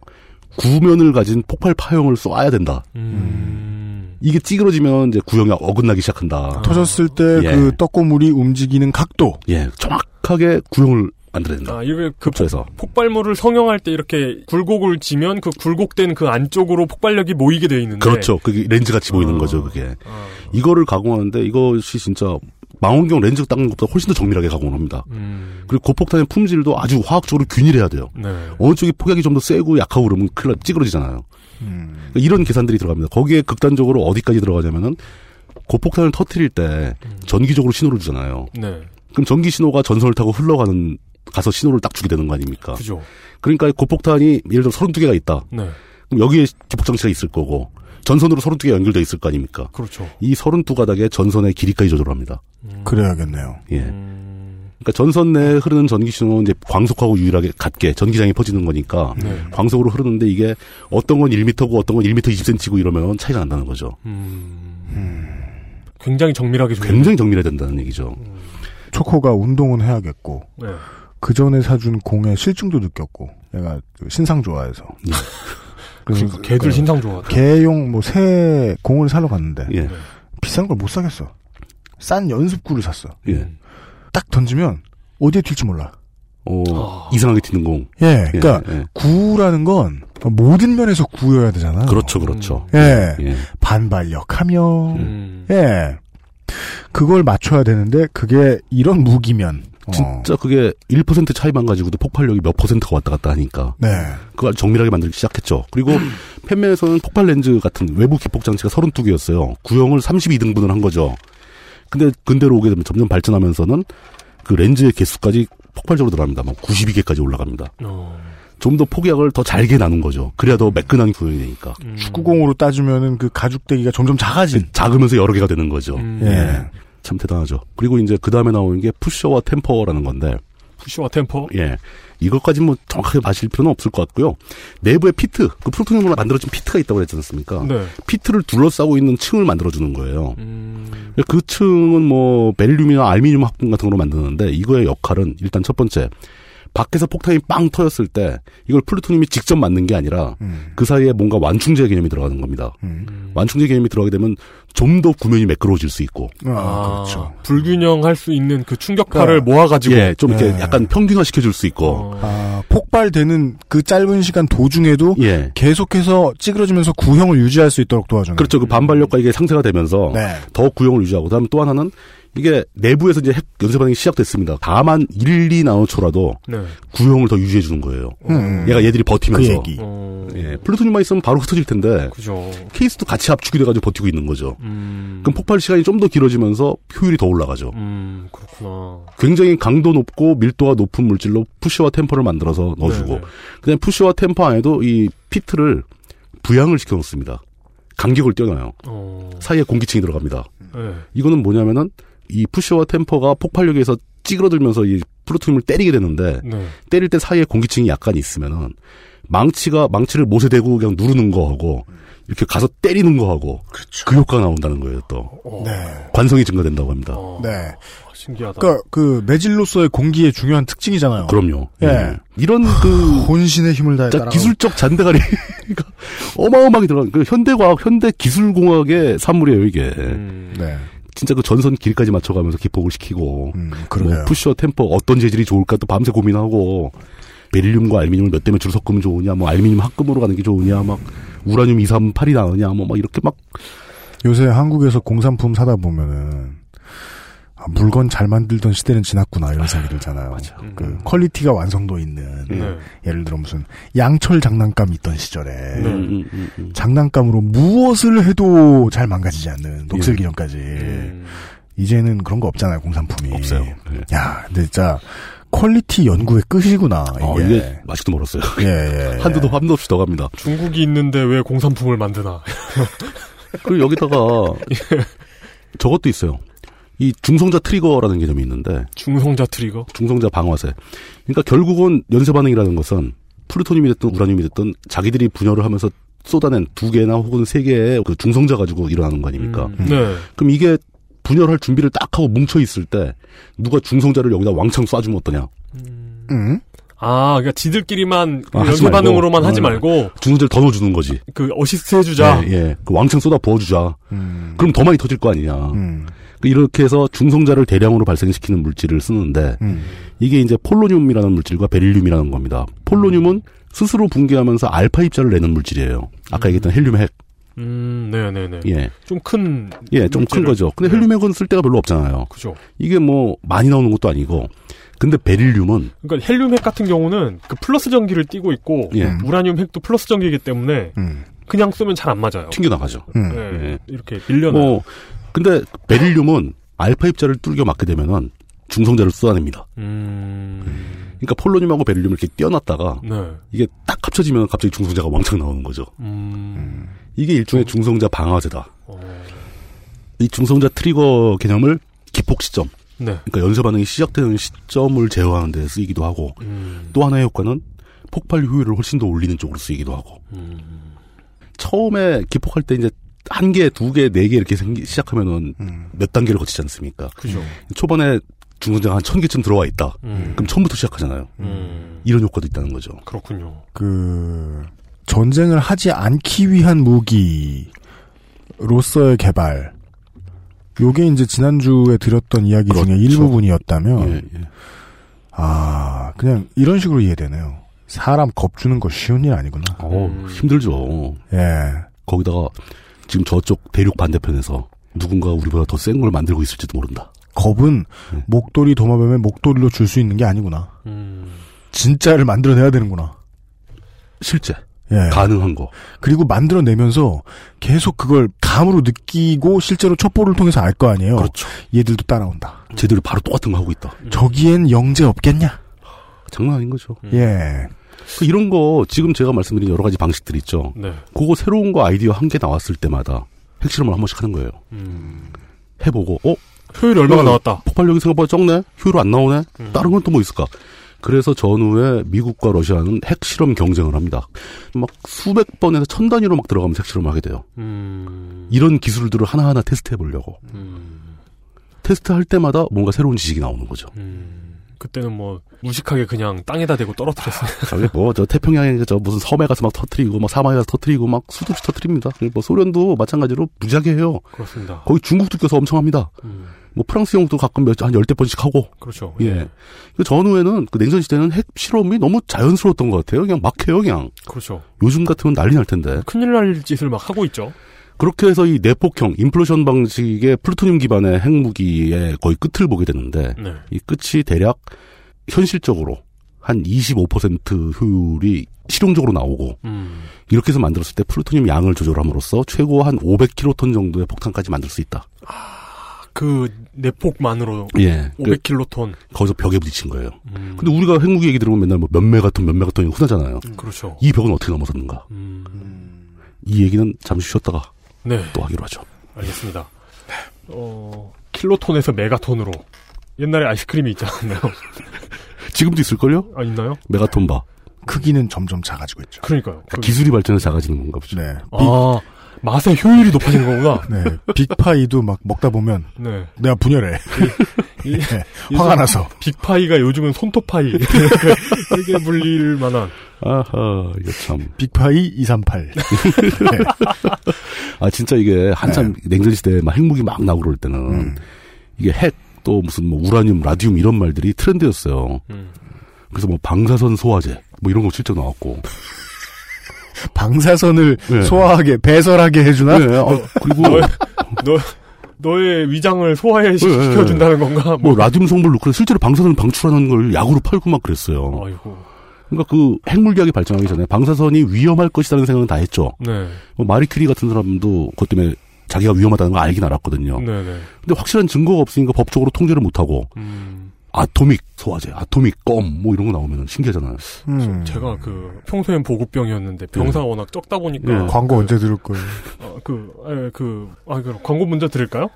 S4: 구면을 가진 폭발 파형을 쏴야 된다.
S3: 음.
S4: 이게 찌그러지면 이제 구형이 어긋나기 시작한다.
S2: 터졌을 때
S4: 예.
S2: 그 떡고물이 움직이는 각도.
S4: 예, 정확하게 구형을 만들어야 된다.
S3: 아, 이게 그
S4: 그래서
S3: 폭발물을 성형할 때 이렇게 굴곡을 지면 그 굴곡된 그 안쪽으로 폭발력이 모이게 돼 있는데.
S4: 그렇죠. 그게 렌즈 같이 보이는 거죠. 그게 이거를 가공하는데 이것이 진짜 망원경 렌즈 닦는 것보다 훨씬 더 정밀하게 가공을 합니다. 그리고 고폭탄의 품질도 아주 화학적으로 균일해야 돼요.
S3: 음. 네.
S4: 어느 쪽이 폭약이 좀 더 세고 약하고 그러면 큰일 나- 찌그러지잖아요. 그러니까 이런 계산들이 들어갑니다. 거기에 극단적으로 어디까지 들어가냐면은 고폭탄을 터트릴 때 전기적으로 신호를 주잖아요.
S3: 네.
S4: 그럼 전기 신호가 전선을 타고 흘러가는 가서 신호를 딱 주게 되는 거 아닙니까?
S3: 그죠.
S4: 그러니까 고폭탄이 예를 들어 32개가 있다.
S3: 네.
S4: 그럼 여기에 기폭장치가 있을 거고 전선으로 32개 연결돼 있을 거 아닙니까?
S3: 그렇죠.
S4: 이 32가닥의 전선의 길이까지 조절합니다.
S2: 그래야겠네요.
S4: 예.
S3: 음.
S4: 그러니까 전선 내에 흐르는 전기 신호는 이제 광속하고 유일하게 같게 전기장이 퍼지는 거니까
S3: 네.
S4: 광속으로 흐르는데 이게 어떤 건 1m고 어떤 건 1m 20cm고 이러면 차이가 난다는 거죠.
S3: 음. 굉장히 정밀하게
S2: 네.
S3: 조립.
S4: 굉장히 정밀해야 된다는 얘기죠.
S2: 초코가 운동은 해야겠고
S3: 네.
S2: 그 전에 사준 공의 실증도 느꼈고 내가 그 신상 좋아해서
S4: 예.
S3: 그러니까 걔들 신상 좋아하더라.
S2: 개용 뭐 새 공을 사러 갔는데
S4: 예.
S2: 비싼 걸 못 사겠어 싼 연습구를 샀어
S4: 예.
S3: 음.
S2: 딱 던지면 어디에 튈지 몰라
S4: 어, 이상하게 튀는 공.
S2: 예 아. 그러니까
S4: 예, 예.
S2: 구라는 건 모든 면에서 구여야 되잖아
S4: 그렇죠, 그렇죠.
S2: 예.
S4: 예.
S2: 반발력하며
S4: 음.
S2: 예 그걸 맞춰야 되는데 그게 이런 무기면 어.
S4: 진짜 그게 1% 차이만 가지고도 폭발력이 몇 퍼센트가 왔다 갔다 하니까.
S2: 네.
S4: 그걸 정밀하게 만들기 시작했죠. 그리고 팬맨에서는 폭발 렌즈 같은 외부 기폭 장치가 32개였어요. 구형을 32등분을 한 거죠. 근데 근대로 오게 되면 점점 발전하면서는 그 렌즈의 개수까지 폭발적으로 늘어납니다. 막 92개까지 올라갑니다.
S3: 어.
S4: 좀 더 폭약을 더 잘게 나눈 거죠. 그래야 더 매끈한 구형이 되니까.
S2: 음. 축구공으로 따지면은 그 가죽대기가 점점 작아진
S4: 작으면서 여러 개가 되는 거죠.
S2: 예.
S4: 예. 참 대단하죠. 그리고 이제 그 다음에 나오는 게 푸셔와 템퍼라는 건데.
S3: 푸시와 템퍼.
S4: 예. 이것까지 뭐 정확하게 마실 필요는 없을 것 같고요. 내부에 피트, 그 플루토늄으로 만들어진 피트가 있다고 그랬지 않습니까?
S3: 네.
S4: 피트를 둘러싸고 있는 층을 만들어주는 거예요.
S3: 음.
S4: 그 층은 뭐 벨륨이나 알미늄 합금 같은 걸로 만드는데 이거의 역할은 일단 첫 번째 밖에서 폭탄이 빵 터졌을 때 이걸 플루토늄이 직접 맞는 게 아니라 그 사이에 뭔가 완충제 개념이 들어가는 겁니다. 완충제 개념이 들어가게 되면 좀 더 구면이 매끄러워질 수 있고
S3: 아, 그렇죠. 불균형할 수 있는 그 충격파를
S4: 음. 그러니까,
S3: 모아가지고
S4: 예, 좀
S2: 네.
S4: 이렇게 약간 평균화 시켜줄 수 있고
S2: 아, 폭발되는 그 짧은 시간 도중에도
S4: 예.
S2: 계속해서 찌그러지면서 구형을 유지할 수 있도록 도와주는
S4: 그렇죠. 그 반발력과 이게 상쇄가 되면서
S2: 네.
S4: 더 구형을 유지하고 그다음에 또 하나는 이게 내부에서 이제 핵 연쇄 반응이 시작됐습니다. 다만 1, 2나노초라도
S3: 네.
S4: 구형을 더 유지해 주는 거예요.
S2: 음.
S4: 얘가 얘들이 버티면서
S2: 그 얘기. 음.
S4: 예, 플루토늄만 있으면 바로 흩어질 텐데
S3: 어, 그죠.
S4: 케이스도 같이 압축이 돼가지고 버티고 있는 거죠. 그럼 폭발 시간이 좀 더 길어지면서 효율이 더 올라가죠.
S3: 음, 그렇구나.
S4: 굉장히 강도 높고 밀도가 높은 물질로 푸시와 템퍼를 만들어서
S2: 네,
S4: 넣어주고
S3: 네.
S4: 그다음 푸시와 템퍼 안에도 이 피트를 부양을 시켜놓습니다. 간격을 떼어놔요. 사이에 공기층이 들어갑니다.
S3: 네.
S4: 이거는 뭐냐면은 이 푸시와 템퍼가 폭발력에서 찌그러들면서 이 플루토늄을 때리게 되는데
S3: 네.
S4: 때릴 때 사이에 공기층이 약간 있으면은 망치가 망치를 못에 대고 그냥 누르는 거하고 이렇게 가서 때리는 거하고 그 효과가 나온다는 거예요 또
S2: 네.
S4: 관성이 증가된다고 합니다.
S2: 네.
S3: 어, 신기하다.
S2: 그러니까 그 매질로서의 공기의 중요한 특징이잖아요.
S4: 그럼요.
S2: 예.
S4: 예. 이런 그
S2: 혼신의 힘을 다해
S4: 진짜
S2: 따라
S4: 기술적 잔대가리가 어마어마하게 들어간 그 현대과학 현대 기술공학의 산물이에요 이게.
S3: 음.
S2: 네. 음,
S4: 진짜 그 전선 길까지 맞춰가면서 기폭을 시키고
S2: 그러게요.
S4: 뭐 푸셔 템퍼 어떤 재질이 좋을까 또 밤새 고민하고 벨륨과 알미늄을 몇 대면 줄 섞으면 좋으냐 뭐 알미늄 합금으로 가는 게 좋으냐 막 우라늄 238이 나오냐 뭐 막 이렇게 막
S2: 요새 한국에서 공산품 사다 보면은 아, 물건 잘 만들던 시대는 지났구나 이런 생각이 들잖아요. 그
S4: 음.
S2: 퀄리티가 완성도 있는
S4: 네.
S2: 예를 들어 무슨 양철 장난감 있던 시절에
S4: 음, 음, 음, 음.
S2: 장난감으로 무엇을 해도 잘 망가지지 않는 녹슬기전까지
S4: 예.
S3: 음.
S4: 음.
S2: 이제는 그런 거 없잖아요 공산품이 없어요.
S4: 예,
S2: 야 근데 진짜 퀄리티 연구의 끝이구나 이게.
S4: 어, 이게 아직도 멀었어요.
S2: 예, 예.
S4: 한두도 한도 없이 더 갑니다.
S3: 중국이 있는데 왜 공산품을 만드나.
S4: 그리고 여기다가 저것도 있어요. 이 중성자 트리거라는 개념이 있는데
S3: 중성자 트리거?
S4: 중성자 방화세. 그러니까 결국은 연쇄 반응이라는 것은 플루토늄이 됐든 우라늄이 됐든 자기들이 분열을 하면서 쏟아낸 두 개나 혹은 세 개의 그 중성자 가지고 일어나는 거 아닙니까?
S2: 음.
S3: 네.
S4: 그럼 이게 분열할 준비를 딱 하고 뭉쳐 있을 때 누가 중성자를 여기다 왕창 쏴주면 어떠냐?
S2: 응?
S3: 아, 그러니까 지들끼리만
S4: 아, 하지
S3: 연쇄
S4: 말고.
S3: 반응으로만 하지
S4: 어.
S3: 말고
S4: 중성자를 더 넣어주는 거지.
S3: 그 어시스트 해주자.
S4: 예, 예. 그 왕창 쏟아 부어주자.
S2: 음,
S4: 그럼 더 많이 터질 거 아니냐. 그 이렇게 해서 중성자를 대량으로 발생시키는 물질을 쓰는데
S2: 음,
S4: 이게 이제 폴로늄이라는 물질과 베릴륨이라는 겁니다. 폴로늄은 스스로 붕괴하면서 알파 입자를 내는 물질이에요. 아까 얘기했던 헬륨 핵.
S3: 음, 네네네.
S4: 예.
S3: 좀큰
S4: 예, 좀 큰 거죠. 근데 헬륨 핵은 쓸 데가 별로 없잖아요.
S3: 그죠.
S4: 이게 뭐 많이 나오는 것도 아니고. 근데 베릴륨은
S3: 그러니까 헬륨 핵 같은 경우는 그 플러스 전기를 띠고 있고
S4: 예.
S3: 우라늄 핵도 플러스 전기이기 때문에 그냥 쏘면 잘 안 맞아요.
S4: 튕겨 나가죠.
S3: 네, 이렇게 밀려나.
S4: 뭐 근데 베릴륨은 알파 입자를 뚫겨 맞게 되면은 중성자를 쏟아냅니다. 그러니까 폴로늄하고 베릴륨을 이렇게 떼어놨다가
S3: 음, 네. 음,
S4: 이게 딱 합쳐지면 갑자기 중성자가 왕창 나오는 거죠. 이게 일종의 중성자 방화제다.
S3: 어,
S4: 이 중성자 트리거 개념을 기폭 시점,
S3: 네.
S4: 그러니까 연쇄 반응이 시작되는 시점을 제어하는 데 쓰이기도 하고
S3: 음,
S4: 또 하나의 효과는 폭발 효율을 훨씬 더 올리는 쪽으로 쓰이기도 하고
S3: 음,
S4: 처음에 기폭할 때 이제 한 개, 두 개, 네 개 이렇게 생기, 시작하면은
S2: 음.
S4: 몇 단계를 거치지 않습니까?
S3: 그죠.
S4: 초반에 중성자가 한 천 개쯤 들어와 있다. 그럼 처음부터 시작하잖아요. 이런 효과도 있다는 거죠.
S3: 그렇군요.
S2: 그 전쟁을 하지 않기 위한 무기로서의 개발. 요게 이제 지난주에 드렸던 이야기
S4: 그렇죠.
S2: 중에 일부분이었다면
S4: 예.
S2: 아, 그냥 이런 식으로 이해되네요. 사람 겁주는 거 쉬운 일 아니구나.
S4: 어, 힘들죠.
S2: 예.
S4: 거기다가 지금 저쪽 대륙 반대편에서 누군가 우리보다 더 센 걸 만들고 있을지도 모른다.
S2: 겁은 목도리 도마뱀의 목도리로 줄 수 있는 게 아니구나. 진짜를 만들어내야 되는구나.
S4: 실제.
S2: 예.
S4: 가능한 거.
S2: 그리고 만들어내면서 계속 그걸 감으로 느끼고 실제로 첩보를 통해서 알 거 아니에요. 그렇죠. 얘들도 따라온다.
S4: 쟤들이 바로 똑같은 거 하고 있다.
S2: 저기엔 영재 없겠냐?
S4: 장난 아닌 거죠.
S2: 예.
S4: 그 이런 거 지금 제가 말씀드린 여러 가지 방식들 있죠.
S3: 네.
S4: 그거 새로운 거 아이디어 한 개 나왔을 때마다 핵실험을 한 번씩 하는 거예요. 해보고 어
S3: 효율이 얼마가
S4: 야,
S3: 나왔다.
S4: 폭발력이 생각보다 적네. 효율 안 나오네. 다른 건 또 뭐 있을까? 그래서 전후에 미국과 러시아는 핵실험 경쟁을 합니다. 막 수백 번에서 천 단위로 막 들어가면서 핵실험을 하게 돼요.
S3: 음,
S4: 이런 기술들을 하나하나 테스트 해보려고. 테스트할 때마다 뭔가 새로운 지식이 나오는 거죠.
S3: 그때는 뭐 무식하게 그냥 땅에다 대고 떨어뜨렸어요.
S4: 저기 그러니까 뭐저 태평양에 저 무슨 섬에 가서 막 터트리고 막 사막에 가서 터트리고 막 수도 없이 터트립니다. 뭐 소련도 마찬가지로 무지하게 해요.
S3: 그렇습니다. 음,
S4: 거기 중국도 껴서 엄청 합니다. 뭐 프랑스 형도 가끔 몇, 한 열대 번씩 하고.
S3: 그렇죠.
S4: 예. 그 전후에는 그 냉전 시대는 핵 실험이 너무 자연스러웠던 것 같아요. 그냥 막 해요, 그냥.
S3: 그렇죠.
S4: 요즘 같으면 난리 날 텐데.
S3: 큰일 날 짓을 막 하고 있죠.
S4: 그렇게 해서 이 내폭형 인플루션 방식의 플루토늄 기반의 핵무기의 거의 끝을 보게 되는데
S3: 네.
S4: 이 끝이 대략 현실적으로 한 25% 효율이 실용적으로 나오고
S3: 음.
S4: 이렇게 해서 만들었을 때 플루토늄 양을 조절함으로써 최고 한 500킬로톤 정도의 폭탄까지 만들 수 있다.
S3: 그 내폭만으로
S4: 예.
S3: 500킬로톤.
S4: 거기서 벽에 부딪힌 거예요.
S3: 음.
S4: 근데 우리가 핵무기 얘기 들으면 맨날 뭐 몇 메가톤, 몇 메가톤이 흔하잖아요.
S3: 그렇죠.
S4: 이 벽은 어떻게 넘어섰는가? 이 얘기는 잠시 쉬었다가
S3: 네.
S4: 또 하기로 하죠.
S3: 알겠습니다.
S4: 네.
S3: 어, 킬로톤에서 메가톤으로 옛날에 아이스크림이 있지 않았나요?
S4: 네. 지금도 있을걸요?
S3: 아 있나요?
S4: 메가톤 바.
S2: 크기는 점점 작아지고 있죠.
S3: 그러니까요.
S4: 그러니까 기술이 발전해서 작아지는 건가 보죠.
S2: 네.
S3: 아, 맛의 효율이 높아지는 거구나.
S2: 네. 빅파이도 막 먹다 보면
S3: 네.
S2: 내가 분열해.
S3: 이-
S2: 예, 화가 나서.
S3: 빅파이가 요즘은 손톱파이 이렇게 불릴 만한
S4: 아하, 이거 참.
S2: 빅파이 238.
S4: 네. 아, 진짜 이게 한참 냉전시대에 막 핵무기 막 나오고 그럴 때는 이게 핵, 또 무슨 뭐 우라늄, 라디움 이런 말들이 트렌드였어요. 그래서 뭐 방사선 소화제 뭐 이런 거 실제 나왔고.
S2: 방사선을 소화하게 배설하게 해주나?
S4: 어, 네, 아, 그리고
S3: 너 너의 위장을 소화해 시켜준다는 건가?
S4: 네, 뭐 라듐 성분 루크를 실제로 방사선을 방출하는 걸 약으로 팔고 막 그랬어요.
S3: 아이고.
S4: 그러니까 그 핵물리학이 발전하기 전에 방사선이 위험할 것이라는 생각은 다 했죠.
S3: 네.
S4: 뭐 마리큐리 같은 사람도 그것 때문에 자기가 위험하다는 걸 알긴 알았거든요.
S3: 네네.
S4: 근데 확실한 증거가 없으니까 법적으로 통제를 못하고 아토믹 소화제, 아토믹 껌 뭐 이런 거 나오면 신기하잖아요.
S2: 음.
S3: 제가 그 평소엔 보급병이었는데 병사
S4: 네.
S3: 워낙 적다 보니까
S2: 광고 언제 들을 거예요?
S3: 어, 그, 에, 그, 아, 그 광고 먼저 드릴까요?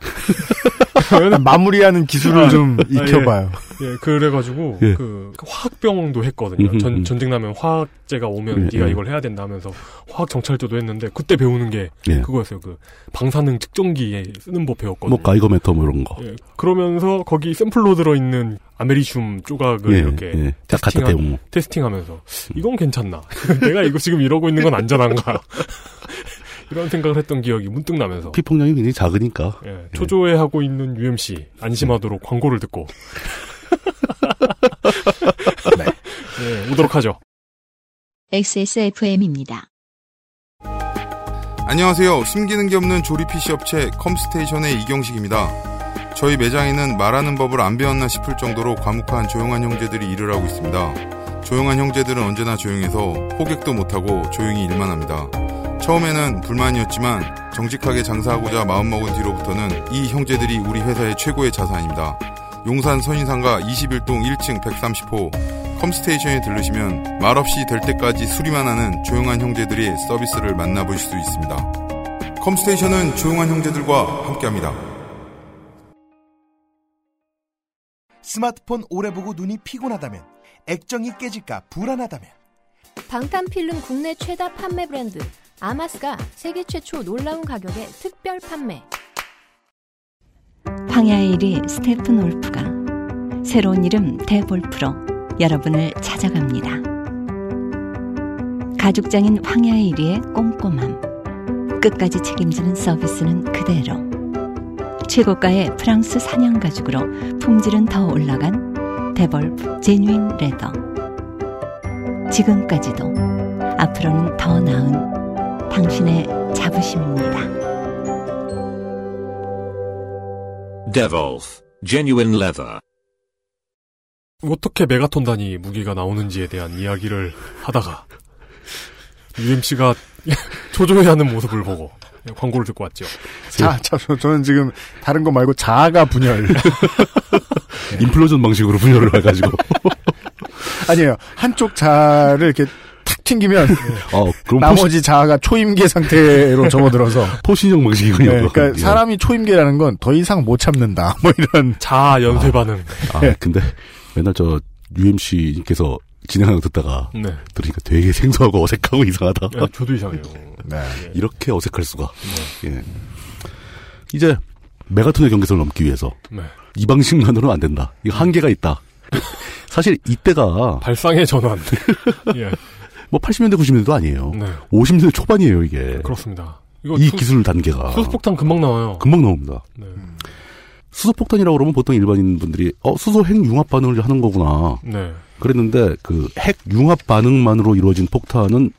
S2: 마무리하는 기술을
S4: 아,
S2: 좀 익혀봐요.
S3: 예, 예, 그래가지고
S2: 예.
S3: 그 화학병도 했거든요.
S2: 음흠,
S3: 전,
S2: 음.
S3: 전쟁 나면 화학제가 오면
S4: 예,
S3: 네가
S4: 예.
S3: 이걸 해야 된다 하면서 화학 정찰조도 했는데 그때 배우는 게
S4: 예.
S3: 그거였어요. 그 방사능 측정기에 쓰는 법 배웠거든요.
S4: 뭐 가이거메터 뭐 이런 거.
S3: 예, 그러면서 거기 샘플로 들어있는 아메리슘 조각을
S4: 예, 음.
S3: 이렇게
S4: 예. 딱 갖다
S3: 테스팅하-
S4: 대고.
S3: 테스팅하면서 이건 괜찮나? 내가 이거 지금 이러고 있는 건 안전한가? 이런 생각을 했던 기억이 문득 나면서
S4: 피폭량이 굉장히 작으니까.
S3: 예, 초조해하고 있는 UMC 안심하도록 광고를 듣고 예, 오도록 하죠.
S1: XSFM입니다.
S13: 안녕하세요. 숨기는 게 없는 조립 PC 업체 컴스테이션의 이경식입니다. 저희 매장에는 말하는 법을 안 배웠나 싶을 정도로 과묵한 조용한 형제들이 일을 하고 있습니다. 조용한 형제들은 언제나 조용해서 호객도 못하고 조용히 일만 합니다. 처음에는 불만이었지만 정직하게 장사하고자 마음먹은 뒤로부터는 이 형제들이 우리 회사의 최고의 자산입니다. 용산 서인상가 21동 1층 130호 컴스테이션에 들르시면 말없이 될 때까지 수리만 하는 조용한 형제들의 서비스를 만나보실 수 있습니다. 컴스테이션은 조용한 형제들과 함께합니다.
S9: 스마트폰 오래 보고 눈이 피곤하다면 액정이 깨질까 불안하다면
S8: 방탄필름 국내 최다 판매 브랜드 아마스가 세계 최초 놀라운 가격에 특별 판매.
S14: 황야의 일이 스테픈 올프가 새로운 이름 대볼프로 여러분을 찾아갑니다. 가죽장인 황야의 일이의 꼼꼼함, 끝까지 책임지는 서비스는 그대로 최고가의 프랑스 사냥 가죽으로 품질은 더 올라간 데볼프 제뉴인 레더. 지금까지도 앞으로는 더 나은 당신의 자부심입니다.
S15: Devolf, genuine leather.
S3: 어떻게 메가톤 단위 무기가 나오는지에 대한 이야기를 하다가 UMC가 초조해하는 모습을 보고 광고를 듣고 왔죠.
S4: 예.
S2: 자, 자, 저- 저는 지금 다른 거 말고 자아가 분열.
S4: 인플로전 방식으로 분열을 해가지고.
S2: 아니에요. 한쪽 자아를 이렇게 탁 튕기면
S4: 어, 그럼
S2: 나머지 자아가 초임계 상태로 접어들어서.
S4: 포신형 방식이군요.
S2: 네,
S4: 그건.
S2: 그러니까
S4: 예.
S2: 사람이 초임계라는 건 더 이상 못 참는다. 뭐 이런
S3: 자아 연쇄 반응.
S4: 아, 근데 맨날 저 UMC님께서 진행하는 거 듣다가
S3: 네.
S4: 들으니까 되게 생소하고 어색하고 이상하다.
S3: 야, 예, 저도 이상해요.
S2: 네.
S4: 이렇게 어색할 수가. 예. 이제 메가톤의 경계선을 넘기 위해서
S3: 네.
S4: 이 방식만으로는 안 된다. 이거 한계가 있다. 사실 이때가
S3: 발상의 전환. 예.
S4: 뭐 80년대 90년대도 아니에요.
S3: 네.
S4: 50년대 초반이에요 이게.
S3: 그렇습니다.
S4: 네. 이
S3: 투-
S4: 기술 아. 단계가
S3: 수소폭탄 금방 나와요. 네.
S4: 금방 나옵니다. 수소폭탄이라고 그러면 보통 일반인 분들이 어 수소 핵 융합 반응을 하는 거구나.
S3: 네.
S4: 그랬는데 그 핵 융합 반응만으로 이루어진 폭탄은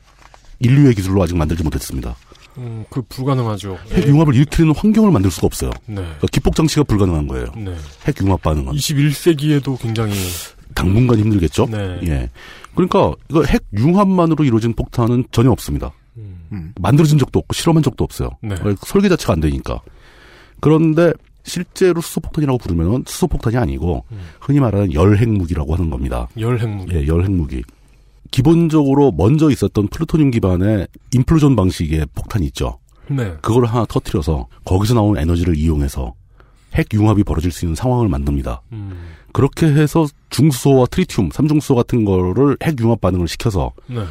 S4: 인류의 기술로 아직 만들지 못했습니다.
S3: 음, 그 불가능하죠.
S4: 핵 융합을 일으키는 환경을 만들 수가 없어요.
S3: 네.
S4: 그러니까 기폭 장치가 불가능한 거예요.
S3: 네.
S4: 핵 융합 반응은
S3: 21세기에도 굉장히
S4: 당분간 힘들겠죠.
S3: 네.
S4: 예. 그러니까 이거 핵 융합만으로 이루어진 폭탄은 전혀 없습니다. 만들어진 적도 없고 실험한 적도 없어요.
S3: 음. 네.
S4: 그러니까 설계 자체가 안 되니까. 그런데 실제로 수소폭탄이라고 부르면 수소폭탄이 아니고
S3: 음.
S4: 흔히 말하는 열핵무기라고 하는 겁니다.
S3: 열핵무기.
S4: 예, 열핵무기. 기본적으로 먼저 있었던 플루토늄 기반의 인플루전 방식의 폭탄이 있죠.
S3: 네.
S4: 그걸 하나 터트려서 거기서 나온 에너지를 이용해서 핵 융합이 벌어질 수 있는 상황을 만듭니다.
S3: 음.
S4: 그렇게 해서 중수소와 트리튬, 삼중수소 같은 거를 핵 융합 반응을 시켜서
S3: 네.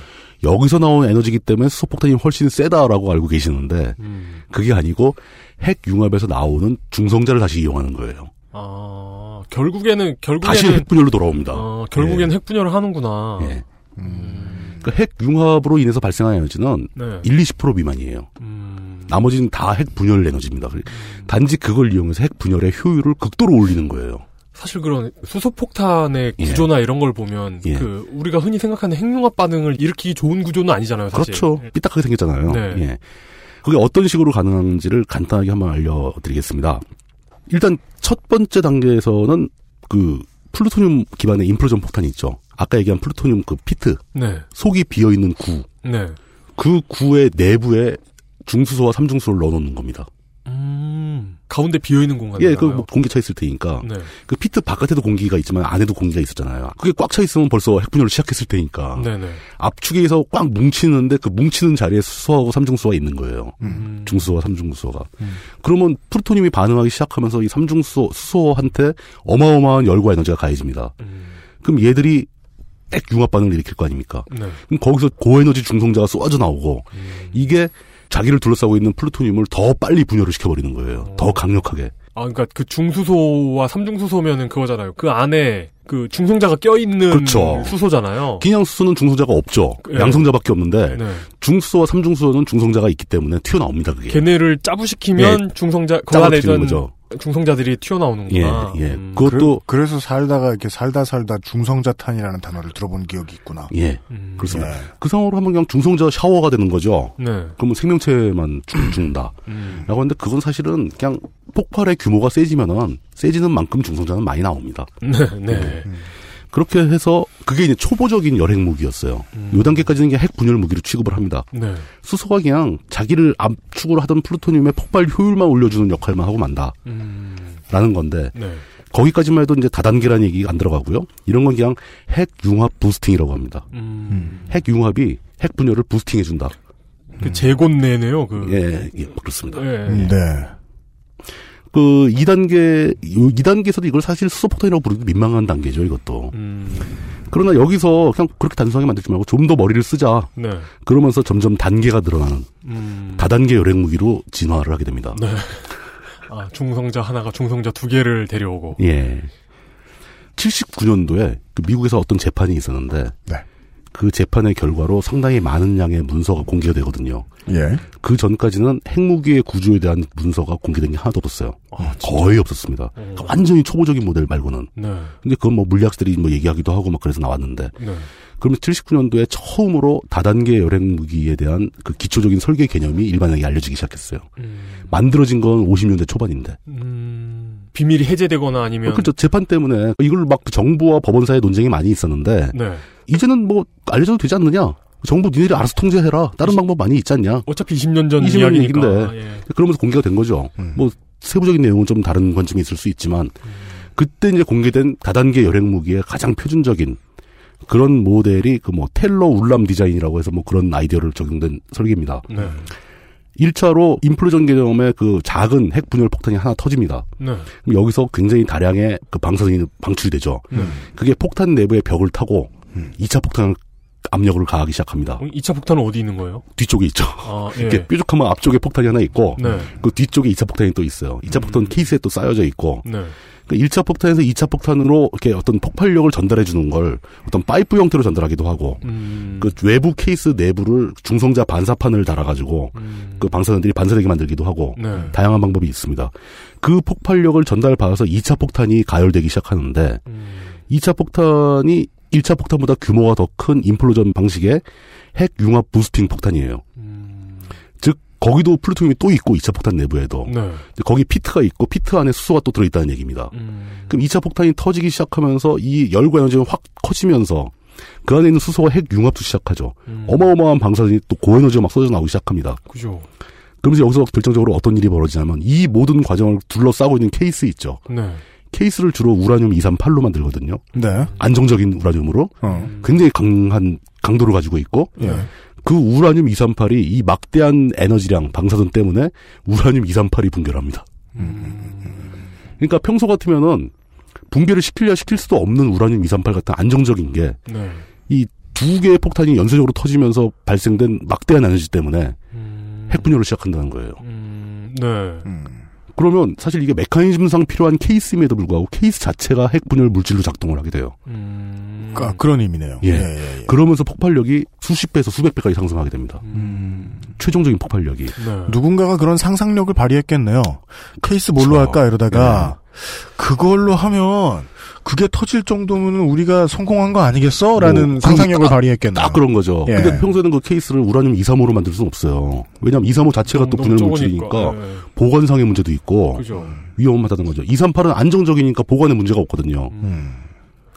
S4: 여기서 나온 에너지기 때문에 수소폭탄이 훨씬 세다라고 알고 계시는데
S3: 음.
S4: 그게 아니고 핵 융합에서 나오는 중성자를 다시 이용하는 거예요.
S3: 아, 결국에는 결국에는
S4: 다시 핵분열로 돌아옵니다.
S3: 아, 결국에는 핵 음. 분열을 하는구나.
S4: 예. 그러니까 핵 융합으로 인해서 발생한 에너지는
S3: 네. 음.
S4: 1, 20% 미만이에요. 나머지는 다 핵 분열 에너지입니다. 그래- 단지 그걸 이용해서 핵 분열의 효율을 극도로 올리는 거예요.
S3: 사실 그런 수소폭탄의 구조나 이런 걸 보면
S4: 예.
S3: 그 우리가 흔히 생각하는 핵융합 반응을 일으키기 좋은 구조는 아니잖아요, 사실.
S4: 그렇죠. 삐딱하게 생겼잖아요.
S3: 네.
S4: 예. 그게 어떤 식으로 가능한지를 간단하게 한번 알려드리겠습니다. 일단 첫 번째 단계에서는 그 플루토늄 기반의 인플루전 폭탄이 있죠. 아까 얘기한 플루토늄 그 피트.
S3: 네.
S4: 속이 비어 있는 구.
S3: 네.
S4: 그 구의 내부에 중수소와 삼중수소를 넣어 놓는 겁니다.
S3: 음, 가운데 비어있는 공간이.
S4: 예, 그뭐 공기 차 있을 테니까.
S3: 네.
S4: 그 피트 바깥에도 공기가 있지만 안에도 공기가 있었잖아요. 그게 꽉 차 있으면 벌써 핵분열을 시작했을 테니까.
S3: 네네.
S4: 압축에서 꽉 뭉치는데 그 뭉치는 자리에 수소하고 삼중수소가 있는 거예요.
S3: 음.
S4: 중수소와 삼중수소가. 그러면 프로토늄이 반응하기 시작하면서 이 삼중수소 수소한테 어마어마한 열과 에너지가 가해집니다.
S3: 음.
S4: 그럼 얘들이 딱 융합 반응을 일으킬 거 아닙니까?
S3: 네.
S4: 그럼 거기서 고에너지 중성자가 쏘아져 나오고
S3: 음.
S4: 이게 자기를 둘러싸고 있는 플루토늄을 더 빨리 분열을 시켜버리는 거예요.
S3: 어.
S4: 더 강력하게.
S3: 아, 그러니까 그 중수소와 삼중수소면은 그거잖아요. 그 안에 그 중성자가 껴있는
S4: 그렇죠.
S3: 수소잖아요.
S4: 그냥 수소는 중성자가 없죠.
S3: 예.
S4: 양성자밖에 없는데
S3: 네.
S4: 중수소와 삼중수소는 중성자가 있기 때문에 튀어나옵니다. 그게.
S3: 걔네를 짜부시키면
S4: 예.
S3: 중성자 그
S4: 짜고
S3: 안에
S4: 들이는
S3: 있던
S4: 거죠.
S3: 중성자들이 튀어나오는구나. 음.
S4: 예, 예. 그것도
S2: 그, 래서 살다가 이렇게 살다 살다 중성자탄이라는 단어를 들어본 기억이 있구나.
S4: 예. 그렇습니다. 그 상황으로 하면 그냥 중성자 샤워가 되는 거죠.
S2: 네.
S4: 그러면 생명체만 죽, 죽는다.
S3: 음.
S4: 라고 하는데 그건 사실은 그냥 폭발의 규모가 세지면은 세지는 만큼 중성자는 많이 나옵니다.
S3: 네, 네.
S4: 예. 그렇게 해서 그게 이제 초보적인 열핵 무기였어요. 요 단계까지는 그냥 핵 분열 무기로 취급을 합니다.
S3: 네.
S4: 수소가 그냥 자기를 압축으로 하던 플루토늄의 폭발 효율만 올려주는 역할만 하고 만다. 라는 건데
S3: 음. 네.
S4: 거기까지만 해도 이제 다단계라는 얘기가 안 들어가고요. 이런 건 그냥 핵 융합 부스팅이라고 합니다.
S3: 음.
S4: 음. 핵 융합이 핵 분열을 부스팅해 준다.
S3: 그 재곤내네요. 그.
S4: 예, 예, 그렇습니다.
S3: 예.
S2: 음, 네.
S4: 그 2단계 2단계에서도 이걸 사실 수소폭탄이라고 부르기 민망한 단계죠, 이것도.
S3: 음.
S4: 그러나 여기서 그냥 그렇게 단순하게 만들지 말고 좀 더 머리를 쓰자.
S3: 네. 음.
S4: 그러면서 점점 단계가 늘어나는 다단계 열핵 무기로 진화를 하게 됩니다.
S3: 네. 아, 중성자 하나가 중성자 두 개를 데려오고.
S4: 예. 79년도에 그 미국에서 어떤 재판이 있었는데
S3: 네.
S4: 그 재판의 결과로 상당히 많은 양의 문서가 공개가 되거든요.
S2: 예.
S4: 그 전까지는 핵무기의 구조에 대한 문서가 공개된 게 하나도 없었어요. 거의 없었습니다. 그러니까 완전히 초보적인 모델 말고는.
S3: 네.
S4: 근데 그건 뭐 물리학자들이 뭐 얘기하기도 하고 막 그래서 나왔는데.
S3: 네.
S4: 그러면 79년도에 처음으로 다단계 열핵 무기에 대한 그 기초적인 설계 개념이 일반에게 알려지기 시작했어요. 만들어진 건 50년대 초반인데. 그
S3: 음. 비밀이 해제되거나 아니면.
S4: 그렇죠. 재판 때문에 이걸 막그 정부와 법원 사이의 논쟁이 많이 있었는데
S3: 네.
S4: 이제는 뭐 알려줘도 되지 않느냐? 정부 니네들이 알아서 통제해라. 다른 방법 많이 있지 않냐?
S3: 어차피 20년 전
S4: 20년
S3: 이야기니까.
S4: 얘기인데.
S3: 예.
S4: 그러면서 공개가 된 거죠. 뭐 세부적인 내용은 좀 다른 관점이 있을 수 있지만 그때 이제 공개된 다단계 열핵 무기의 가장 표준적인 그런 모델이 그 뭐 텔러 울람 디자인이라고 해서 뭐 그런 아이디어를 적용된 설계입니다.
S3: 네.
S4: 1차로 인플루전 개념의 그 작은 핵 분열 폭탄이 하나 터집니다.
S3: 네.
S4: 그럼 여기서 굉장히 다량의 그 방사선이 방출이 되죠.
S3: 네.
S4: 그게 폭탄 내부의 벽을 타고 2차 폭탄 압력을 가하기 시작합니다.
S3: 2차 폭탄은 어디 있는 거예요?
S4: 뒤쪽에 있죠.
S3: 아, 예.
S4: 이렇게 뾰족하면 앞쪽에 폭탄이 하나 있고
S3: 네.
S4: 그 뒤쪽에 2차 폭탄이 또 있어요. 2차 폭탄 케이스에 또 쌓여져 있고
S3: 네.
S4: 그 1차 폭탄에서 2차 폭탄으로 이렇게 어떤 폭발력을 전달해 주는 걸 어떤 파이프 형태로 전달하기도
S3: 음.
S4: 하고 그 외부 케이스 내부를 중성자 반사판을 달아가지고 그 방사선들이 반사되게 만들기도 하고
S3: 네.
S4: 다양한 방법이 있습니다. 그 폭발력을 전달받아서 2차 폭탄이 가열되기 시작하는데 2차 폭탄이 1차 폭탄보다 규모가 더 큰 인플루전 방식의 핵 융합 부스팅 폭탄이에요. 즉 거기도 플루토늄이 또 있고 2차 폭탄 내부에도
S3: 네.
S4: 근데 거기 피트가 있고 피트 안에 수소가 또 들어있다는 얘기입니다.
S3: 음.
S4: 그럼 2차 폭탄이 터지기 시작하면서 이 열과 에너지는 확 커지면서 그 안에 있는 수소가 핵 융합도 시작하죠. 어마어마한 방사선이 또 고에너지가 막 쏟아져 나오기 시작합니다.
S3: 음. 그죠.
S4: 그러면서 여기서 결정적으로 어떤 일이 벌어지냐면 이 모든 과정을 둘러싸고 있는 케이스 있죠.
S3: 네.
S4: 케이스를 주로 우라늄 238로 만들거든요.
S2: 네.
S4: 안정적인 우라늄으로
S2: 어.
S4: 굉장히 강한 강도를 가지고 있고
S2: 예.
S4: 그 우라늄 238이 이 막대한 에너지량 방사선 때문에 우라늄 238이 붕괴합니다. 그러니까 평소 같으면은 붕괴를 시킬려 시킬 수도 없는 우라늄 238 같은 안정적인
S3: 네.
S4: 게 이 두 개의 폭탄이 연쇄적으로 터지면서 발생된 막대한 에너지 때문에 핵분열을 시작한다는 거예요.
S3: 네.
S4: 음. 그러면 사실 이게 메커니즘상 필요한 케이스임에도 불구하고 케이스 자체가 핵분열 물질로 작동을 하게 돼요.
S3: 음.
S2: 아, 그런 의미네요.
S4: 예. 그러면서 폭발력이 수십 배에서 수백 배까지 상승하게 됩니다.
S3: 음.
S4: 음. 최종적인 폭발력이.
S3: 네.
S2: 누군가가 그런 상상력을 발휘했겠네요. 케이스 뭘로
S4: 그렇죠.
S2: 할까 이러다가
S4: 예.
S2: 그걸로 하면 그게 터질 정도면 우리가 성공한 거 아니겠어라는
S4: 뭐,
S2: 상상력을
S4: 딱-
S2: 발휘했겠네요.
S4: 딱 그런 거죠.
S2: 예.
S4: 근데 평소에는 그 케이스를 우라늄 235로 만들 수는 없어요. 왜냐하면 235 자체가 또 어.
S2: 너무
S4: 분열
S2: 적으니까, 예. 그렇죠.
S4: 물질이니까 보건상의 문제도 있고
S3: 예, 그죠.
S4: 위험하다는 거죠. 238은 안정적이니까 보관에 문제가 없거든요.
S2: 음.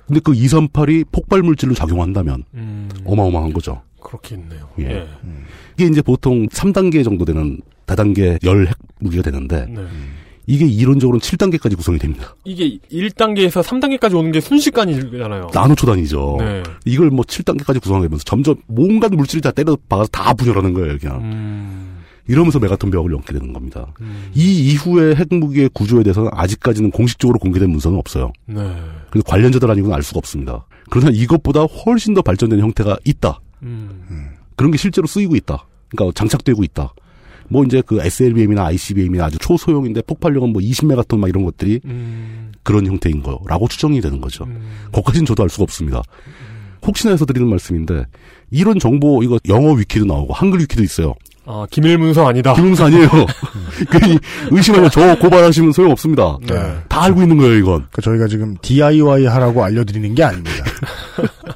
S4: 근데 그 238이 폭발 물질로 작용한다면
S3: 음.
S4: 어마어마한 거죠.
S3: 그렇겠네요.
S4: 예. 이게 이제 보통 3단계 정도 되는 네 다단계 열 핵 무기가 되는데
S3: 네.
S4: 이게 이론적으로는 7단계까지 구성이 됩니다.
S3: 이게 1단계에서 3단계까지 오는 게 순식간이잖아요.
S2: 어.
S4: 나노초 단위죠.
S3: 네.
S4: 이걸 뭐 7단계까지 구성하게 되면서 점점 뭔가 물질이 다 때려 박아서 다 분열하는 거예요, 그냥. 이러면서 메가톤 벽을 넘게 되는 겁니다. 이 이후의 핵무기의 구조에 대해서는 아직까지는 공식적으로 공개된 문서는 없어요.
S3: 네.
S4: 그래서 관련자들 아니고는 알 수가 없습니다. 그러나 이것보다 훨씬 더 발전된 형태가 있다.
S3: 음.
S4: 그런 게 실제로 쓰이고 있다. 그러니까 장착되고 있다. 뭐 이제 그 SLBM이나 ICBM이나 아주 초소형인데 폭발력은 뭐 20메가톤 막 이런 것들이
S3: 음.
S4: 그런 형태인 거라고 추정이 되는 거죠. 거기까지는 저도 알 수가 없습니다. 혹시나 해서 드리는 말씀인데 이런 정보 이거 영어 위키도 나오고 한글 위키도 있어요.
S3: 아, 기밀문서 아니다.
S4: 기밀문서 아니에요. 괜히 의심하면 저 고발하시면 소용없습니다. 다 알고 있는 거예요, 이건.
S2: 그러니까 저희가 지금 DIY 하라고 알려드리는 게 아닙니다.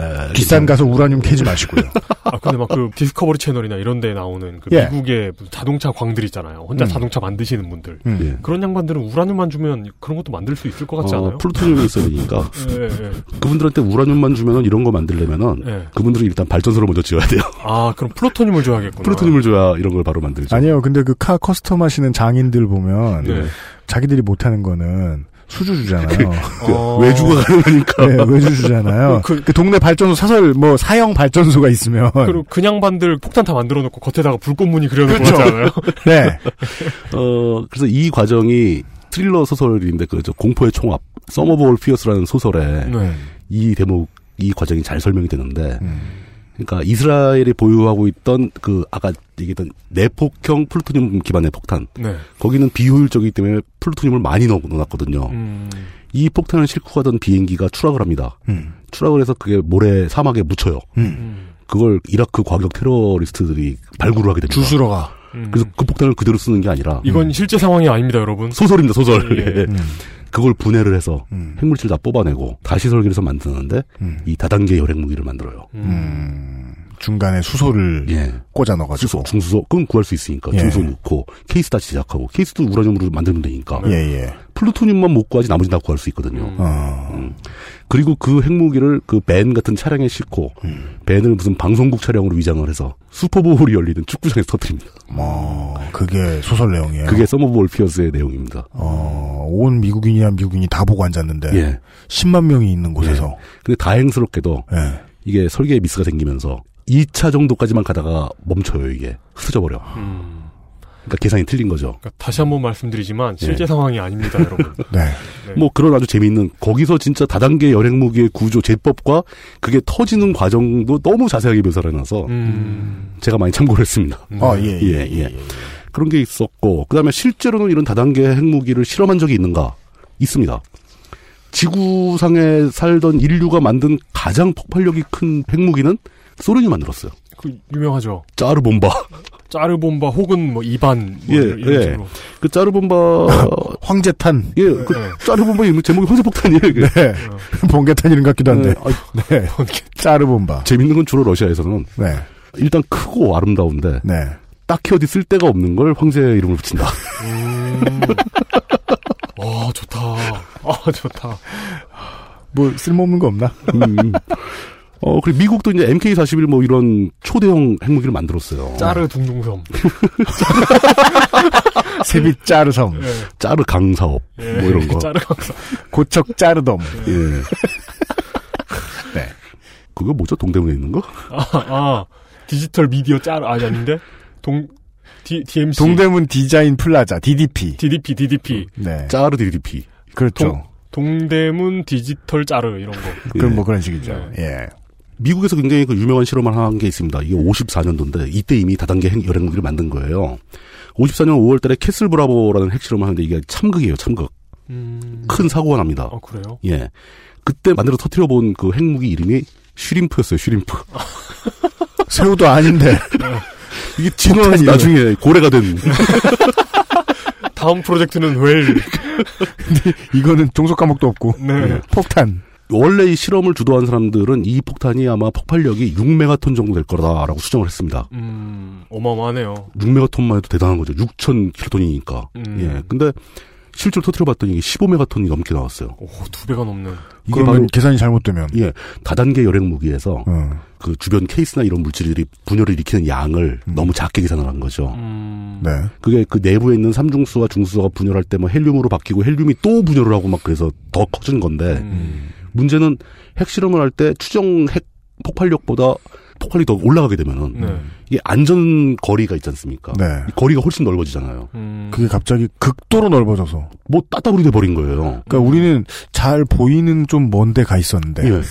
S4: 에,
S2: 기산 가서 우라늄 캐지 마시고요.
S3: 아, 근데 막 그 디스커버리 채널이나 이런 데 나오는 그
S2: 예.
S3: 미국의 무슨 자동차 광들 있잖아요. 혼자
S4: 음.
S3: 자동차 만드시는 분들.
S4: 음. 예.
S3: 그런 양반들은 우라늄만 주면 그런 것도 만들 수 있을 것 같지
S4: 어,
S3: 않아요?
S4: 플루토늄이 있어야 되니까.
S3: 예, 예.
S4: 그분들한테 우라늄만 주면은 이런 거 만들려면은
S3: 예.
S4: 그분들은 일단 발전소를 먼저 지어야 돼요.
S3: 아, 그럼 플루토늄을 줘야겠구나.
S4: 플루토늄을 줘야 이런 걸 바로 만들죠.
S2: 아니에요. 근데 그 카 커스텀 하시는 장인들 보면
S4: 네.
S2: 자기들이 못하는 거는 수주주잖아요.
S4: 그 어. 외주가 가능하니까.
S2: 네, 외주주잖아요. 그, 동네 발전소 사설 뭐 사형 발전소가 있으면
S4: 그렇죠.
S3: 그리고 그냥 반들 폭탄 다 만들어 놓고 겉에다가 불꽃무늬 그려놓고
S2: 그렇죠.
S3: 하잖아요.
S2: 네.
S4: 어, 그래서 이 과정이 트릴러 소설인데 그죠 공포의 총합 서머볼 피어스라는 소설에
S3: 네.
S4: 이 대목 이 과정이 잘 설명이 되는데
S3: 음.
S4: 그러니까 이스라엘이 보유하고 있던 그 아까 얘기했던 내폭형 플루토늄 기반의 폭탄
S3: 네.
S4: 거기는 비효율적이기 때문에 플루토늄을 많이 넣어 놓았거든요.
S3: 음.
S4: 이 폭탄을 싣고 가던 비행기가 추락을 합니다.
S2: 음.
S4: 추락을 해서 그게 모래 사막에 묻혀요.
S3: 음.
S4: 그걸 이라크 과격 테러리스트들이 발굴을 하게 됩니다.
S2: 주스러 가.
S4: 그래서 그 폭탄을 그대로 쓰는 게 아니라
S3: 음. 이건 실제 상황이 아닙니다, 여러분.
S4: 소설입니다, 소설.
S3: 예. 음.
S4: 예. 그걸 분해를 해서 핵물질 다 뽑아내고 다시 설계해서 만드는데 이 다단계 열핵무기를 만들어요.
S3: 음.
S2: 중간에 수소를
S4: 예.
S2: 꽂아 넣어가지고
S4: 중수소 그건 구할 수 있으니까
S2: 예.
S4: 중수소 넣고 케이스 다 제작하고 케이스도 우라늄으로 만들면 되니까
S2: 예, 예.
S4: 플루토늄만 못 구하지 나머지 다 구할 수 있거든요.
S2: 아.
S4: 음. 그리고 그 핵무기를 그 밴 같은 차량에 싣고
S2: 음.
S4: 밴을 무슨 방송국 차량으로 위장을 해서 슈퍼보홀이 열리는 축구장에서 터뜨립니다.
S2: 뭐, 그게 소설 내용이에요.
S4: 그게 서머볼 피어스의 내용입니다.
S2: 어, 온 미국인이야 미국인이 다 보고 앉았는데
S4: 예.
S2: 10만 명이 있는 곳에서 예.
S4: 근데 다행스럽게도 이게 설계에 미스가 생기면서 2차 정도까지만 가다가 멈춰요 이게 흩어져버려. 그러니까 계산이 틀린 거죠.
S3: 그러니까 다시 한 번 말씀드리지만 실제
S4: 예.
S3: 상황이 아닙니다, 여러분.
S2: 네.
S4: 뭐 그런 아주 재미있는 거기서 진짜 다단계 열핵무기의 구조 제법과 그게 터지는 과정도 너무 자세하게 묘사를 해놔서
S3: 음.
S4: 제가 많이 참고를 했습니다.
S2: 아, 음. 예, 예,
S4: 예, 예. 그런 게 있었고 그다음에 실제로는 이런 다단계 핵무기를 실험한 적이 있는가 있습니다. 지구상에 살던 인류가 만든 가장 폭발력이 큰 핵무기는 소련이 만들었어요.
S3: 그 유명하죠.
S4: 짜르본바.
S3: 짜르본바 혹은 뭐 이반 뭐
S4: 예,
S3: 이런
S4: 예.
S3: 식으로.
S4: 그 짜르본바
S2: 황제탄.
S4: 예, 그 짜르본바 이름 제목이 황제폭탄이에요. 이게.
S2: 네. 번개탄 이름 같기도 한데.
S4: 네. 아이,
S2: 네. 짜르본바.
S4: 재밌는 건 주로 러시아에서는
S2: 네.
S4: 일단 크고 아름다운데 딱히 어디 쓸 데가 없는 걸 황제 이름을 붙인다.
S3: 아, 좋다. 아, 좋다.
S2: 뭐 쓸모없는 거 없나?
S4: 음. 어 그리고 미국도 이제 MK41 뭐 이런 초대형 핵무기를 만들었어요.
S3: 짜르 둥둥섬.
S2: 세비 짜르섬.
S4: 짜르 강사업
S3: 예.
S4: 뭐 이런 거.
S3: 짜르 강사.
S2: 고척 짜르덤.
S4: 예. 네. 그거 뭐죠? 동대문에 있는 거?
S3: 아, 아, 디지털 미디어 짜르 아니 아닌데 동 D, DMC
S2: 동대문 디자인 플라자 DDP.
S3: DDP DDP
S2: 네.
S4: 짜르 DDP.
S2: 그렇죠.
S3: 동대문 디지털 짜르 이런 거.
S2: 그럼 뭐 그런 식이죠.
S4: 네.
S2: 예.
S4: 예. 미국에서 굉장히 그 유명한 실험을 한 게 있습니다. 이게 54년도인데 이때 이미 다단계 핵 열핵무기를 만든 거예요. 54년 5월달에 캐슬 브라보라는 핵실험을 하는데 이게 참극이에요. 참극. 큰 사고가 납니다.
S3: 음. 아, 그래요?
S4: 예. 그때 만들어 터트려 본 그 핵무기 이름이 슈림프였어요. 슈림프.
S2: 새우도 아닌데.
S4: 이게 진화한 나중에 고래가 된.
S3: 다음 프로젝트는 웰.
S2: 이거는 종속 감옥도 없고.
S3: 네.
S2: 폭탄.
S4: 원래 이 실험을 주도한 사람들은 이 폭탄이 아마 폭발력이 6메가톤 정도 될 거다라고 수정을 했습니다.
S3: 음, 어마어마하네요.
S4: 6메가톤만 해도 대단한 거죠. 6,000킬로톤이니까.
S3: 음.
S4: 예. 근데 실제로 터트려 봤더니 15메가톤이 넘게 나왔어요.
S3: 두 배가 넘는.
S4: 이게
S2: 그러면
S4: 바로-
S2: 계산이 잘못되면 어,
S4: 예, 다단계 열액
S2: 음.
S4: 무기에서 그 주변 케이스나 이런 물질들이 분열을 일으키는 양을 너무 작게 계산을 한 거죠.
S3: 음.
S2: 네.
S4: 그게 그 내부에 있는 삼중수와 중수가 분열할 때 뭐 헬륨으로 바뀌고 헬륨이 또 분열을 하고 막 그래서 더 커진 건데
S3: 음.
S4: 문제는 핵실험을 할 때 추정 핵 폭발력보다 폭발이 더 올라가게 되면은
S2: 네.
S4: 이게 안전 거리가 있지 않습니까?
S2: 네.
S4: 이 거리가 훨씬 넓어지잖아요.
S3: 음.
S2: 그게 갑자기 극도로 넓어져서
S4: 뭐 따따블이 돼 버린 거예요.
S2: 그러니까 우리는 잘 보이는 좀 먼데 가 있었는데.
S4: 예.
S3: 음.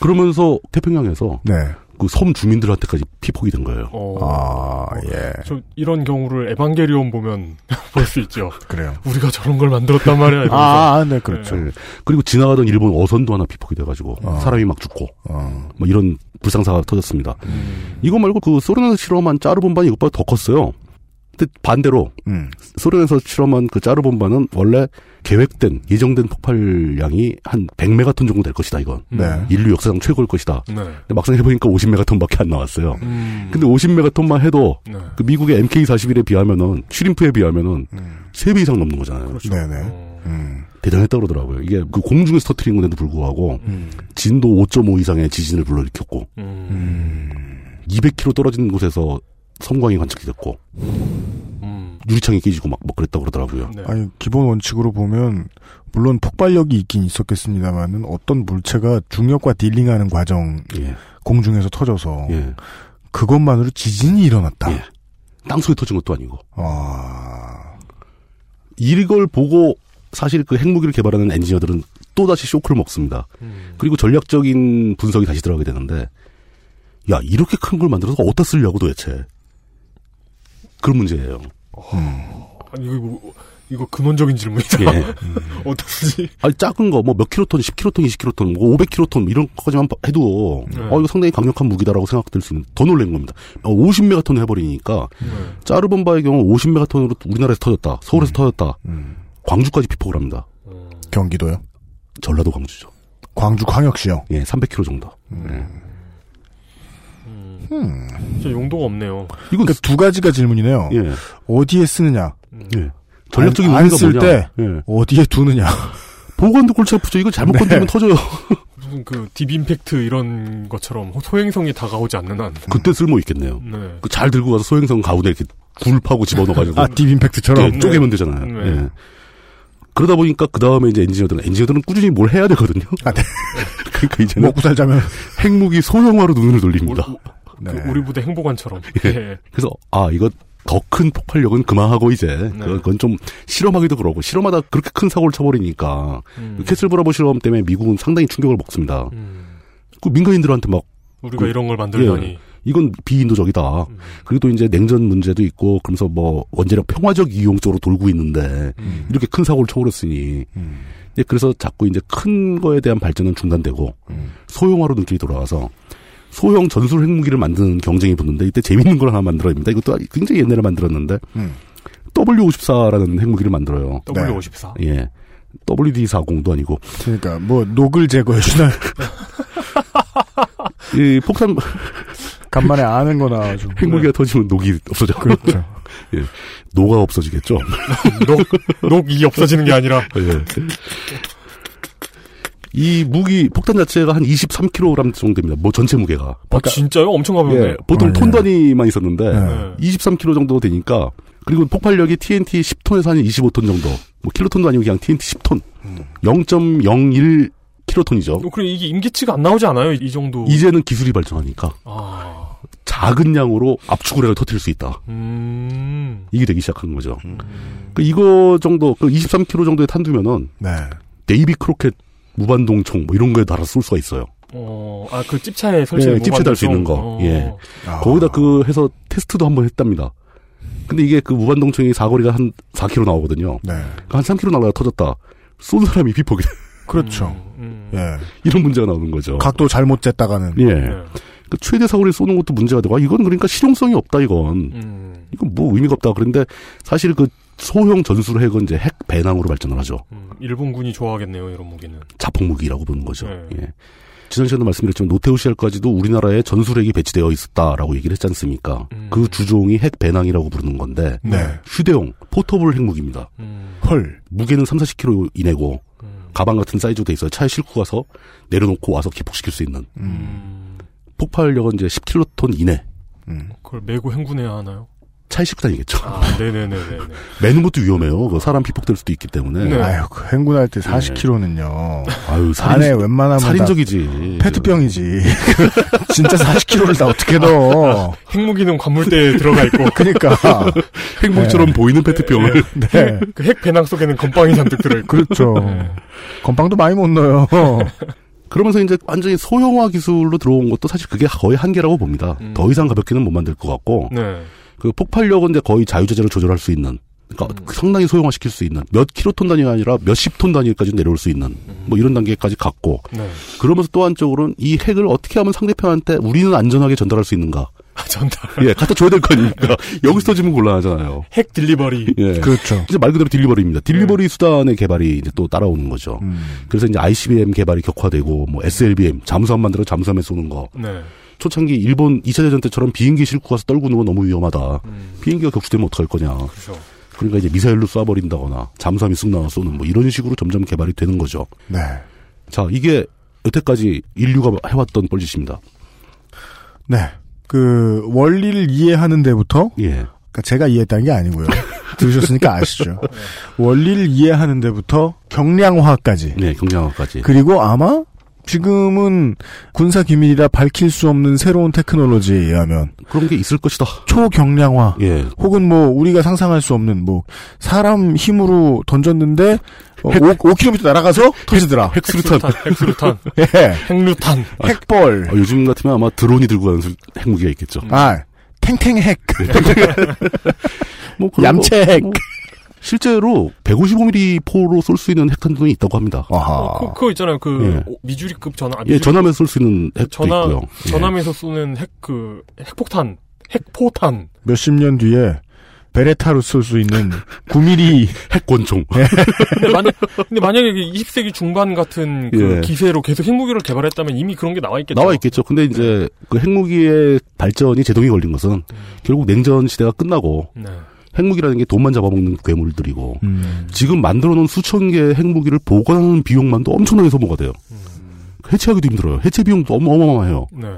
S4: 그러면서 태평양에서
S2: 네.
S4: 그 섬 주민들한테까지 피폭이 된 거예요.
S2: 아, 예.
S3: 어. 저 이런 경우를 에반게리온 보면 볼 수 있죠.
S2: 그래요.
S3: 우리가 저런 걸 만들었단 말이야. 이러면서.
S4: 아, 아, 네, 그렇죠. 아. 그리고 지나가던 일본 어선도 하나 피폭이 돼가지고 사람이 막 죽고
S2: 어,
S4: 뭐 이런 불상사가 터졌습니다. 이거 말고 그 소련에서 실험한 짜르본반 이것보다 더 컸어요. 근데 반대로
S2: 음.
S4: 소련에서 실험한 그 짜르본반은 원래 계획된 예정된 폭발량이 한 100메가톤 정도 될 것이다 이건
S2: 네.
S4: 인류 역사상 최고일 것이다.
S2: 네.
S4: 근데 막상 해보니까 50메가톤밖에 안 나왔어요.
S3: 음.
S4: 근데 50메가톤만 해도 그 미국의 MK41에 비하면은 슈림프에 비하면은 세 3배 이상 넘는 거잖아요.
S3: 그렇죠.
S2: 네네.
S3: 음.
S4: 대단했다 그러더라고요. 이게 그 공중에서 터트린 건데도 불구하고 진도 5.5 이상의 지진을 불러일으켰고
S3: 음.
S4: 음. 200km 떨어진 곳에서 섬광이 관측이 됐고
S3: 음.
S4: 유리창이 깨지고 막 뭐 그랬다 그러더라고요.
S3: 네.
S2: 아니 기본 원칙으로 보면 물론 폭발력이 있긴 있었겠습니다만은 어떤 물체가 중력과 딜링하는 과정
S4: 예,
S2: 공중에서 터져서 그것만으로 지진이 일어났다.
S4: 땅속에 터진 것도 아니고. 이걸 보고 사실 그 핵무기를 개발하는 엔지니어들은 또 다시 쇼크를 먹습니다. 그리고 전략적인 분석이 다시 들어가게 되는데 야 이렇게 큰 걸 만들어서 어디다 쓰려고 도대체 그런 문제예요.
S3: 아니, 이거, 뭐- 이거 근원적인 질문이다.
S4: 예.
S3: 어떠지?
S4: 아니 작은 거 뭐 몇 킬로톤, 10킬로톤, 20킬로톤, 뭐 500킬로톤 이런 것까지만 해도
S2: 네.
S4: 어 이거 상당히 강력한 무기다라고 생각될 수 있는 더 놀란 겁니다. 아, 50메가톤 해버리니까
S2: 네.
S4: 짜르본바의 경우 50메가톤으로 우리나라에서 터졌다, 서울에서
S2: 음.
S4: 터졌다, 광주까지 피폭을 합니다.
S2: 경기도요?
S4: 전라도 광주죠.
S2: 광주 광역시요.
S4: 예, 300km 정도.
S2: 어.
S3: 진짜 용도가 없네요.
S2: 이건 그러니까 두 가지가 질문이네요. 어디에 쓰느냐?
S4: 예. 전략적인
S2: 안
S4: 의미가
S2: 쓸
S4: 뭐냐?
S2: 때
S4: 예.
S2: 어디에 두느냐?
S4: 보관도 골치 아프죠. 이거
S2: 네.
S4: 잘못 건드리면 터져요.
S3: 무슨 그 딥임팩트 이런 것처럼 소행성이 다가오지 않는 한.
S4: 그때 쓸모 있겠네요.
S3: 네.
S4: 그잘 들고 가서 소행성 가운데 이렇게 굴 파고 집어넣어가지고.
S2: 아, 딥 임팩트처럼?
S4: 예, 쪼개면 되잖아요.
S2: 네.
S4: 예. 그러다 보니까 그 다음에 이제 엔지니어들은, 엔지니어들은 꾸준히 뭘 해야 되거든요. 그러니까 이제는.
S2: 예. 먹고 살자면.
S4: 핵무기 소형화로 눈을 돌립니다. 네.
S3: 그 우리 부대 행보관처럼.
S4: 예.
S3: 예.
S4: 그래서, 아, 이거 더 큰 폭발력은 그만하고 이제,
S2: 네.
S4: 그건- 그건 좀 실험하기도 그러고, 실험하다 그렇게 큰 사고를 쳐버리니까,
S3: 음.
S2: 음.
S4: 그 캐슬브라보 실험 때문에 미국은 상당히 충격을 먹습니다. 그 민간인들한테 막,
S3: 우리가
S4: 그-
S3: 이런 걸 만들다니.
S4: 예. 이건 비인도적이다.
S2: 음.
S4: 그리고 또 이제 냉전 문제도 있고, 그러면서 뭐 원자력 평화적 이용 쪽으로 돌고 있는데,
S2: 음.
S4: 이렇게 큰 사고를 쳐버렸으니. 이제 그래서 자꾸 이제 큰 거에 대한 발전은 중단되고,
S2: 음.
S4: 소형화로 눈길이 돌아와서, 소형 전술 핵무기를 만드는 경쟁이 붙는데, 이때 재밌는 걸 하나 만들어냅니다. 이것도 굉장히 옛날에 만들었는데,
S2: 음.
S4: W54라는 핵무기를 만들어요.
S3: W54?
S4: 예. WD40도 아니고.
S2: 그러니까 뭐 녹을 제거해 주나
S4: 이 폭탄
S2: 간만에 아는 거 나와가지고
S4: 핵무기가 터지면 녹이 없어져.
S2: 그렇죠.
S4: 예. 녹아 없어지겠죠.
S3: 녹, 녹이 없어지는 게 아니라.
S4: 예. 이 무기 폭탄 자체가 한 23kg 정도 됩니다. 뭐 전체 무게가.
S3: 아, 진짜요? 엄청 네. 가볍네.
S4: 예, 네. 보통 톤 단위만 있었는데 23kg 정도 되니까 그리고 폭발력이 TNT 10톤에서 한 25톤 정도. 뭐 킬로톤도 아니고 그냥 TNT 10톤. 0.01 킬로톤이죠.
S3: 어, 그래, 이게 임계치가 안 나오지 않아요? 이 정도. 아.
S4: 이제는 기술이 발전하니까 작은 양으로 압축을 해서 터뜨릴 수 있다.
S3: 음.
S4: 이게 되기 시작한 거죠. 그 이거 정도 그 23kg 정도의 탄두면은
S2: 네.
S4: 네이비 크로켓 무반동총 뭐 이런 거에 달아 쏠 수가 있어요.
S3: 어, 아, 그 찝차에 설치된
S4: 네, 찝체 달 수
S3: 무반동성?
S4: 있는 거.
S3: 어.
S4: 예.
S2: 아.
S4: 거기다 그 해서 테스트도 한번 했답니다. 근데 이게 그 무반동총이 사거리가 한 4km 나오거든요.
S2: 네.
S4: 그러니까 한 3km 날라가 터졌다. 쏜 사람이 비폭이 돼.
S2: 그렇죠.
S3: 음,
S4: 이런 문제가 나오는 거죠.
S2: 각도 잘못 쟀다가는
S3: 네.
S4: 예.
S3: 음,
S4: 그 최대 사거리 쏘는 것도 문제가 되고, 아, 이건 그러니까 실용성이 없다, 이건.
S3: 음.
S4: 이건 뭐 의미가 없다. 그런데 사실 그 소형 전술 핵은 이제 핵
S3: 음.
S4: 배낭으로 발전을 하죠.
S3: 일본군이 좋아하겠네요, 이런 무기는.
S4: 자폭무기라고 보는 거죠. 예. 지난 시간에 말씀드렸지만 노태우 시절까지도 우리나라에 전술핵이 배치되어 있었다라고 얘기를 했지 않습니까? 그 주종이 핵 배낭이라고 부르는 건데
S2: 네.
S4: 휴대용 포터블 핵무기입니다.
S3: 음,
S4: 헐 무게는 3, 40kg 이내고 가방 같은 사이즈로 돼 있어요. 차에 싣고 가서 내려놓고 와서 기폭시킬 수 있는
S3: 음.
S4: 폭발력은 이제 10킬로톤 이내
S3: 그걸 메고 행군해야 하나요?
S4: 차에 싣고 다니겠죠.
S3: 아, 네네네네.
S4: 매는 것도 위험해요. 그 사람 피폭될 수도 있기 때문에.
S2: 네. 아유, 그 행군할 때 40kg는요.
S4: 아유,
S2: 안에 웬만하면 다 예.
S4: 살인적이지. 예.
S2: 페트병이지. 진짜 40kg를 다 어떻게 넣어?
S3: 핵무기는 관물대에 들어가 있고.
S2: 그니까.
S4: 행복처럼
S3: 네.
S4: 보이는 페트병을.
S2: 네. 네.
S3: 그핵 배낭 속에는 건빵이 잔뜩 들어있고.
S2: 그렇죠. 건빵도 많이 못 넣어요.
S4: 그러면서 이제 완전히 소형화 기술로 들어온 것도 사실 그게 거의 한계라고 봅니다. 더 이상 가볍게는 못 만들 것 같고.
S3: 네.
S4: 그 폭발력은 이제 거의 자유자재로 조절할 수 있는. 그러니까 상당히 소형화시킬 수 있는 몇 킬로톤 단위가 아니라 몇십 톤 단위까지 내려올 수 있는 뭐 이런 단계까지 갔고
S3: 네.
S4: 그러면서 또 한쪽으로는 이 핵을 어떻게 하면 상대편한테 우리는 안전하게 전달할 수 있는가
S3: 아, 전달.
S4: 예 갖다 줘야 될 거니까 여기서 지면 곤란하잖아요
S3: 핵 딜리버리.
S4: 예.
S2: 그렇죠.
S4: 이제 말 그대로 딜리버리입니다. 딜리버리 수단의 개발이 이제 또 따라오는 거죠. 그래서 이제 ICBM 개발이 격화되고 뭐 SLBM 잠수함 만들어 잠수함에 쏘는 거.
S3: 네.
S4: 초창기 일본 2차 대전 때처럼 비행기 싣고 가서 떨구는 건 너무 위험하다. 비행기가 격추되면 어떡할 거냐.
S3: 그렇죠.
S4: 러니까 이제 미사일로 쏴버린다거나 잠수함이 쑥 나와 쏘는 뭐 이런 식으로 점점 개발이 되는 거죠.
S2: 네.
S4: 자, 이게 여태까지 인류가 해왔던 뻘짓입니다.
S2: 네. 그 원리를 이해하는 데부터
S4: 예.
S2: 그러니까 제가 이해했다는 게 아니고요. 들으셨으니까 아시죠. 원리를 이해하는 데부터 경량화까지.
S4: 네, 경량화까지.
S2: 그리고 아마 지금은 군사 기밀이라 밝힐 수 없는 새로운 테크놀로지에 의하면
S4: 그런 게 있을 것이다.
S2: 초경량화.
S4: 예.
S2: 혹은 뭐 우리가 상상할 수 없는 뭐 사람 힘으로 던졌는데 어, 5, 5km 날아가서 터지더라.
S4: 핵수류탄.
S3: 핵수류탄.
S2: 예.
S3: 핵류탄.
S2: 핵벌.
S4: 아, 요즘 같으면 아마 드론이 들고 가는 술- 핵무기가 있겠죠.
S2: 아, 탱탱핵.
S4: 예. 뭐
S2: 얌체 핵.
S4: 실제로 155mm 포로 쏠 수 있는 핵탄두이 있다고 합니다.
S3: 그, 그거 있잖아요. 그,
S4: 예.
S3: 오- 미주리급 전함. 아,
S4: 예,
S3: 미주리-
S4: 전함에 쏠 수 있는 핵도
S3: 전함,
S4: 있고요. 예.
S3: 전함에서 쏘는 핵, 그, 핵폭탄. 핵포탄.
S2: 몇십 년 뒤에 베레타로 쏠 수 있는 9mm
S4: 핵권총.
S3: 근데 만약, 근데 만약에 이게 20세기 중반 같은 그
S4: 예.
S3: 기세로 계속 핵무기를 개발했다면 이미 그런 게 나와 있겠죠.
S4: 나와 있겠죠.
S3: 네.
S4: 근데 이제 그 핵무기의 발전이 제동이 걸린 것은 결국 냉전 시대가 끝나고
S3: 네.
S4: 핵무기라는 게 돈만 잡아먹는 괴물들이고
S3: 음.
S4: 지금 만들어 놓은 수천 개의 핵무기를 보관하는 비용만도 엄청나게 소모가 돼요.
S3: 음.
S4: 해체하기도 힘들어요. 해체 비용도 어마- 어마어마해요.
S3: 네.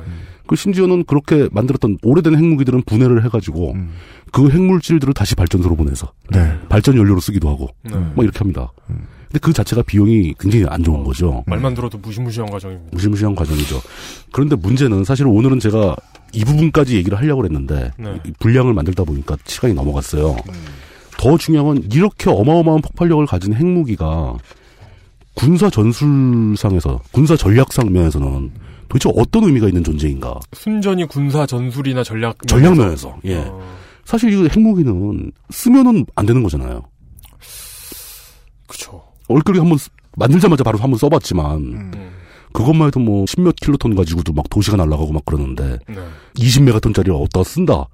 S4: 그 심지어는 그렇게 만들었던 오래된 핵무기들은 분해를 해가지고
S3: 음.
S4: 그 핵물질들을 다시 발전소로 보내서
S2: 네.
S4: 발전 연료로 쓰기도 하고
S3: 네.
S4: 뭐 이렇게 합니다. 근데 그 자체가 비용이 굉장히 안 좋은 거죠.
S3: 말만 들어도 무시무시한 과정입니다.
S4: 무시무시한 과정이죠. 그런데 문제는 사실 오늘은 제가 이 부분까지 얘기를 하려고 했는데
S3: 네. 음.
S4: 이 분량을 만들다 보니까 시간이 넘어갔어요. 더 중요한 건 이렇게 어마어마한 폭발력을 가진 핵무기가 군사 전술상에서 군사 전략상 면에서는 도대체 어떤 의미가 있는 존재인가?
S3: 네. 순전히 군사 전술이나 전략.
S4: 전략 면에서 예.
S3: 어.
S4: 사실 이 핵무기는 쓰면은 안 되는 거잖아요.
S3: 그렇죠.
S4: 얼굴이 한번 쓰- 만들자마자 바로 한번 써봤지만
S3: 음.
S4: 그것만 해도 뭐 십몇 킬로톤 가지고도 막 도시가 날아가고 막 그러는데
S3: 음. 네.
S4: 20메가톤짜리 를 어디다 쓴다.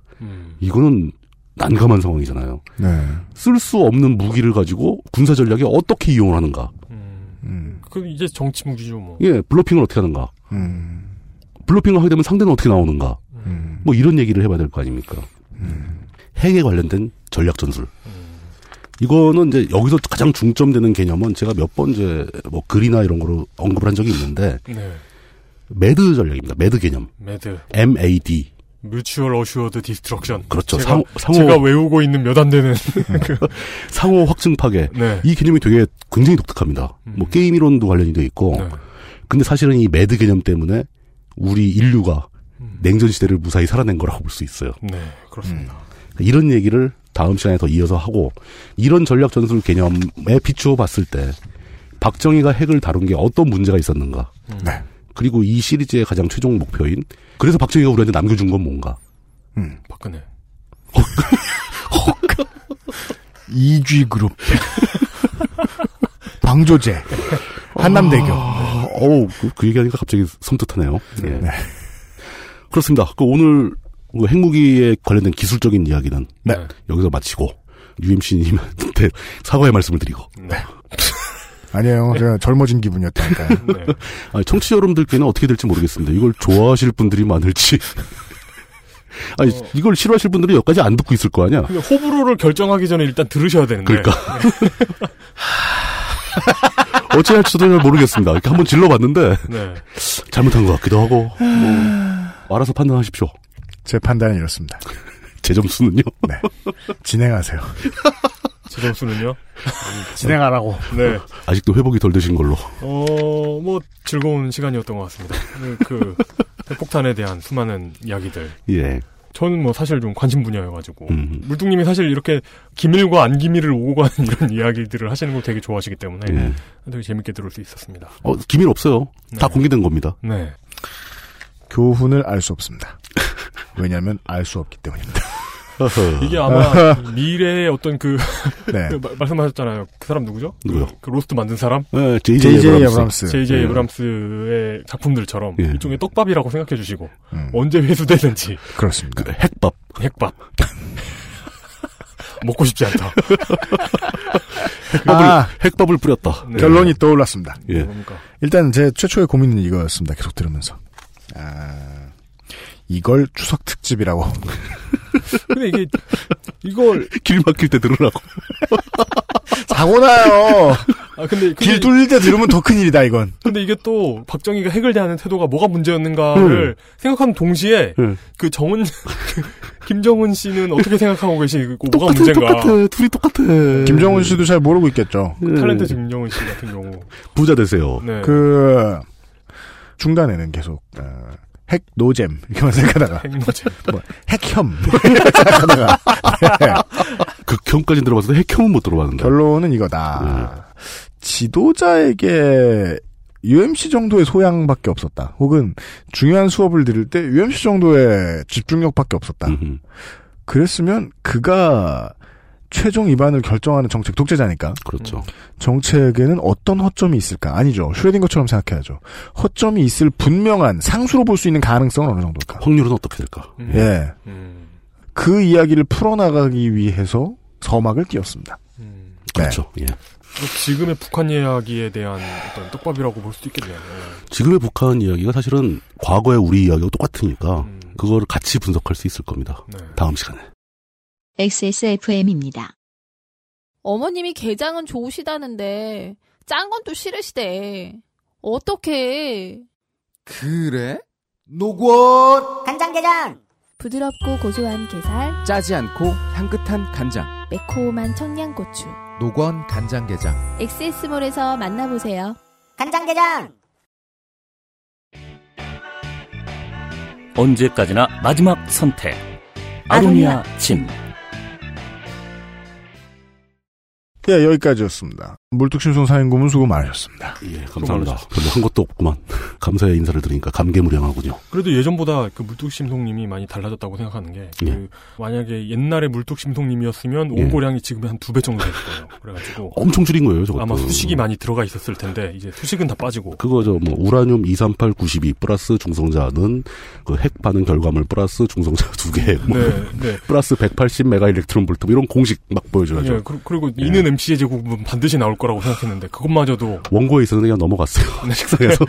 S4: 이거는 난감한 상황이잖아요.
S2: 네.
S4: 쓸 수 없는 무기를 가지고 군사 전략에 어떻게 이용을 하는가?
S2: 음,
S3: 그 이제 정치 무기죠 뭐.
S4: 예, 블러핑을 어떻게 하는가?
S2: 음,
S4: 블러핑을 하게 되면 상대는 어떻게 나오는가? 뭐 이런 얘기를 해봐야 될 거 아닙니까?
S3: 음.
S4: 핵에 관련된 전략 전술. 이거는 이제 여기서 가장 중점되는 개념은 제가 몇 번 이제 뭐 글이나 이런 거로 언급을 한 적이 있는데
S3: 네.
S4: 매드 전략입니다. 매드 개념.
S3: 매드.
S4: MAD.
S3: 뮤추얼 어슈어드 디스트럭션.
S4: 그렇죠.
S3: 제가,
S4: 상호- 상호-
S3: 제가 외우고 있는 몇 안 되는 그
S4: 상호 확증 파괴.
S3: 네.
S4: 이 개념이 되게 굉장히 독특합니다. 뭐 게임 이론도 관련이 돼 있고.
S3: 네.
S4: 근데 사실은 이 매드 개념 때문에 우리 인류가 냉전 시대를 무사히 살아낸 거라고 볼 수 있어요.
S3: 네, 그렇습니다.
S4: 음. 이런 얘기를 다음 시간에 더 이어서 하고 이런 전략 전술 개념에 비추어 봤을 때 박정희가 핵을 다룬 게 어떤 문제가 있었는가.
S2: 네.
S4: 그리고 이 시리즈의 가장 최종 목표인 그래서 박정희가 우리한테 남겨준 건 뭔가.
S3: 박근혜.
S2: 이쥐 그룹. 방조제. 한남대교.
S4: 아, 어우, 그, 그 얘기하니까 갑자기 섬뜩하네요. 예. 그렇습니다. 그 오늘 그 핵무기에 관련된 기술적인 이야기는
S3: 네. 음. 네.
S4: 여기서 마치고 UMC님한테 사과의 말씀을 드리고
S2: 아니에요. 제가 젊어진 기분이었다니까요.
S3: 네.
S4: 아니, 청취자 여러분들께는 어떻게 될지 모르겠습니다. 이걸 좋아하실 분들이 많을지. 아니, 이걸 싫어하실 분들은 여기까지 안 듣고 있을 거 아니야?
S3: 근데 호불호를 결정하기 전에 일단 들으셔야 되는데.
S4: 그러니까. 어찌 할지도 잘 모르겠습니다. 이렇게 한번 질러봤는데.
S3: 네.
S4: 잘못한 것 같기도 하고. 뭐, 알아서 판단하십시오.
S2: 제 판단은 이렇습니다.
S4: 제 점수는요?
S2: 네. 진행하세요.
S3: 제 점수는요?
S2: 진행하라고.
S3: 네.
S4: 아직도 회복이 덜 되신 걸로.
S3: 어, 뭐, 즐거운 시간이었던 것 같습니다. 그, 그, 폭탄에 대한 수많은 이야기들.
S4: 예.
S3: 저는 뭐 사실 좀 관심 분야여가지고. 물뚱님이 사실 이렇게 기밀과 안 기밀을 오고 가는 이런 이야기들을 하시는 걸 되게 좋아하시기 때문에
S4: 예.
S3: 되게 재밌게 들을 수 있었습니다.
S4: 어, 기밀 없어요. 다 공개된 겁니다.
S3: 네.
S2: 교훈을 알 수 없습니다. 왜냐하면 알 수 없기 때문입니다.
S3: 이게 아마 미래의 어떤 그,
S2: 네.
S3: 그 마- 말씀하셨잖아요. 그 사람 누구죠?
S4: 누구요?
S3: 그 로스트 만든 사람?
S4: 네, JJ 에브람스.
S3: JJ
S2: 네,
S4: 예.
S3: 에브람스의 작품들처럼
S4: 예.
S3: 일종의 떡밥이라고 생각해 주시고 언제 회수되는지
S2: 그렇습니다.
S4: 핵밥.
S3: 핵밥. 먹고 싶지 않다.
S4: 핵밥을, 핵밥을 뿌렸다.
S2: 아,
S3: 네.
S2: 네. 결론이 떠올랐습니다.
S4: 예.
S3: 그러니까.
S2: 일단 제 최초의 고민은 이거였습니다. 계속 들으면서. 아, 이걸 추석 특집이라고.
S3: 근데 이게 이걸
S4: 길 막힐 때 들으라고.
S2: 사고 나요.
S3: 아 근데, 근데
S2: 길 뚫릴 때 들으면 더 큰 일이다 이건.
S3: 근데 이게 또 박정희가 핵을 대하는 태도가 뭐가 문제였는가를 생각하는 동시에 그 정은 김정은 씨는 어떻게 생각하고 계시고 뭐가 문제인가?
S4: 둘이 똑같아. 그
S2: 김정은 씨도 잘 모르고 있겠죠.
S3: 탤런트 김정은 씨 같은 경우
S4: 부자 되세요.
S3: 네.
S2: 그 중간에는 계속 어, 핵 노잼 이렇게만 생각하다가
S3: 핵노잼
S2: 뭐, 핵혐 이렇게 생각하다가 네.
S4: 극혐까지 그 들어봤는데 핵혐은 못 들어봤는데.
S2: 결론은 이거다. 지도자에게 UMC 정도의 소양밖에 없었다. 혹은 중요한 수업을 들을 때 UMC 정도의 집중력밖에 없었다.
S4: 음.
S2: 그랬으면 그가 최종 입안을 결정하는 정책 독재자니까.
S4: 그렇죠.
S2: 정책에는 어떤 허점이 있을까? 아니죠. 슈레딩거처럼 생각해야죠. 허점이 있을 분명한 상수로 볼 수 있는 가능성은 어느 정도일까?
S4: 확률은 어떻게 될까?
S2: 예. 그 이야기를 풀어나가기 위해서 서막을 띄웠습니다.
S4: 그렇죠. 예.
S3: 음. 지금의 북한 이야기에 대한 어떤 떡밥이라고 볼 수도 있겠네요.
S4: 지금의 북한 이야기가 사실은 과거의 우리 이야기하고
S3: 아.
S4: 똑같으니까
S3: 음.
S4: 그거를 같이 분석할 수 있을 겁니다.
S3: 네.
S4: 다음 시간에.
S1: XSFM입니다.
S6: 어머님이 게장은 좋으시다는데 짠 건 또 싫으시대. 어떡해.
S5: 그래? 노곤
S6: 간장게장. 부드럽고 고소한 게살,
S5: 짜지 않고 향긋한 간장
S6: 매콤한 청양고추.
S5: 노건 간장게장
S6: 엑세스몰에서 만나보세요.
S15: 간장게장.
S11: 언제까지나 마지막 선택. 아로니아 침.
S2: 예, 여기까지였습니다. 물뚝심송 사인고문 수고 많으셨습니다.
S4: 예, 감사합니다. 별로 한 것도 없구만. 감사의 인사를 드리니까 감개무량하군요.
S3: 그래도 예전보다 그 물뚝심송님이 많이 달라졌다고 생각하는 게, 그
S4: 예.
S3: 만약에 옛날에 물뚝심송님이었으면
S4: 예. 어,
S3: 온고량이 지금의 한 두 배 정도 될 거예요. 그래가지고.
S4: 엄청 줄인 거예요, 저것도.
S3: 아마 수식이 많이 들어가 있었을 텐데, 이제 수식은 다 빠지고.
S4: 그거 저 뭐 우라늄 238 92 플러스 중성자는 그 핵 반응 결과물 플러스 중성자 두 개, 뭐
S3: 네, 네.
S4: 플러스 180 메가 일렉트론 볼트 뭐 이런 공식 막 보여줘야죠.
S3: 예, 그, 리고 이는 MC의 제곱은 반드시 나올 거라고 생각했는데, 그것마저도.
S4: 원고에 있어서 그냥 넘어갔어요. 식상해서.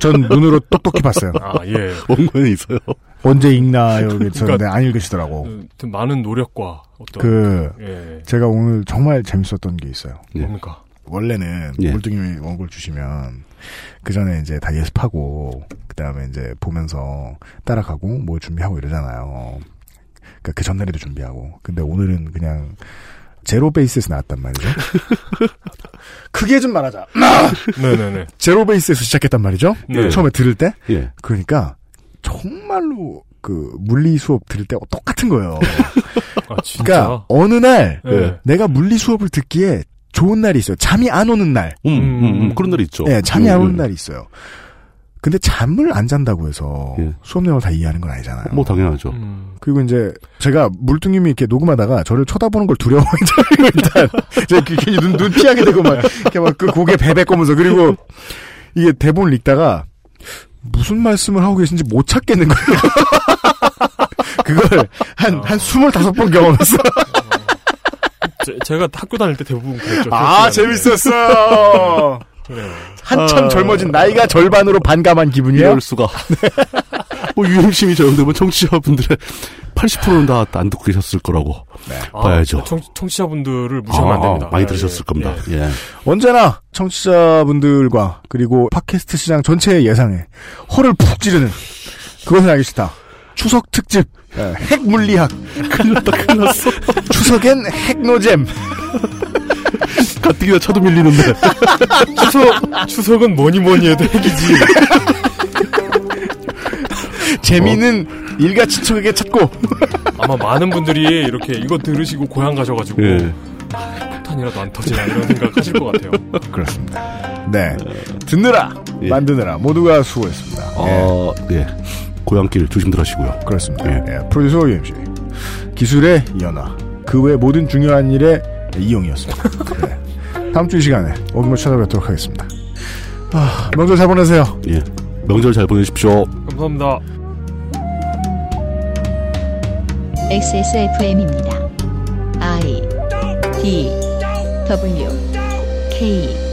S2: 전 눈으로 똑똑히 봤어요.
S3: 아, 예.
S4: 원고는 있어요.
S2: 언제 읽나요? 그랬었는데 네,
S3: 그러니까
S2: 안 읽으시더라고.
S3: 아무튼 많은 노력과 어떤.
S2: 그
S3: 예.
S2: 제가 오늘 정말 재밌었던 게 있어요.
S3: 뭡니까?
S2: 원래는
S3: 예.
S2: 물뚱님이 원고를 주시면 그 전에 이제 다 예습하고 그 다음에 이제 보면서 따라가고 뭐 준비하고 이러잖아요. 그러니까 그 전날에도 준비하고. 근데 오늘은 그냥 제로 베이스에서 나왔단 말이죠. 크게 좀 말하자.
S3: 네네네.
S2: 제로 베이스에서 시작했단 말이죠.
S3: 네.
S2: 처음에 들을 때.
S4: 예.
S2: 그러니까 정말로 그 물리 수업 들을 때 똑같은 거예요.
S3: 아, 진짜.
S2: 그러니까 어느 날
S4: 예.
S2: 내가 물리 수업을 듣기에 좋은 날이 있어요. 잠이 안 오는 날.
S4: 음, 음, 음, 그런 날이 있죠.
S2: 예, 잠이 안
S4: 음,
S2: 오는
S4: 음.
S2: 날이 있어요. 근데 잠을 안 잔다고 해서 수업 내용을 다 이해하는 건 아니잖아요.
S4: 뭐 당연하죠.
S3: 음.
S2: 그리고 이제 제가 물뚱님이 이렇게 녹음하다가 저를 쳐다보는 걸 두려워했잖아요. 일단 제가 이렇게 괜히 눈, 눈 피하게 되고 막 이렇게 막 그 고개 베베 꼬면서 그리고 이게 대본을 읽다가 무슨 말씀을 하고 계신지 못 찾겠는 거예요. 어. 그걸 한 한 스물다섯 번 경험했어.
S3: 제, 가 학교 다닐 때 대부분 그랬죠.
S2: 아, 재밌었어.
S3: 그래요.
S2: 한참
S3: 아,
S2: 젊어진 나이가 절반으로 반감한
S3: 예?
S2: 기분이야.
S4: 이럴 수가. 뭐 유행심이 저용되면 청취자분들의 80%는 다 안 듣고 계셨을 거라고
S3: 아,
S4: 봐야죠.
S3: 청, 청취자분들을 무시하면 안 됩니다.
S4: 아, 많이
S3: 예,
S4: 들으셨을 겁니다. 예.
S2: 언제나 청취자분들과 그리고 팟캐스트 시장 전체의 예상에 허를 푹 찌르는 그것은 알기 싫다. 추석 특집 예, 핵물리학
S4: 큰일 났다 큰일 났어
S2: 추석엔 핵노잼
S4: 가뜩이나 차도 밀리는데
S3: 추석, 추석은 뭐니 뭐니 해도 핵이지.
S2: 재미는 일가친척에게 찾고
S3: 예. 아마 많은 분들이 이렇게 이거 들으시고 고향 가셔가지고
S4: 예.
S3: 아, 폭탄이라도 안 터지나 이런 생각하실 것 같아요.
S2: 그렇습니다. 네. 듣느라 만드느라 모두가 수고했습니다.
S4: 어, 예. 고향길 조심들 하시고요.
S2: 그렇습니다. 예, 프로듀서 UMC 기술의 이연아 그 외 모든 중요한 일의 이용이었습니다. 네. 다음 주 이 시간에 어김없이 찾아뵙도록 하겠습니다. 아, 명절 잘 보내세요.
S4: 예. 명절 잘 보내십시오.
S3: 감사합니다.
S1: XSFM입니다. I D W K